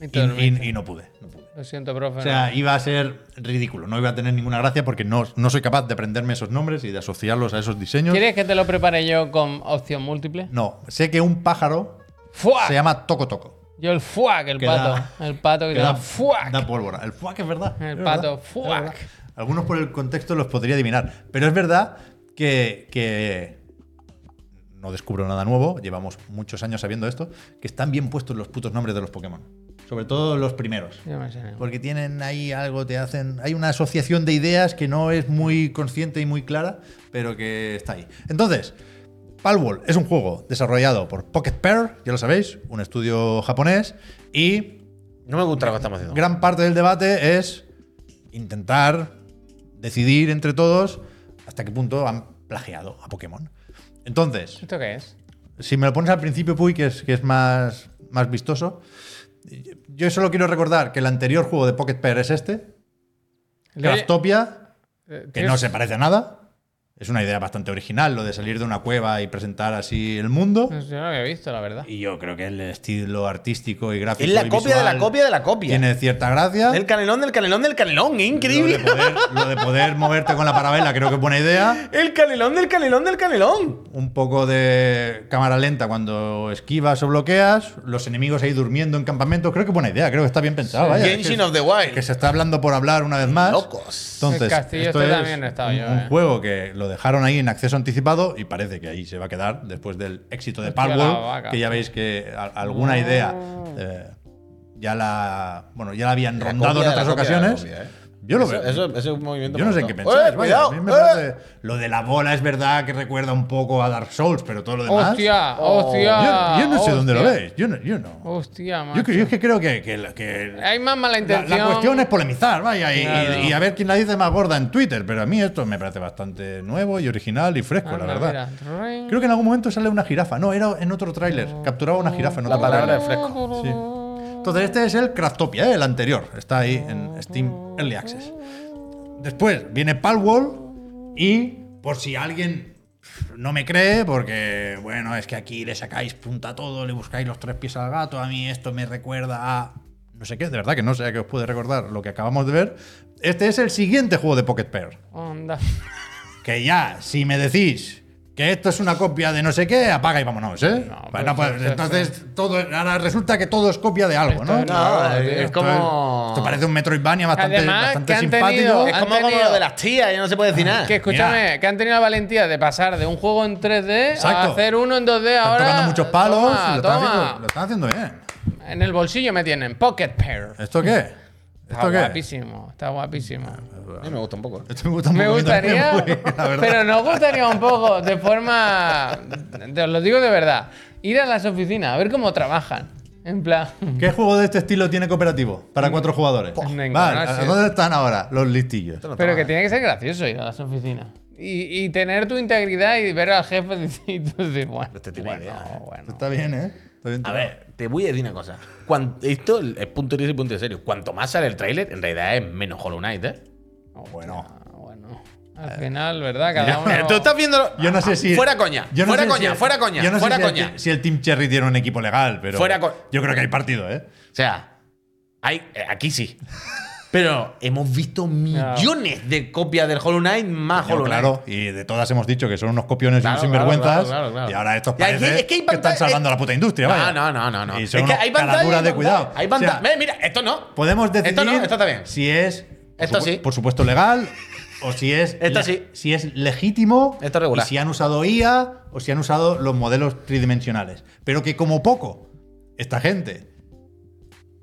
S3: Y
S1: y,
S3: te dormiste.
S1: y- y no pude. No pude.
S3: Lo siento, profe.
S1: O sea, iba a ser ridículo, no iba a tener ninguna gracia porque no, no soy capaz de aprenderme esos nombres y de asociarlos a esos diseños.
S3: ¿Quieres que te lo prepare yo con opción múltiple?
S1: No, sé que un pájaro
S3: ¡Fuac!
S1: se llama Toco Toco.
S3: Yo el fuac, el
S1: Que
S3: pato.
S1: da-
S3: el pato que, te da, fuac.
S1: da pólvora. El fuac es verdad.
S3: El
S1: es
S3: pato,
S1: verdad, es
S3: fuac.
S1: verdad. Algunos por el contexto los podría adivinar. Pero es verdad que, que no descubro nada nuevo. Llevamos muchos años sabiendo esto. Que están bien puestos los putos nombres de los Pokémon. Sobre todo los primeros.
S3: Yo me sé.
S1: Porque tienen ahí algo, te hacen. Hay una asociación de ideas que no es muy consciente y muy clara, pero que está ahí. Entonces, Palworld es un juego desarrollado por Pocket Pair, ya lo sabéis, un estudio japonés, y
S2: no me gusta lo que estamos haciendo.
S1: gran parte del debate es intentar decidir entre todos hasta qué punto han plagiado a Pokémon. Entonces,
S3: ¿Esto qué es?
S1: si me lo pones al principio, Puy, que es, que es más, más vistoso. Yo solo quiero recordar que el anterior juego de Pocket Pair es este, Craftopia,
S3: Eh,
S1: que
S3: tío,
S1: no se parece a nada. Es una idea bastante original, lo de salir de una cueva y presentar así el mundo.
S3: no sé, Yo no lo había visto, la verdad.
S1: Y yo creo que el estilo artístico y gráfico.
S2: Es la
S1: y
S2: copia de la
S1: visual
S2: copia de la copia.
S1: Tiene cierta gracia.
S2: El canelón del canelón del canelón. Increíble.
S1: Lo de, poder, lo de poder moverte con la parabela creo que es buena idea.
S2: El canelón del canelón del canelón.
S1: Un poco de cámara lenta cuando esquivas o bloqueas. Los enemigos ahí durmiendo en campamentos. Creo que es buena idea, creo que está bien pensado. Ah, vaya.
S2: Genshin
S1: Que-
S2: of the Wild.
S1: que se está hablando por hablar una vez más.
S2: Locos.
S1: Entonces,
S3: El castillo
S1: esto
S3: este
S1: es
S3: también he estado
S1: un,
S3: yo,
S1: un
S3: eh.
S1: juego que lo dejaron ahí en acceso anticipado y parece que ahí se va a quedar después del éxito de
S3: Hostia, la
S1: Palworld,
S3: vaca.
S1: que ya veis que a- alguna idea eh, ya la bueno ya la habían
S2: La
S1: rondado en
S2: copia de la
S1: otras
S2: copia de la
S1: ocasiones.
S2: copia, eh.
S1: Yo lo
S2: Eso-
S1: veo.
S2: Eso, eso es un movimiento.
S1: Yo no sé en
S2: en
S1: qué pensáis. vaya, a
S2: ¡Eh, cuidado!
S1: mí me
S2: ¡Eh!
S1: parece- lo de la bola es verdad que recuerda un poco a Dark Souls, pero todo lo demás.
S3: ¡Hostia!
S2: Oh.
S1: Yo,
S3: ¡Hostia!
S1: yo no sé dónde lo
S3: hostia.
S1: veis. Yo no. Yo, no.
S3: ¡Hostia, macho! Eh,
S1: yo, que- yo es que creo que, que- que-
S3: Hay más mala
S1: la,
S3: intención.
S1: la cuestión es polemizar, vaya, y, y-
S3: Claro.
S1: y a ver quién la dice más gorda en Twitter, pero a mí esto me parece bastante nuevo y original y fresco, la
S3: Anda,
S1: verdad.
S3: Ah, mira. Ring.
S1: Creo que en algún momento sale una jirafa, no, era en otro tráiler, capturaba una jirafa en
S2: La
S1: otro
S2: palabra es
S1: tráiler.
S2: fresco.
S1: Entonces este es el Craftopia, ¿eh? el anterior, está ahí en Steam Early Access. Después viene Palworld y por si alguien no me cree, porque bueno, es que aquí le sacáis punta a todo, le buscáis los tres pies al gato, a mí esto me recuerda a... No sé qué, de verdad que no sé a qué os puede recordar lo que acabamos de ver. Este es el siguiente juego de Pocket Pair.
S3: Onda.
S1: Que ya, si me decís que esto es una copia de no sé qué, apaga y vámonos, ¿eh?
S3: No,
S1: Pues no,
S3: pues,
S1: pues,
S3: sí, sí,
S1: entonces todo, ahora resulta que todo es copia de algo, ¿no?
S3: Esto es
S2: No,
S3: Nada, tío.
S2: es
S1: Esto
S2: como.
S1: es- Esto parece un Metroidvania bastante,
S3: Además,
S1: bastante
S3: que han
S1: simpático.
S3: tenido-
S2: Es
S3: han
S2: como, como
S3: tenido-
S2: lo de las tías, ya no se puede decir nada.
S3: Que escúchame, que han tenido la valentía de pasar de un juego en 3D a
S1: Exacto.
S3: hacer uno en 2D
S1: Están
S3: ahora.
S1: tocando muchos palos.
S3: Toma,
S1: y lo, están
S3: toma.
S1: haciendo, lo están haciendo bien.
S3: En el bolsillo me tienen. Pocket Pair.
S1: ¿Esto qué?
S3: Está
S1: ¿Esto qué? Ah,
S3: guapísimo, está guapísimo.
S2: A mí me gusta un poco. ¿eh?
S1: Esto me gusta un
S3: Me
S1: poquito
S3: gustaría,
S1: también, güey, la verdad.
S3: pero nos gustaría un poco, de forma, te lo digo de verdad, ir a las oficinas a ver cómo trabajan. En plan,
S1: ¿Qué juego de este estilo tiene cooperativo para
S3: Mm.
S1: cuatro jugadores?
S3: Ninguno,
S1: Vale, ¿a-
S3: sí.
S1: a ¿dónde están ahora los listillos?
S2: Esto no
S3: pero que
S2: trabaja.
S3: tiene que ser gracioso ir a las oficinas. Y, y tener tu integridad y ver al jefe y tú decir, bueno,
S2: Este tiene
S3: bueno,
S2: idea, ¿eh?
S3: bueno.
S1: Está bien, ¿eh? Está bien
S2: A
S1: tirado.
S2: ver, te voy a decir una cosa. Cuan- esto es punto y y punto de serio. Cuanto más sale el tráiler, en realidad es menos Hollow Knight, ¿eh?
S1: Bueno.
S3: Ah, bueno. Al final, ¿verdad? Cada
S2: Pero
S3: uno...
S2: tú estás viéndolo. Ah,
S1: Yo no sé si.
S2: Fuera coña.
S1: yo no
S2: fuera
S1: sé
S2: coña,
S1: si-
S2: fuera coña,
S1: yo no sé
S2: fuera
S1: si
S2: coña.
S1: El, si el Team Cherry tiene un equipo legal, pero.
S2: Fuera co-
S1: yo creo que hay partido, ¿eh?
S2: O sea, hay, eh, aquí sí. Pero hemos visto millones de copias del Hollow Knight más
S1: Yo,
S2: Hollow Knight.
S1: claro, y de todas hemos dicho que son unos copiones y
S2: Claro,
S1: unos sinvergüenzas.
S2: claro, claro, claro.
S1: Y ahora estos
S2: Y aquí-
S1: parece
S2: es que hay
S1: que están
S2: pantalla-
S1: salvando
S2: eh,
S1: la puta industria, vaya.
S2: No, no, no, no.
S1: Y
S2: Es
S1: son
S2: que
S1: unos
S2: hay pantalla.
S1: caraduras
S2: hay
S1: de
S2: pantalla,
S1: cuidado. O
S2: Hay
S1: sea, pues,
S2: pantalla. Ve, mira, esto no.
S1: Podemos decidir
S2: Esto no, esto está bien.
S1: si es por
S2: Esto
S1: supu-
S2: sí.
S1: por supuesto legal o si es
S2: Esto
S1: le-
S2: sí.
S1: si es legítimo
S2: Esto regular.
S1: y si han usado IA o si han usado los modelos tridimensionales, pero que como poco esta gente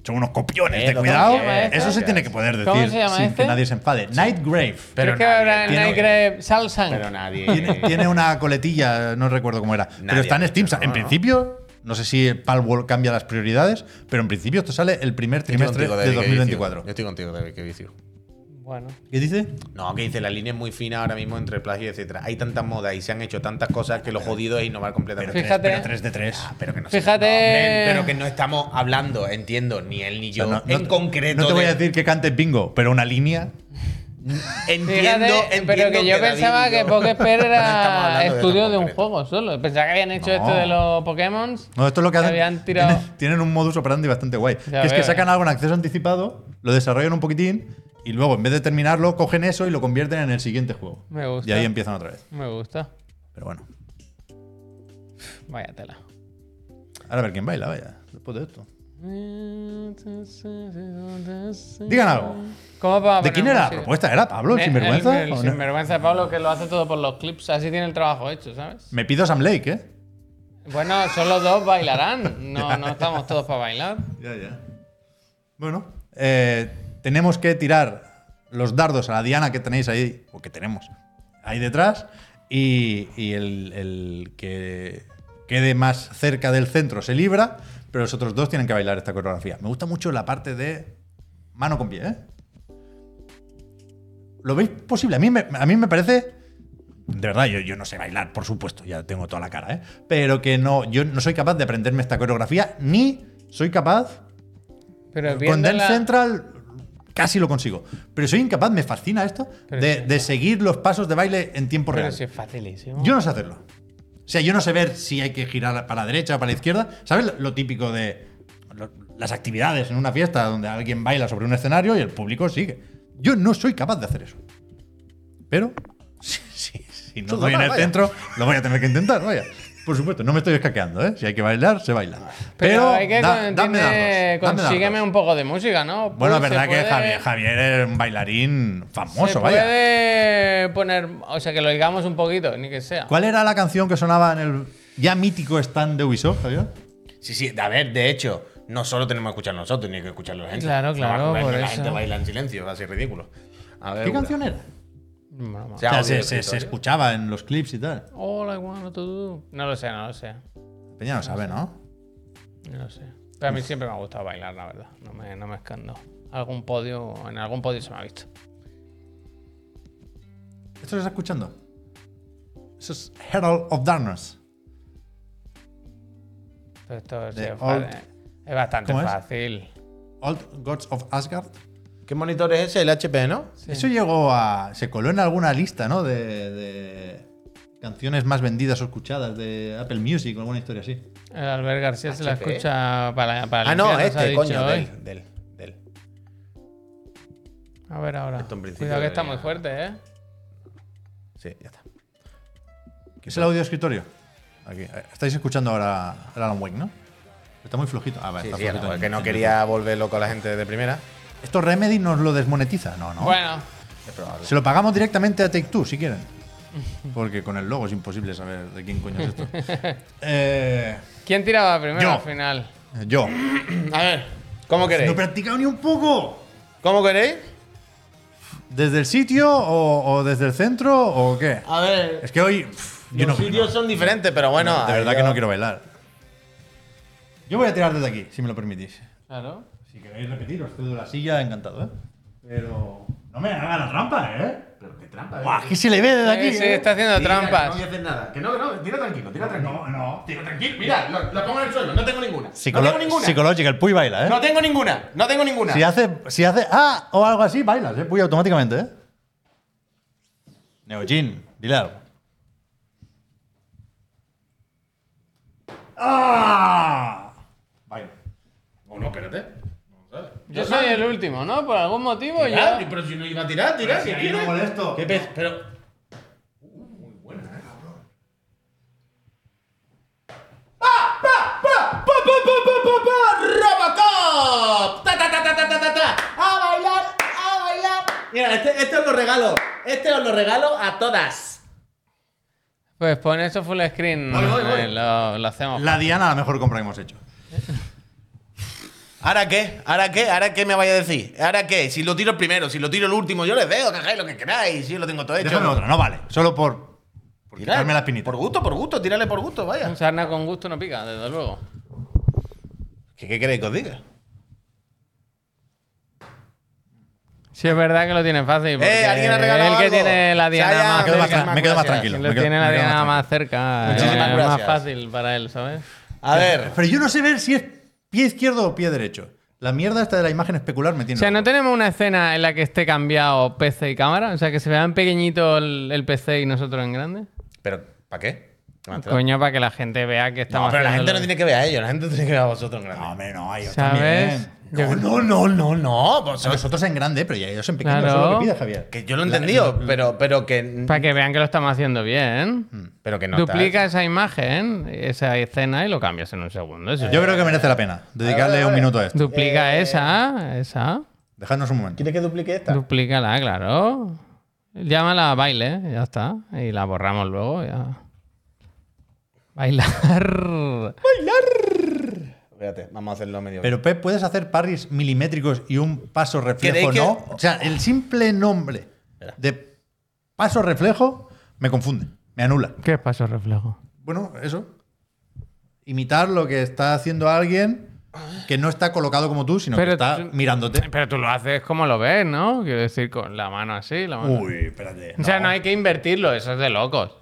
S1: son unos copiones
S2: Eh,
S1: de
S2: ¿cómo
S1: cuidado.
S3: se llama este?
S1: Eso se tiene que poder
S3: ¿Cómo se
S1: decir
S3: llama
S1: sin
S3: este?
S1: que nadie se enfade. Nightgrave.
S2: Pero
S3: Creo que
S2: nadie
S3: ahora en
S1: tiene-
S3: Nightgrave Salsang.
S2: Pero nadie.
S1: Tiene, tiene una coletilla, no recuerdo cómo era. pero
S2: Nadie
S1: está en
S2: ha
S1: Steam.
S2: dicho,
S1: En
S2: no.
S1: principio, no sé si Palworld cambia las prioridades, pero en principio esto sale el primer
S2: Yo estoy
S1: trimestre
S2: contigo,
S1: de
S2: David, que vicio.
S1: 2024.
S2: Yo estoy contigo, David, que vicio.
S3: Bueno.
S1: ¿Qué dice?
S2: No, que dice, la línea es muy fina ahora mismo entre plagio, etcétera. Hay tantas modas y se han hecho tantas cosas que lo jodido es innovar completamente.
S3: Pero- Fíjate.
S1: 3 de 3.
S2: Pero que no
S3: Fíjate.
S2: No, hombre, pero que no estamos hablando, entiendo, ni él ni yo. en concreto.
S1: No te voy a
S2: de-
S1: decir que cantes bingo, pero una línea.
S2: Entiendo,
S3: Fíjate,
S2: entiendo
S3: pero que yo
S2: David
S3: pensaba
S2: y yo-
S3: que Poképed
S2: No estamos
S3: era
S2: hablando de
S3: estudio
S2: eso
S3: de,
S2: en
S3: un
S2: concreto.
S3: juego solo. Pensaba que habían hecho
S1: No.
S3: esto de los Pokémon.
S1: No, esto es lo que hacen.
S3: habían tirado.
S1: Tienen, tienen un modus operandi bastante guay. que
S3: Ya
S1: es que
S3: veo,
S1: sacan
S3: eh.
S1: algo en acceso anticipado, lo desarrollan un poquitín y luego, en vez de terminarlo, cogen eso y lo convierten en el siguiente juego.
S3: Me gusta.
S1: Y ahí empiezan otra vez.
S3: Me gusta.
S1: Pero bueno.
S3: Vaya tela.
S1: Ahora a ver quién baila, vaya. Después de esto. Digan algo.
S3: ¿Cómo vamos a
S1: ¿De
S3: poner
S1: quién era la
S3: música?
S1: propuesta? ¿Era Pablo, pues el
S3: Eh,
S1: sinvergüenza?
S3: el-
S1: ¿O
S3: el
S1: no?
S3: sinvergüenza de Pablo que lo hace todo por los clips. Así tiene el trabajo hecho, ¿sabes?
S1: Me pido Sam Lake, ¿eh?
S3: Bueno, solo dos bailarán. No, no estamos todos para bailar.
S1: Ya, ya. Bueno, eh, tenemos que tirar los dardos a la diana que tenéis ahí, o que tenemos ahí detrás, y, y el, el que quede más cerca del centro se libra, pero los otros dos tienen que bailar esta coreografía. Me gusta mucho la parte de mano con pie, ¿eh? ¿Lo veis posible? A mí me, a mí me parece... De verdad, yo, yo no sé bailar, por supuesto, ya tengo toda la cara, ¿eh? Pero que no, yo no soy capaz de aprenderme esta coreografía, ni soy capaz
S3: Pero
S1: con
S3: viendo
S1: Dance
S3: la,
S1: Central casi lo consigo. Pero soy incapaz, me fascina esto,
S3: Pero
S1: de,
S3: sí,
S1: de seguir los pasos de baile en tiempo
S3: Pero
S1: real.
S3: si es facilísimo.
S1: Yo no sé hacerlo. O sea, yo no sé ver si hay que girar para la derecha o para la izquierda. ¿Sabes lo- lo típico de lo- las actividades en una fiesta donde alguien baila sobre un escenario y el público sigue? Yo no soy capaz de hacer eso. Pero si, si- si no
S2: Todo
S1: doy en
S2: mal,
S1: el
S2: vaya.
S1: centro, lo voy a tener que intentar, vaya. Por supuesto, no me estoy escaqueando, ¿eh? Si hay que bailar, se baila. Pero,
S3: hay que
S1: da-
S3: con-
S1: dadme
S3: tiene-
S1: dardos, dadme
S3: consígueme
S1: dardos.
S3: un poco de música, ¿no?
S1: Bueno, es
S3: Pues
S1: verdad
S3: se
S1: que
S3: puede-
S1: Javier, Javier es un bailarín famoso,
S3: se
S1: vaya.
S3: puede poner, o sea, que lo digamos un poquito, ni que sea.
S1: ¿Cuál era la canción que sonaba en el ya mítico stand de Ubisoft, Javier?
S2: Sí, sí, a ver, de hecho, no solo tenemos que escuchar nosotros, ni que escuchar la gente.
S3: Claro,
S2: No,
S3: claro,
S2: no,
S3: por
S2: la
S3: eso.
S2: gente baila en silencio, va a ser ridículo. A ver,
S1: ¿Qué
S2: una.
S1: canción era?
S3: Bueno, bueno.
S2: O
S1: O
S2: sea,
S1: sea,
S2: audio
S1: se,
S2: de
S1: se- se
S2: escritorio.
S1: escuchaba en los clips y tal.
S3: All I wanna do. No lo sé, no lo sé.
S1: Peña no sabe, ¿no?
S3: No lo sé. Pero a mí siempre me ha gustado bailar, la verdad. No me, no me escando. Algún podio, en algún podio se me ha visto.
S1: ¿Esto lo está escuchando? Eso es Herald of Darkness.
S3: Pero esto sí,
S1: The
S3: es, fa-
S1: old-
S3: es bastante
S1: ¿Cómo es?
S3: fácil.
S1: Old Gods of Asgard.
S2: ¿Qué monitor es ese? El HP, ¿no?
S1: Eso llegó a. Se coló en alguna lista, ¿no? De, de canciones más vendidas o escuchadas de Apple Music o alguna historia así.
S3: El Albert García se la
S2: HP.
S3: escucha para, para
S2: Ah, no,
S3: limpiar, nos ha
S2: este,
S3: dicho ¿eh?
S2: coño,
S3: hoy.
S2: del, del, del.
S3: A ver ahora.
S2: Esto en principio
S3: Cuidado que está muy
S2: debería-
S3: fuerte, ¿eh?
S2: Sí, ya está.
S1: ¿Qué es el audio de escritorio? Aquí. eh, Estáis escuchando ahora el Alan Wake, ¿no? Está muy flojito. Ah, vale,
S2: Sí,
S1: está
S2: sí,
S1: flojito
S2: no,
S1: en-
S2: que no
S1: en
S2: quería volver loco a la gente de primera.
S1: YouTube. ¿Esto Remedy nos lo desmonetiza? No, no.
S3: Bueno,
S2: Es probable.
S1: Se lo pagamos directamente a Take Two, si quieren. Porque con el logo es imposible saber de quién coño es esto. Eh,
S3: ¿quién tiraba primero
S1: Yo.
S3: al final?
S1: yo.
S2: A ver, ¿cómo queréis?
S1: No he practicado ni un poco.
S2: ¿Cómo queréis?
S1: ¿Desde el sitio o, o desde el centro o qué?
S2: A ver,
S1: Es que hoy. pff, yo no,
S2: los sitios
S1: no,
S2: son diferentes, pero bueno.
S1: De verdad
S2: ahí
S1: que
S2: yo-
S1: no quiero bailar. Yo voy a tirar desde aquí, si me lo permitís.
S3: Claro.
S1: Si queréis repetir, os cedo la silla, encantado, ¿eh? Pero. No me hagas la trampa, ¿eh?
S2: Pero qué trampa.
S1: Buah, que se le ve desde aquí.
S3: Sí, sí,
S1: ¿eh?
S3: está haciendo
S2: Mira, que No
S3: trampas.
S2: voy a hacer nada. Que no, que no, tira tranquilo, tira tranquilo.
S1: No, no.
S2: Tira tranquilo, mira, lo, lo pongo en el suelo, no tengo ninguna.
S1: Psicolo-
S2: no tengo ninguna.
S1: Psicológica, el Puy baila, ¿eh?
S2: No tengo ninguna, no tengo ninguna.
S1: Si hace, si hace ah o algo así, bailas, ¿eh? Puy automáticamente, ¿eh? Neojin, dile algo. ¡Ah! Baila.
S2: O no, espérate. Vamos a ver.
S3: Yo soy el último, ¿no? Por algún motivo
S2: Tirar,
S3: yo.
S2: pero si no iba a tirar, tirar, si
S1: a mí
S2: quieres.
S1: no molesto.
S2: ¿Qué pez? Pero. Uh, muy buena, eh, cabrón. ¡Pa, pa, pa! ¡Pa, pa, pa, pa, pa, pa! ¡Robocop! ¡Ta, ta, ta, ta, ta, ta, ta, ta! ¡A bailar! ¡A bailar! Mira, este, este os lo regalo. Este os lo regalo a todas.
S3: Pues pon eso full screen.
S2: Voy, voy, voy.
S3: eh, Lo, lo hacemos.
S1: La Diana, la mejor compra que hemos hecho.
S2: ¿Ahora qué? ¿Ahora qué? ¿Ahora qué me vais a decir? ¿Ahora qué? Si lo tiro el primero, si lo tiro el último, yo les veo, que hagáis lo que queráis, si yo lo tengo todo hecho.
S1: Déjame otra, no vale. Solo por, por
S2: Tirad.
S1: quitarme la espinita.
S2: Por gusto, por gusto, tírale por gusto, vaya.
S3: Un sarna con gusto no pica, desde luego.
S2: ¿Qué, qué queréis que os diga?
S3: Sí, es verdad que lo tiene fácil. porque
S2: Eh, ¿alguien ha regalado
S3: El que
S2: algo?
S3: tiene la
S2: Se
S3: diana
S2: haya-
S3: más
S2: Me quedo más
S3: cerca.
S1: tra- me quedo más tranquilo,
S3: Si
S1: me
S3: Lo
S1: quedo-
S3: tiene la
S1: me quedo
S3: diana
S1: más
S3: más cerca.
S2: Muchísimas
S3: eh, Es más
S2: gracias.
S3: fácil para él, ¿sabes?
S2: A ver.
S1: Pero yo no sé ver si es pie izquierdo o pie derecho. La mierda esta de la imagen especular me
S3: O
S1: tiene.
S3: sea, no
S1: loco.
S3: tenemos una escena en la que esté cambiado PC y cámara. O sea, que se vean pequeñito el, el PC y nosotros en grande.
S2: ¿Pero para qué? No,
S3: Coño, para que la gente vea que estamos.
S2: pero la gente Ah, no tiene
S3: haciéndolo.
S2: que ver a ellos, la gente tiene que ver a vosotros en grande.
S1: No, hombre, no, ellos
S3: ¿Sabes?
S1: también.
S3: Yo-
S2: No, no, no, no, no. pues,
S1: A nosotros en grande, pero ya ellos en pequeño.
S3: Claro.
S1: Eso es lo que pide Javier.
S2: que yo lo he entendido, pero, pero que.
S3: Para que vean que lo estamos haciendo bien.
S2: Pero que no. está-
S3: Duplica esa imagen, esa escena y lo cambias en un segundo.
S2: Eh,
S3: Eso
S1: Yo creo que merece la pena dedicarle
S2: Vale, vale,
S1: un
S2: vale.
S1: minuto a esto.
S3: Duplica esa, esa.
S1: Dejadnos un momento.
S2: ¿Quieres que duplique esta?
S3: Duplícala, claro. Llámala a baile, ya está. Y la borramos luego, ya. Bailar.
S2: Espérate, vamos a hacerlo medio.
S1: Pero Pep, ¿puedes hacer parries milimétricos y un paso reflejo
S2: ¿Queréis que-
S1: no? O sea, el simple nombre de paso reflejo me confunde, me anula.
S3: ¿Qué es paso reflejo?
S1: Bueno, eso. Imitar lo que está haciendo alguien que no está colocado como tú, sino
S3: Pero
S1: que está
S3: tú-
S1: mirándote.
S3: Pero tú lo haces como lo ves, ¿no? Quiero decir, con la mano así, la mano.
S1: Uy, espérate.
S3: O sea, no hay que invertirlo, eso es de locos.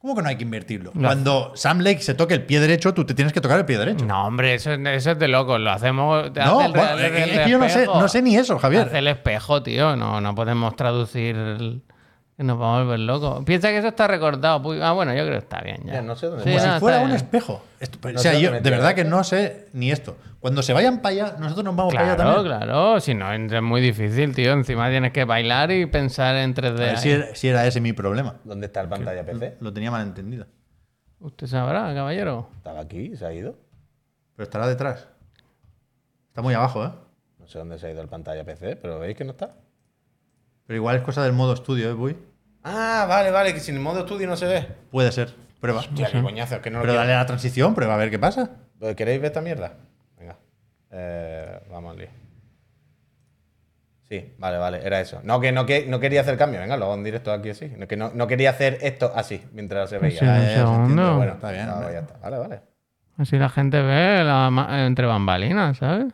S1: ¿Cómo que no hay que invertirlo?
S3: No.
S1: Cuando Sam Lake se toque el pie derecho, tú te tienes que tocar el pie derecho.
S3: No, hombre, eso, eso es de locos. Lo hacemos. te
S1: No,
S3: hace el
S1: bueno,
S3: real-
S1: es
S3: el
S1: que yo no sé,
S3: espejo.
S1: no sé ni eso, Javier.
S3: Hace el espejo, tío. No, no podemos traducir. el- que Nos vamos a volver locos. Piensa que eso está recortado. Puy- Ah, bueno, yo creo que está bien ya.
S2: Ya, no sé dónde-
S3: Sí,
S1: Como
S3: no,
S1: Pues si
S3: está
S1: fuera un
S3: bien.
S1: espejo. Esto-
S2: No
S1: o sea,
S2: sé
S1: yo
S2: dónde
S1: de
S2: metió
S1: verdad
S2: la
S1: que no sé ni esto. Cuando se vayan para allá, nosotros nos vamos para allá
S3: Claro,
S1: también.
S3: claro. Si no, es muy difícil, tío. Encima tienes que bailar y pensar en 3D.
S1: A ver
S3: ahí.
S1: si era, si era ese mi problema.
S2: ¿Dónde está el pantalla PC?
S1: Lo tenía mal entendido.
S3: Usted sabrá, caballero.
S2: Estaba aquí, se ha ido.
S1: Pero estará detrás. Está muy abajo, ¿eh?
S2: No sé dónde se ha ido el pantalla PC, pero veis que no está.
S1: Pero igual es cosa del modo estudio, ¿eh, Buy?
S2: Ah, vale, vale, que sin el modo estudio no se ve.
S1: Puede ser. Prueba.
S2: Hostia, qué coñazo, es que no lo
S1: Pero
S2: quiero.
S1: dale a la transición, prueba a ver qué pasa.
S2: Eh, ¿Queréis ver esta mierda? Venga. Eh, vamos al lío. Sí, vale, vale, era eso. No, que no, que, no quería hacer cambio, venga, lo hago en directo aquí así. No, que no, no quería hacer esto así mientras se veía.
S3: Sí,
S1: ya,
S3: un
S1: ya, se entiende,
S3: segundo.
S1: Eh, bueno. Está bien,
S2: Ah,
S1: hombre.
S2: ya está. Vale, vale.
S3: Así la gente ve la ma- entre bambalinas, ¿sabes?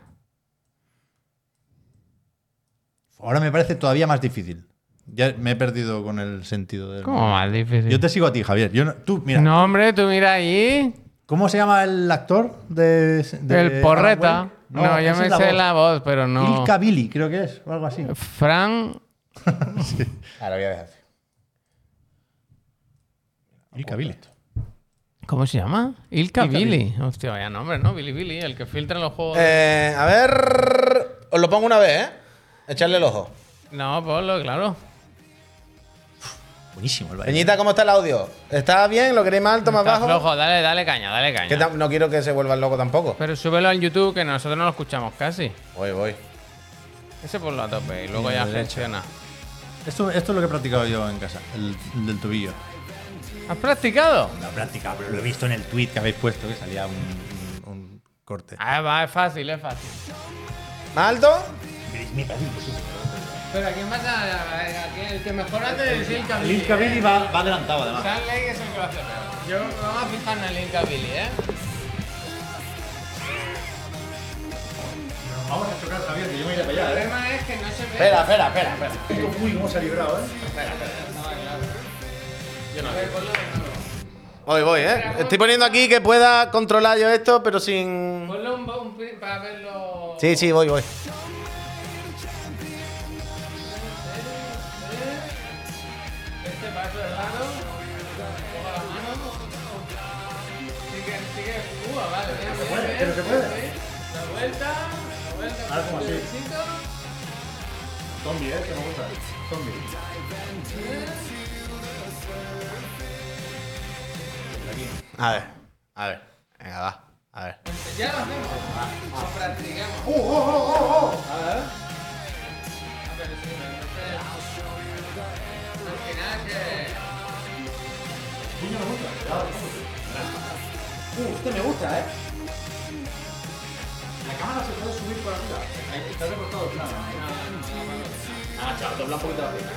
S1: Ahora me parece todavía más difícil. Ya me he perdido con el sentido del.
S3: Como más difícil.
S1: Yo te sigo a ti, Javier. Yo no- tú, mira.
S3: No, hombre, tú mira ahí.
S1: ¿Cómo se llama el actor de. de-
S3: el porreta.
S1: Alan Wake?
S3: No, yo
S1: esa
S3: me
S1: es la
S3: sé
S1: voz.
S3: la voz, pero no.
S1: Ilka Billy, creo que es, o algo así.
S3: Fran.
S2: Ahora Ah, voy a dejar así.
S1: Ilka Billy.
S3: ¿Cómo se llama? Ilka, Billy. Hostia, vaya nombre, ¿no? Billy Billy, el que filtra los juegos.
S2: Eh, a ver. Os lo pongo una vez, ¿eh? Echarle el ojo.
S3: No, Polo, claro.
S1: Buenísimo el baile.
S2: Peñita, ¿cómo está el audio? ¿Está bien? ¿Lo queréis más alto, más
S3: Está
S2: bajo?
S3: flojo, dale, dale caña, dale caña.
S2: Que tam- no quiero que se vuelvan loco tampoco.
S3: Pero súbelo en YouTube, que nosotros no lo escuchamos casi.
S2: Voy, voy.
S3: Ese por a tope y luego ya gestiona.
S1: Esto, esto es lo que he practicado yo en casa, el, el del tobillo.
S3: ¿Has practicado?
S1: No he practicado, pero lo he visto en el tweet que habéis puesto que salía un, un- un corte.
S3: Ah, va, es fácil, es fácil.
S2: ¿Más alto?
S3: Pero ¿a quién vas a...? a- a- El que mejor antes es Ilka Billy.
S1: Lil Billy va, va adelantado además.
S3: Stan Lake es el que lo hace peor. Yo, vamos a fijarnos en Ilka Billy, ¿eh?
S1: Vamos a eh. chocar, Javier, que yo me iré
S3: El
S1: para allá.
S3: problema es que no se ve.
S2: Espera, espera, espera, espera.
S1: Uy, cómo se ha librado, ¿eh?
S2: Voy, voy, ¿eh? Estoy poniendo aquí que pueda controlar yo esto, pero sin...
S3: Ponle un, un pri- para verlo...
S2: Sí, sí, voy, voy.
S3: Este paso de lado. Pongo la mano. Sigue, sigue. Uh, vale. Mira, se puede, pero se puede. La vuelta, la vuelta. Ahora como así.
S1: Zombie, ¿eh? Que me gusta. Zombie.
S2: A ver, a ver. Venga, va. A ver.
S3: Ya lo hacemos. Lo practicamos.
S1: ¡Oh, oh, oh, oh! oh.
S3: Ah, Al final que...
S1: Uh, este me gusta, ¿eh? La cámara se puede subir por arriba. Ahí está recortado el plano.
S2: Ah, chaval, dobla un poquito la pierna.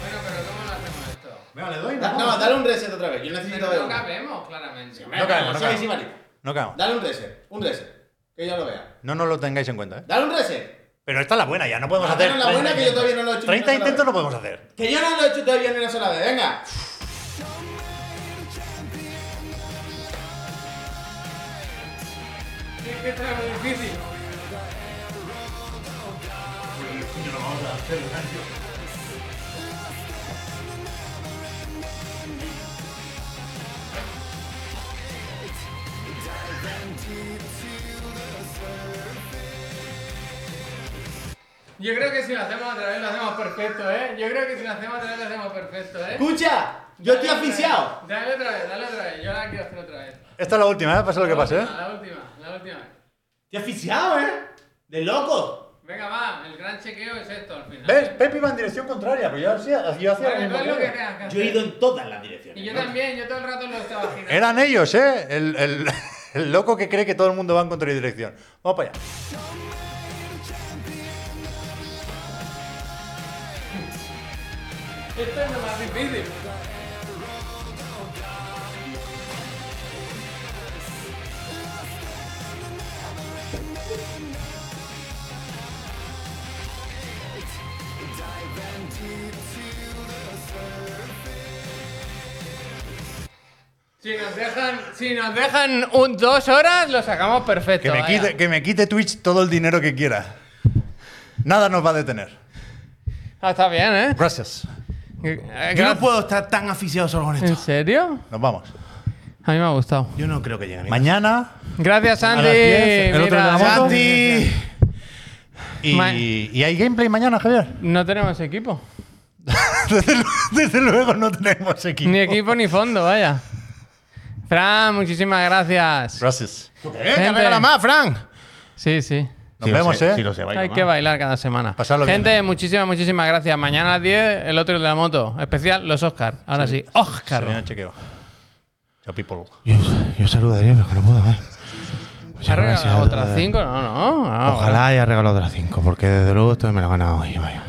S3: Bueno, pero ¿cómo lo hacemos esto?
S1: Venga, le doy.
S2: Da-
S1: no,
S2: No, dale un reset otra vez. Yo necesito
S3: Pero
S2: ver.
S3: no
S2: uno.
S3: cabemos, claramente.
S1: No caemos, no
S2: sí,
S1: caemos.
S2: sí, vale.
S1: no caemos.
S2: Dale un reset. Un reset. Que yo lo vea.
S1: No nos lo tengáis en cuenta, ¿eh?
S2: Dale un reset.
S1: Pero esta es la buena ya, no podemos
S2: Ah,
S1: hacer.
S2: no, la buena que yo todavía no lo he hecho ni
S1: 30
S2: una sola
S1: intentos
S2: vez.
S1: no podemos hacer.
S2: Que yo no lo he hecho todavía ni una sola vez. Venga.
S3: Es que está muy difícil. Yo creo que si lo hacemos otra vez lo hacemos perfecto, ¿eh? Yo creo que si lo hacemos otra vez lo hacemos perfecto, ¿eh?
S2: Escucha. Yo estoy asfixiado.
S3: Dale otra vez, dale otra vez. Yo la quiero hacer otra vez.
S1: Esta es la última, ¿eh? Pase lo que
S3: La
S1: pase, ¿eh?
S3: última, La última, la última.
S2: Estoy asfixiado, ¿eh? De loco.
S3: Venga, va. El gran chequeo es esto al final.
S1: ¿Ves? Pepe iba en dirección contraria, pero yo hacía, yo hacía lo
S3: Vale, tú
S1: mismo
S3: haz
S1: que
S3: lo que
S1: él.
S3: tengas que
S2: Yo he
S3: hacer.
S2: ido en todas las direcciones.
S3: Y yo
S2: ¿no?
S3: también, yo todo el rato lo estaba girando.
S1: Eran ellos, ¿eh? El, el- el loco que cree que todo el mundo va en contradirección. Vamos para allá.
S3: Esto es lo más difícil. Si nos dejan, si nos dejan un dos horas, lo sacamos perfecto.
S1: Que me,
S3: vaya.
S1: quite, que me quite Twitch todo el dinero que quiera. Nada nos va a detener.
S3: Ah, está bien, ¿eh?
S1: Gracias.
S3: Eh,
S2: Yo
S3: gra-
S2: no puedo estar tan asfixiado solo con
S3: ¿En
S2: esto.
S3: serio?
S1: Nos vamos.
S3: A mí me ha gustado.
S2: Yo no creo que llegue. Mañana.
S1: Mañana
S3: Gracias, Andy.
S1: las 10, el otro
S3: Mira,
S1: de la moto.
S2: Santi.
S1: y,
S3: Ma-
S1: y hay gameplay mañana, Javier.
S3: No tenemos equipo.
S1: Desde, lu- desde luego no tenemos equipo.
S3: Ni equipo ni fondo, vaya. Fran, muchísimas gracias.
S1: Gracias.
S2: ¿Qué?
S3: Gente.
S2: ¿Te regala más, Frank?
S3: Sí, sí.
S1: Nos vemos, ¿eh?
S3: Hay que bailar cada semana.
S1: Pasadlo bien.
S3: Gente, muchísimas, muchísimas gracias. Mañana a las 10, el otro de la moto. Especial, los Oscar. Ahora sí,
S1: Se viene
S3: Oscar.
S1: el chequeo. Chao, people.
S2: Yo, yo saludaría, pero que no puedo, ¿eh? Muchas
S3: ¿Ha regalado otras
S2: Ojalá-
S3: 5? No, no. Ah,
S2: Ojalá haya regalado otras cinco, porque desde luego esto me lo he ganado hoy, vaya.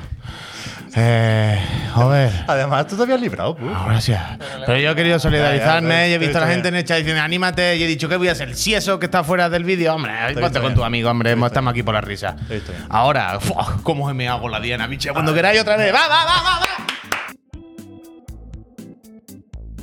S2: Eh, joder.
S1: Además, tú te habías librado, pu.
S2: No, gracias. Pero yo he querido
S1: Ya, ya,
S2: solidarizarme y he visto a la
S1: estoy
S2: gente en el chat diciendo, anímate. Y he dicho, ¿qué voy a hacer? Si eso que está fuera del vídeo, hombre, ponte
S1: bien.
S2: con tu amigo, hombre. Estamos aquí por la risa.
S1: Estoy bien.
S3: Ah.
S2: Ahora, ¡fua! ¿cómo me hago la Diana, bicho? Cuando queráis otra vez. ¡Va, va, va, va! va!